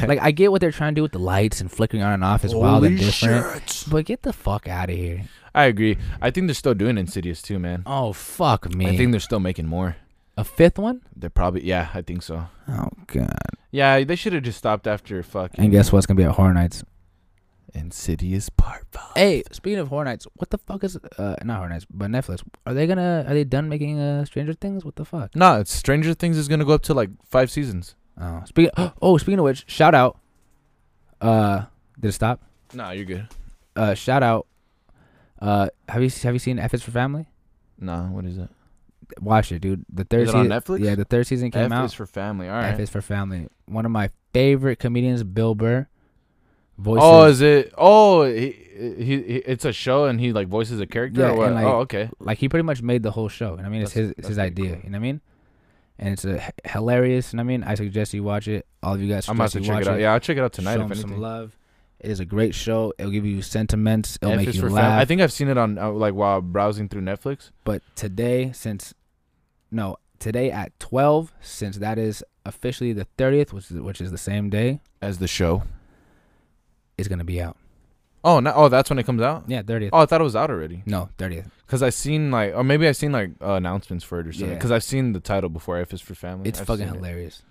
[SPEAKER 2] shit. like, I get what they're trying to do with the lights and flickering on and off is wild and different.
[SPEAKER 1] shit.
[SPEAKER 2] But get the fuck out of here.
[SPEAKER 1] I agree. I think they're still doing Insidious too, man.
[SPEAKER 2] Oh, fuck me.
[SPEAKER 1] I think they're still making more.
[SPEAKER 2] a fifth one?
[SPEAKER 1] They're probably yeah, I think so.
[SPEAKER 2] Oh, God.
[SPEAKER 1] Yeah, they should have just stopped after fucking
[SPEAKER 2] And guess what? It's going to be at Horror Nights.
[SPEAKER 1] Insidious Part Five.
[SPEAKER 2] Hey, speaking of Horror Nights, what the fuck is. uh Not Horror Nights, but Netflix. Are they going to. Are they done making uh, Stranger Things? What the fuck?
[SPEAKER 1] No, it's Stranger Things is gonna go up to like five seasons.
[SPEAKER 2] Oh, speaking, oh, speaking of which, shout out. Uh, Did it stop?
[SPEAKER 1] Nah, you're good.
[SPEAKER 2] Uh, shout out. Uh, have you have you seen F is for Family?
[SPEAKER 1] Nah, what is that?
[SPEAKER 2] Watch it, dude. The third
[SPEAKER 1] Is it on
[SPEAKER 2] season,
[SPEAKER 1] Netflix?
[SPEAKER 2] yeah, the third season came
[SPEAKER 1] F
[SPEAKER 2] out.
[SPEAKER 1] is for family. All right.
[SPEAKER 2] F is for family. One of my favorite comedians, Bill Burr. Voices.
[SPEAKER 1] Oh, is it? Oh, he, he, he it's a show and he like voices a character.
[SPEAKER 2] Yeah,
[SPEAKER 1] or what?
[SPEAKER 2] and, like-
[SPEAKER 1] oh, okay.
[SPEAKER 2] like he pretty much made the whole show. And I mean, it's
[SPEAKER 1] That's- that's
[SPEAKER 2] his it's his
[SPEAKER 1] pretty
[SPEAKER 2] idea.
[SPEAKER 1] cool.
[SPEAKER 2] You know what I mean? And it's a h- hilarious. And I mean, I suggest you watch it. All of you guys,
[SPEAKER 1] I'm about
[SPEAKER 2] suggest
[SPEAKER 1] to
[SPEAKER 2] you
[SPEAKER 1] check
[SPEAKER 2] watch
[SPEAKER 1] it out. Yeah, I'll check it out
[SPEAKER 2] Show
[SPEAKER 1] tonight
[SPEAKER 2] him
[SPEAKER 1] if
[SPEAKER 2] some
[SPEAKER 1] anything.
[SPEAKER 2] love. It is a great show. It'll give you sentiments. It'll
[SPEAKER 1] F
[SPEAKER 2] make
[SPEAKER 1] is
[SPEAKER 2] you
[SPEAKER 1] for
[SPEAKER 2] laugh.
[SPEAKER 1] fam- I think I've seen it on uh, like while browsing through Netflix.
[SPEAKER 2] But today, since no, today at twelve, since that is officially the thirtieth, which is which is the same day,
[SPEAKER 1] As the show.
[SPEAKER 2] is gonna be out.
[SPEAKER 1] Oh, no, oh, that's when it comes out.
[SPEAKER 2] Yeah, thirtieth.
[SPEAKER 1] Oh, I thought it was out already.
[SPEAKER 2] No, thirtieth.
[SPEAKER 1] Cause I seen like, or maybe I seen like uh, announcements for it or something.
[SPEAKER 2] Yeah.
[SPEAKER 1] Cause I've seen the title before. F is for family.
[SPEAKER 2] It's
[SPEAKER 1] I've
[SPEAKER 2] fucking
[SPEAKER 1] seen it.
[SPEAKER 2] hilarious.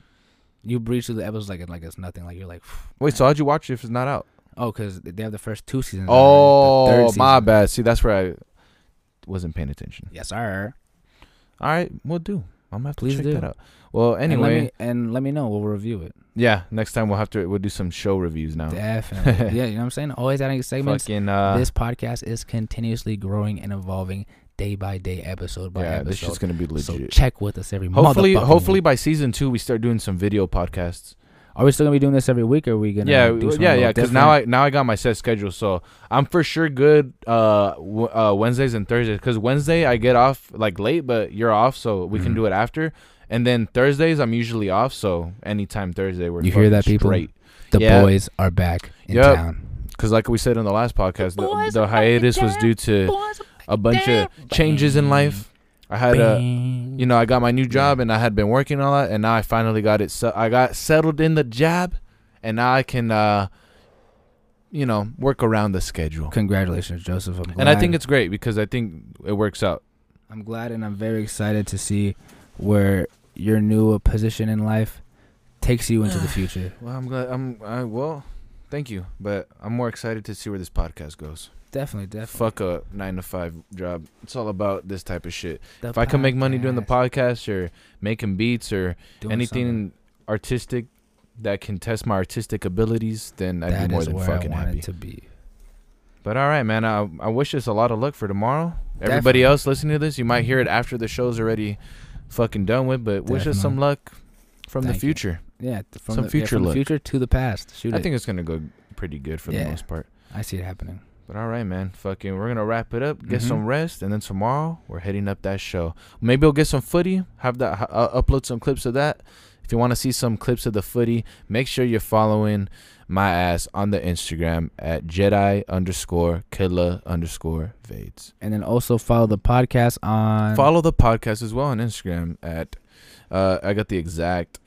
[SPEAKER 2] You breeze through the episodes like it like it's nothing. Like you're like,
[SPEAKER 1] Wait, so how'd you watch it if it's not out?
[SPEAKER 2] oh, because they have the first two seasons. already, the
[SPEAKER 1] Oh,
[SPEAKER 2] third
[SPEAKER 1] my
[SPEAKER 2] season-
[SPEAKER 1] bad. See, that's where I wasn't paying attention.
[SPEAKER 2] Yes, sir.
[SPEAKER 1] All right, we'll do. I'm gonna have
[SPEAKER 2] Please
[SPEAKER 1] to check
[SPEAKER 2] do.
[SPEAKER 1] that out. Well, anyway,
[SPEAKER 2] and let, me, and let me know. We'll review it.
[SPEAKER 1] yeah. Next time we'll have to we'll do some show reviews now.
[SPEAKER 2] Definitely. yeah, you know what I'm saying? Always adding segments.
[SPEAKER 1] Fucking uh,
[SPEAKER 2] this podcast is continuously growing and evolving day by day, episode by
[SPEAKER 1] yeah,
[SPEAKER 2] episode.
[SPEAKER 1] this shit's gonna be legit.
[SPEAKER 2] So check with us every
[SPEAKER 1] hopefully,
[SPEAKER 2] motherfucking
[SPEAKER 1] hopefully
[SPEAKER 2] week.
[SPEAKER 1] by season two we start doing some video podcasts.
[SPEAKER 2] Are we still gonna be doing this every week? Or are we gonna?
[SPEAKER 1] yeah,
[SPEAKER 2] do
[SPEAKER 1] w-
[SPEAKER 2] something
[SPEAKER 1] yeah,
[SPEAKER 2] a
[SPEAKER 1] yeah.
[SPEAKER 2] little
[SPEAKER 1] Because now
[SPEAKER 2] different?
[SPEAKER 1] I now I got my set schedule, so I'm for sure good. Uh, w- uh Wednesdays and Thursdays. Because Wednesday I get off like late, but you're off, so we
[SPEAKER 2] Mm-hmm.
[SPEAKER 1] can do it after. And then Thursdays I'm usually off, so anytime Thursday we're
[SPEAKER 2] You hear that,
[SPEAKER 1] fucking
[SPEAKER 2] people?
[SPEAKER 1] straight.
[SPEAKER 2] the
[SPEAKER 1] yeah.
[SPEAKER 2] boys are back in
[SPEAKER 1] Yep.
[SPEAKER 2] town.
[SPEAKER 1] Because like we said in the last podcast, the, the hiatus was due to a bunch of changes in life. I had a uh, you know, I got my new job and I had been working a lot, and now I finally got it. So I got settled in the job, and now I can, uh, you know, work around the schedule.
[SPEAKER 2] Congratulations, Joseph. I'm glad.
[SPEAKER 1] And I think it's great because I think it works out.
[SPEAKER 2] I'm glad and I'm very excited to see where your new uh, position in life takes you into the future.
[SPEAKER 1] Well, I'm glad. I'm I, well. Thank you, but I'm more excited to see where this podcast goes.
[SPEAKER 2] Definitely, definitely.
[SPEAKER 1] Fuck a nine to five job. It's all about this type of shit. if I can make money doing the podcast or making beats or anything artistic that can test my artistic abilities, then I'd
[SPEAKER 2] that
[SPEAKER 1] be more
[SPEAKER 2] is
[SPEAKER 1] than
[SPEAKER 2] where
[SPEAKER 1] fucking
[SPEAKER 2] I want
[SPEAKER 1] happy.
[SPEAKER 2] it to be.
[SPEAKER 1] But all right, man. I, I wish us a lot of luck for tomorrow. Everybody
[SPEAKER 2] Definitely.
[SPEAKER 1] else listening to this, you might hear it after the show's already fucking done with. But wish us some
[SPEAKER 2] Definitely.
[SPEAKER 1] luck from
[SPEAKER 2] Thank
[SPEAKER 1] the
[SPEAKER 2] you.
[SPEAKER 1] future.
[SPEAKER 2] Yeah, th- from
[SPEAKER 1] Some
[SPEAKER 2] the, yeah,
[SPEAKER 1] future
[SPEAKER 2] from the
[SPEAKER 1] look.
[SPEAKER 2] future to the past. Shoot
[SPEAKER 1] I
[SPEAKER 2] it.
[SPEAKER 1] think it's gonna go pretty good for the
[SPEAKER 2] Yeah.
[SPEAKER 1] most part.
[SPEAKER 2] I see it happening.
[SPEAKER 1] But all right, man. Fucking, we're gonna wrap it up. Get
[SPEAKER 2] Mhm.
[SPEAKER 1] some rest, and then tomorrow we're hitting up that show. Maybe we'll get some footy. Have that uh, upload some clips of that. If you want to see some clips of the footy, make sure you're following my ass on the Instagram at Jedi underscore Killa underscore Vades.
[SPEAKER 2] And then also follow the podcast on
[SPEAKER 1] Follow the podcast as well on Instagram at. Uh, I got the exact.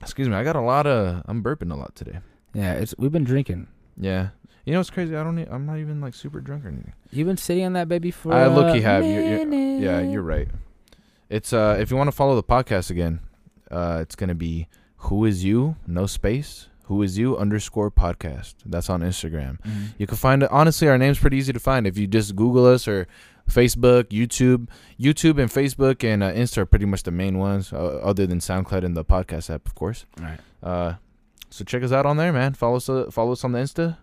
[SPEAKER 1] Excuse me. I got a lot of. I'm burping a lot today.
[SPEAKER 2] Yeah, it's we've been drinking.
[SPEAKER 1] Yeah. You know what's crazy? I don't. e- I'm not even like super drunk or anything.
[SPEAKER 2] You've been sitting on that baby for
[SPEAKER 1] I
[SPEAKER 2] a
[SPEAKER 1] look you have. You're,
[SPEAKER 2] minute.
[SPEAKER 1] you're, yeah, you're right. It's uh, if you want to follow the podcast again, uh, it's gonna be who is you no space who is you underscore podcast. That's on Instagram.
[SPEAKER 2] Mhm.
[SPEAKER 1] You can find it. Honestly, our name's pretty easy to find if you just Google us or Facebook, YouTube, YouTube, and Facebook and uh, Insta are pretty much the main ones, uh, other than SoundCloud and the podcast app, of course.
[SPEAKER 2] All right.
[SPEAKER 1] Uh, so check us out on there, man. Follow us, uh, follow us on the Insta,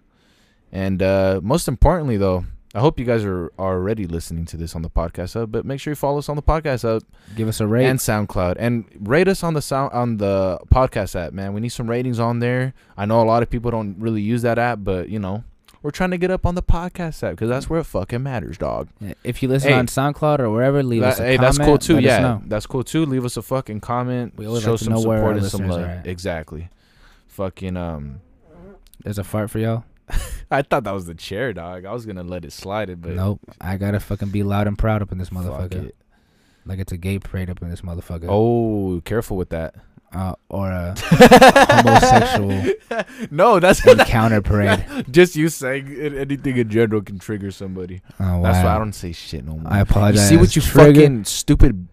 [SPEAKER 1] and uh, most importantly, though, I hope you guys are, are already listening to this on the podcast app. But make sure you follow us on the podcast app
[SPEAKER 2] Give us a rate.
[SPEAKER 1] and SoundCloud, and rate us on the sound on the podcast app, man. We need some ratings on there. I know a lot of people don't really use that app, but you know, we're trying to get up on the podcast app because that's where it fucking matters, dog.
[SPEAKER 2] Yeah, if you listen
[SPEAKER 1] Hey.
[SPEAKER 2] on SoundCloud or wherever, leave
[SPEAKER 1] That-
[SPEAKER 2] us a
[SPEAKER 1] hey,
[SPEAKER 2] comment.
[SPEAKER 1] that's cool too.
[SPEAKER 2] let us
[SPEAKER 1] Yeah,
[SPEAKER 2] know.
[SPEAKER 1] that's cool too. Leave us a fucking comment.
[SPEAKER 2] We always
[SPEAKER 1] show
[SPEAKER 2] like to
[SPEAKER 1] some
[SPEAKER 2] know where our
[SPEAKER 1] support and some
[SPEAKER 2] listeners
[SPEAKER 1] love.
[SPEAKER 2] are at.
[SPEAKER 1] Exactly. Fucking um.
[SPEAKER 2] There's a fart for y'all.
[SPEAKER 1] I thought that was the chair, dog. I was gonna let it slide it, but
[SPEAKER 2] nope. I gotta fucking be loud and proud up in this
[SPEAKER 1] fuck
[SPEAKER 2] motherfucker.
[SPEAKER 1] it.
[SPEAKER 2] Like it's a gay parade up in this motherfucker.
[SPEAKER 1] Oh, careful with that.
[SPEAKER 2] Uh, or a homosexual
[SPEAKER 1] No, that's
[SPEAKER 2] encounter parade.
[SPEAKER 1] just you saying it- anything in general can trigger somebody.
[SPEAKER 2] Oh, wow.
[SPEAKER 1] That's why I don't say shit no more.
[SPEAKER 2] I
[SPEAKER 1] you
[SPEAKER 2] apologize.
[SPEAKER 1] see what you
[SPEAKER 2] Trigger-
[SPEAKER 1] fucking stupid.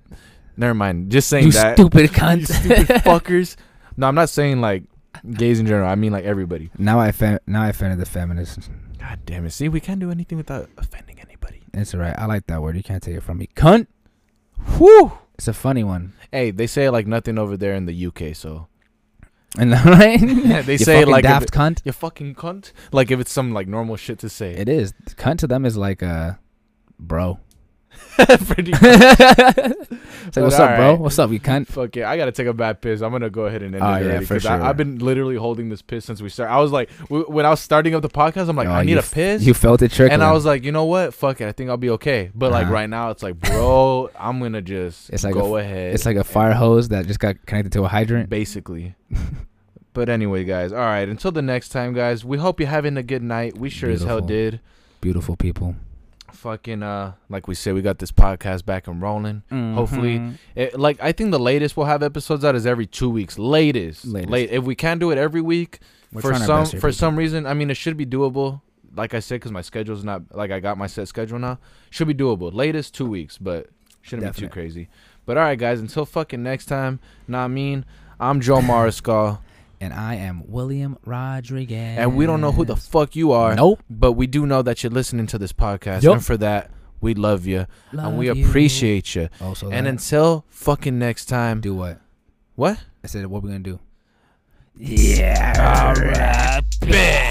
[SPEAKER 1] Never mind. Just saying
[SPEAKER 2] You
[SPEAKER 1] that.
[SPEAKER 2] stupid
[SPEAKER 1] You
[SPEAKER 2] cunt.
[SPEAKER 1] stupid fuckers. No, I'm not saying like gays in general. I mean like everybody.
[SPEAKER 2] now I fem- now I offended the feminists.
[SPEAKER 1] God damn it. See, we can't do anything without offending anybody.
[SPEAKER 2] It's alright. I like that word. You can't take it from me. Cunt.
[SPEAKER 1] Whew.
[SPEAKER 2] It's a funny one.
[SPEAKER 1] Hey, they say like nothing over there in the UK. So
[SPEAKER 2] And right?
[SPEAKER 1] they
[SPEAKER 2] You
[SPEAKER 1] say it
[SPEAKER 2] fucking
[SPEAKER 1] like if
[SPEAKER 2] daft
[SPEAKER 1] it-
[SPEAKER 2] cunt.
[SPEAKER 1] you fucking cunt. Like if it's some like normal shit to say.
[SPEAKER 2] It is. Cunt to them is like uh bro.
[SPEAKER 1] Pretty
[SPEAKER 2] it's like,
[SPEAKER 1] But
[SPEAKER 2] what's up, bro?
[SPEAKER 1] alright.
[SPEAKER 2] What's up, you cunt?
[SPEAKER 1] Fuck it. I gotta take a bad piss. I'm gonna go ahead and end
[SPEAKER 2] Oh,
[SPEAKER 1] it
[SPEAKER 2] yeah,
[SPEAKER 1] already
[SPEAKER 2] for
[SPEAKER 1] 'cause I-
[SPEAKER 2] sure.
[SPEAKER 1] I've been literally holding this piss since we started. I was like, w- when I was starting up the podcast, I'm like,
[SPEAKER 2] Oh,
[SPEAKER 1] I need
[SPEAKER 2] you
[SPEAKER 1] a
[SPEAKER 2] f-
[SPEAKER 1] piss.
[SPEAKER 2] You felt it trickling.
[SPEAKER 1] and I was like, you know what? Fuck it. I think I'll be okay. But like
[SPEAKER 2] Uh-huh.
[SPEAKER 1] right now, it's like, bro, I'm gonna just
[SPEAKER 2] It's like
[SPEAKER 1] go
[SPEAKER 2] a
[SPEAKER 1] ahead.
[SPEAKER 2] it's like a fire hose that just got connected to a hydrant.
[SPEAKER 1] basically. but anyway, guys. All right. Until the next time, guys. We hope you're having a good night. We sure as hell
[SPEAKER 2] Beautiful.
[SPEAKER 1] did.
[SPEAKER 2] Beautiful people.
[SPEAKER 1] Fucking uh, like we said, we got this podcast back and rolling.
[SPEAKER 2] Mm-hmm.
[SPEAKER 1] Hopefully, it, Eh, like I think the latest we'll have episodes out is every two weeks, latest.
[SPEAKER 2] Latest.
[SPEAKER 1] Late. If we can do it every week,
[SPEAKER 2] We're
[SPEAKER 1] for
[SPEAKER 2] trying our
[SPEAKER 1] some
[SPEAKER 2] best here,
[SPEAKER 1] for
[SPEAKER 2] people.
[SPEAKER 1] some reason, I mean, it should be doable. Like I said, because my schedule's not like I got my set schedule now, should be doable. Latest two weeks, but shouldn't be
[SPEAKER 2] Definite.
[SPEAKER 1] too crazy. But all right, guys, until fucking next time. Nah, I mean, I'm Joe Mariscal,
[SPEAKER 2] And I am William Rodriguez.
[SPEAKER 1] and we don't know who the fuck you are.
[SPEAKER 2] Nope.
[SPEAKER 1] But we do know that you're listening to this podcast,
[SPEAKER 2] Yup.
[SPEAKER 1] and for that, We love you and we
[SPEAKER 2] Love you. Oh,
[SPEAKER 1] appreciate you.
[SPEAKER 2] Also,
[SPEAKER 1] And
[SPEAKER 2] that.
[SPEAKER 1] until fucking next time,
[SPEAKER 2] do what?
[SPEAKER 1] what?
[SPEAKER 2] I said, what we gonna do?
[SPEAKER 1] All right, bitch.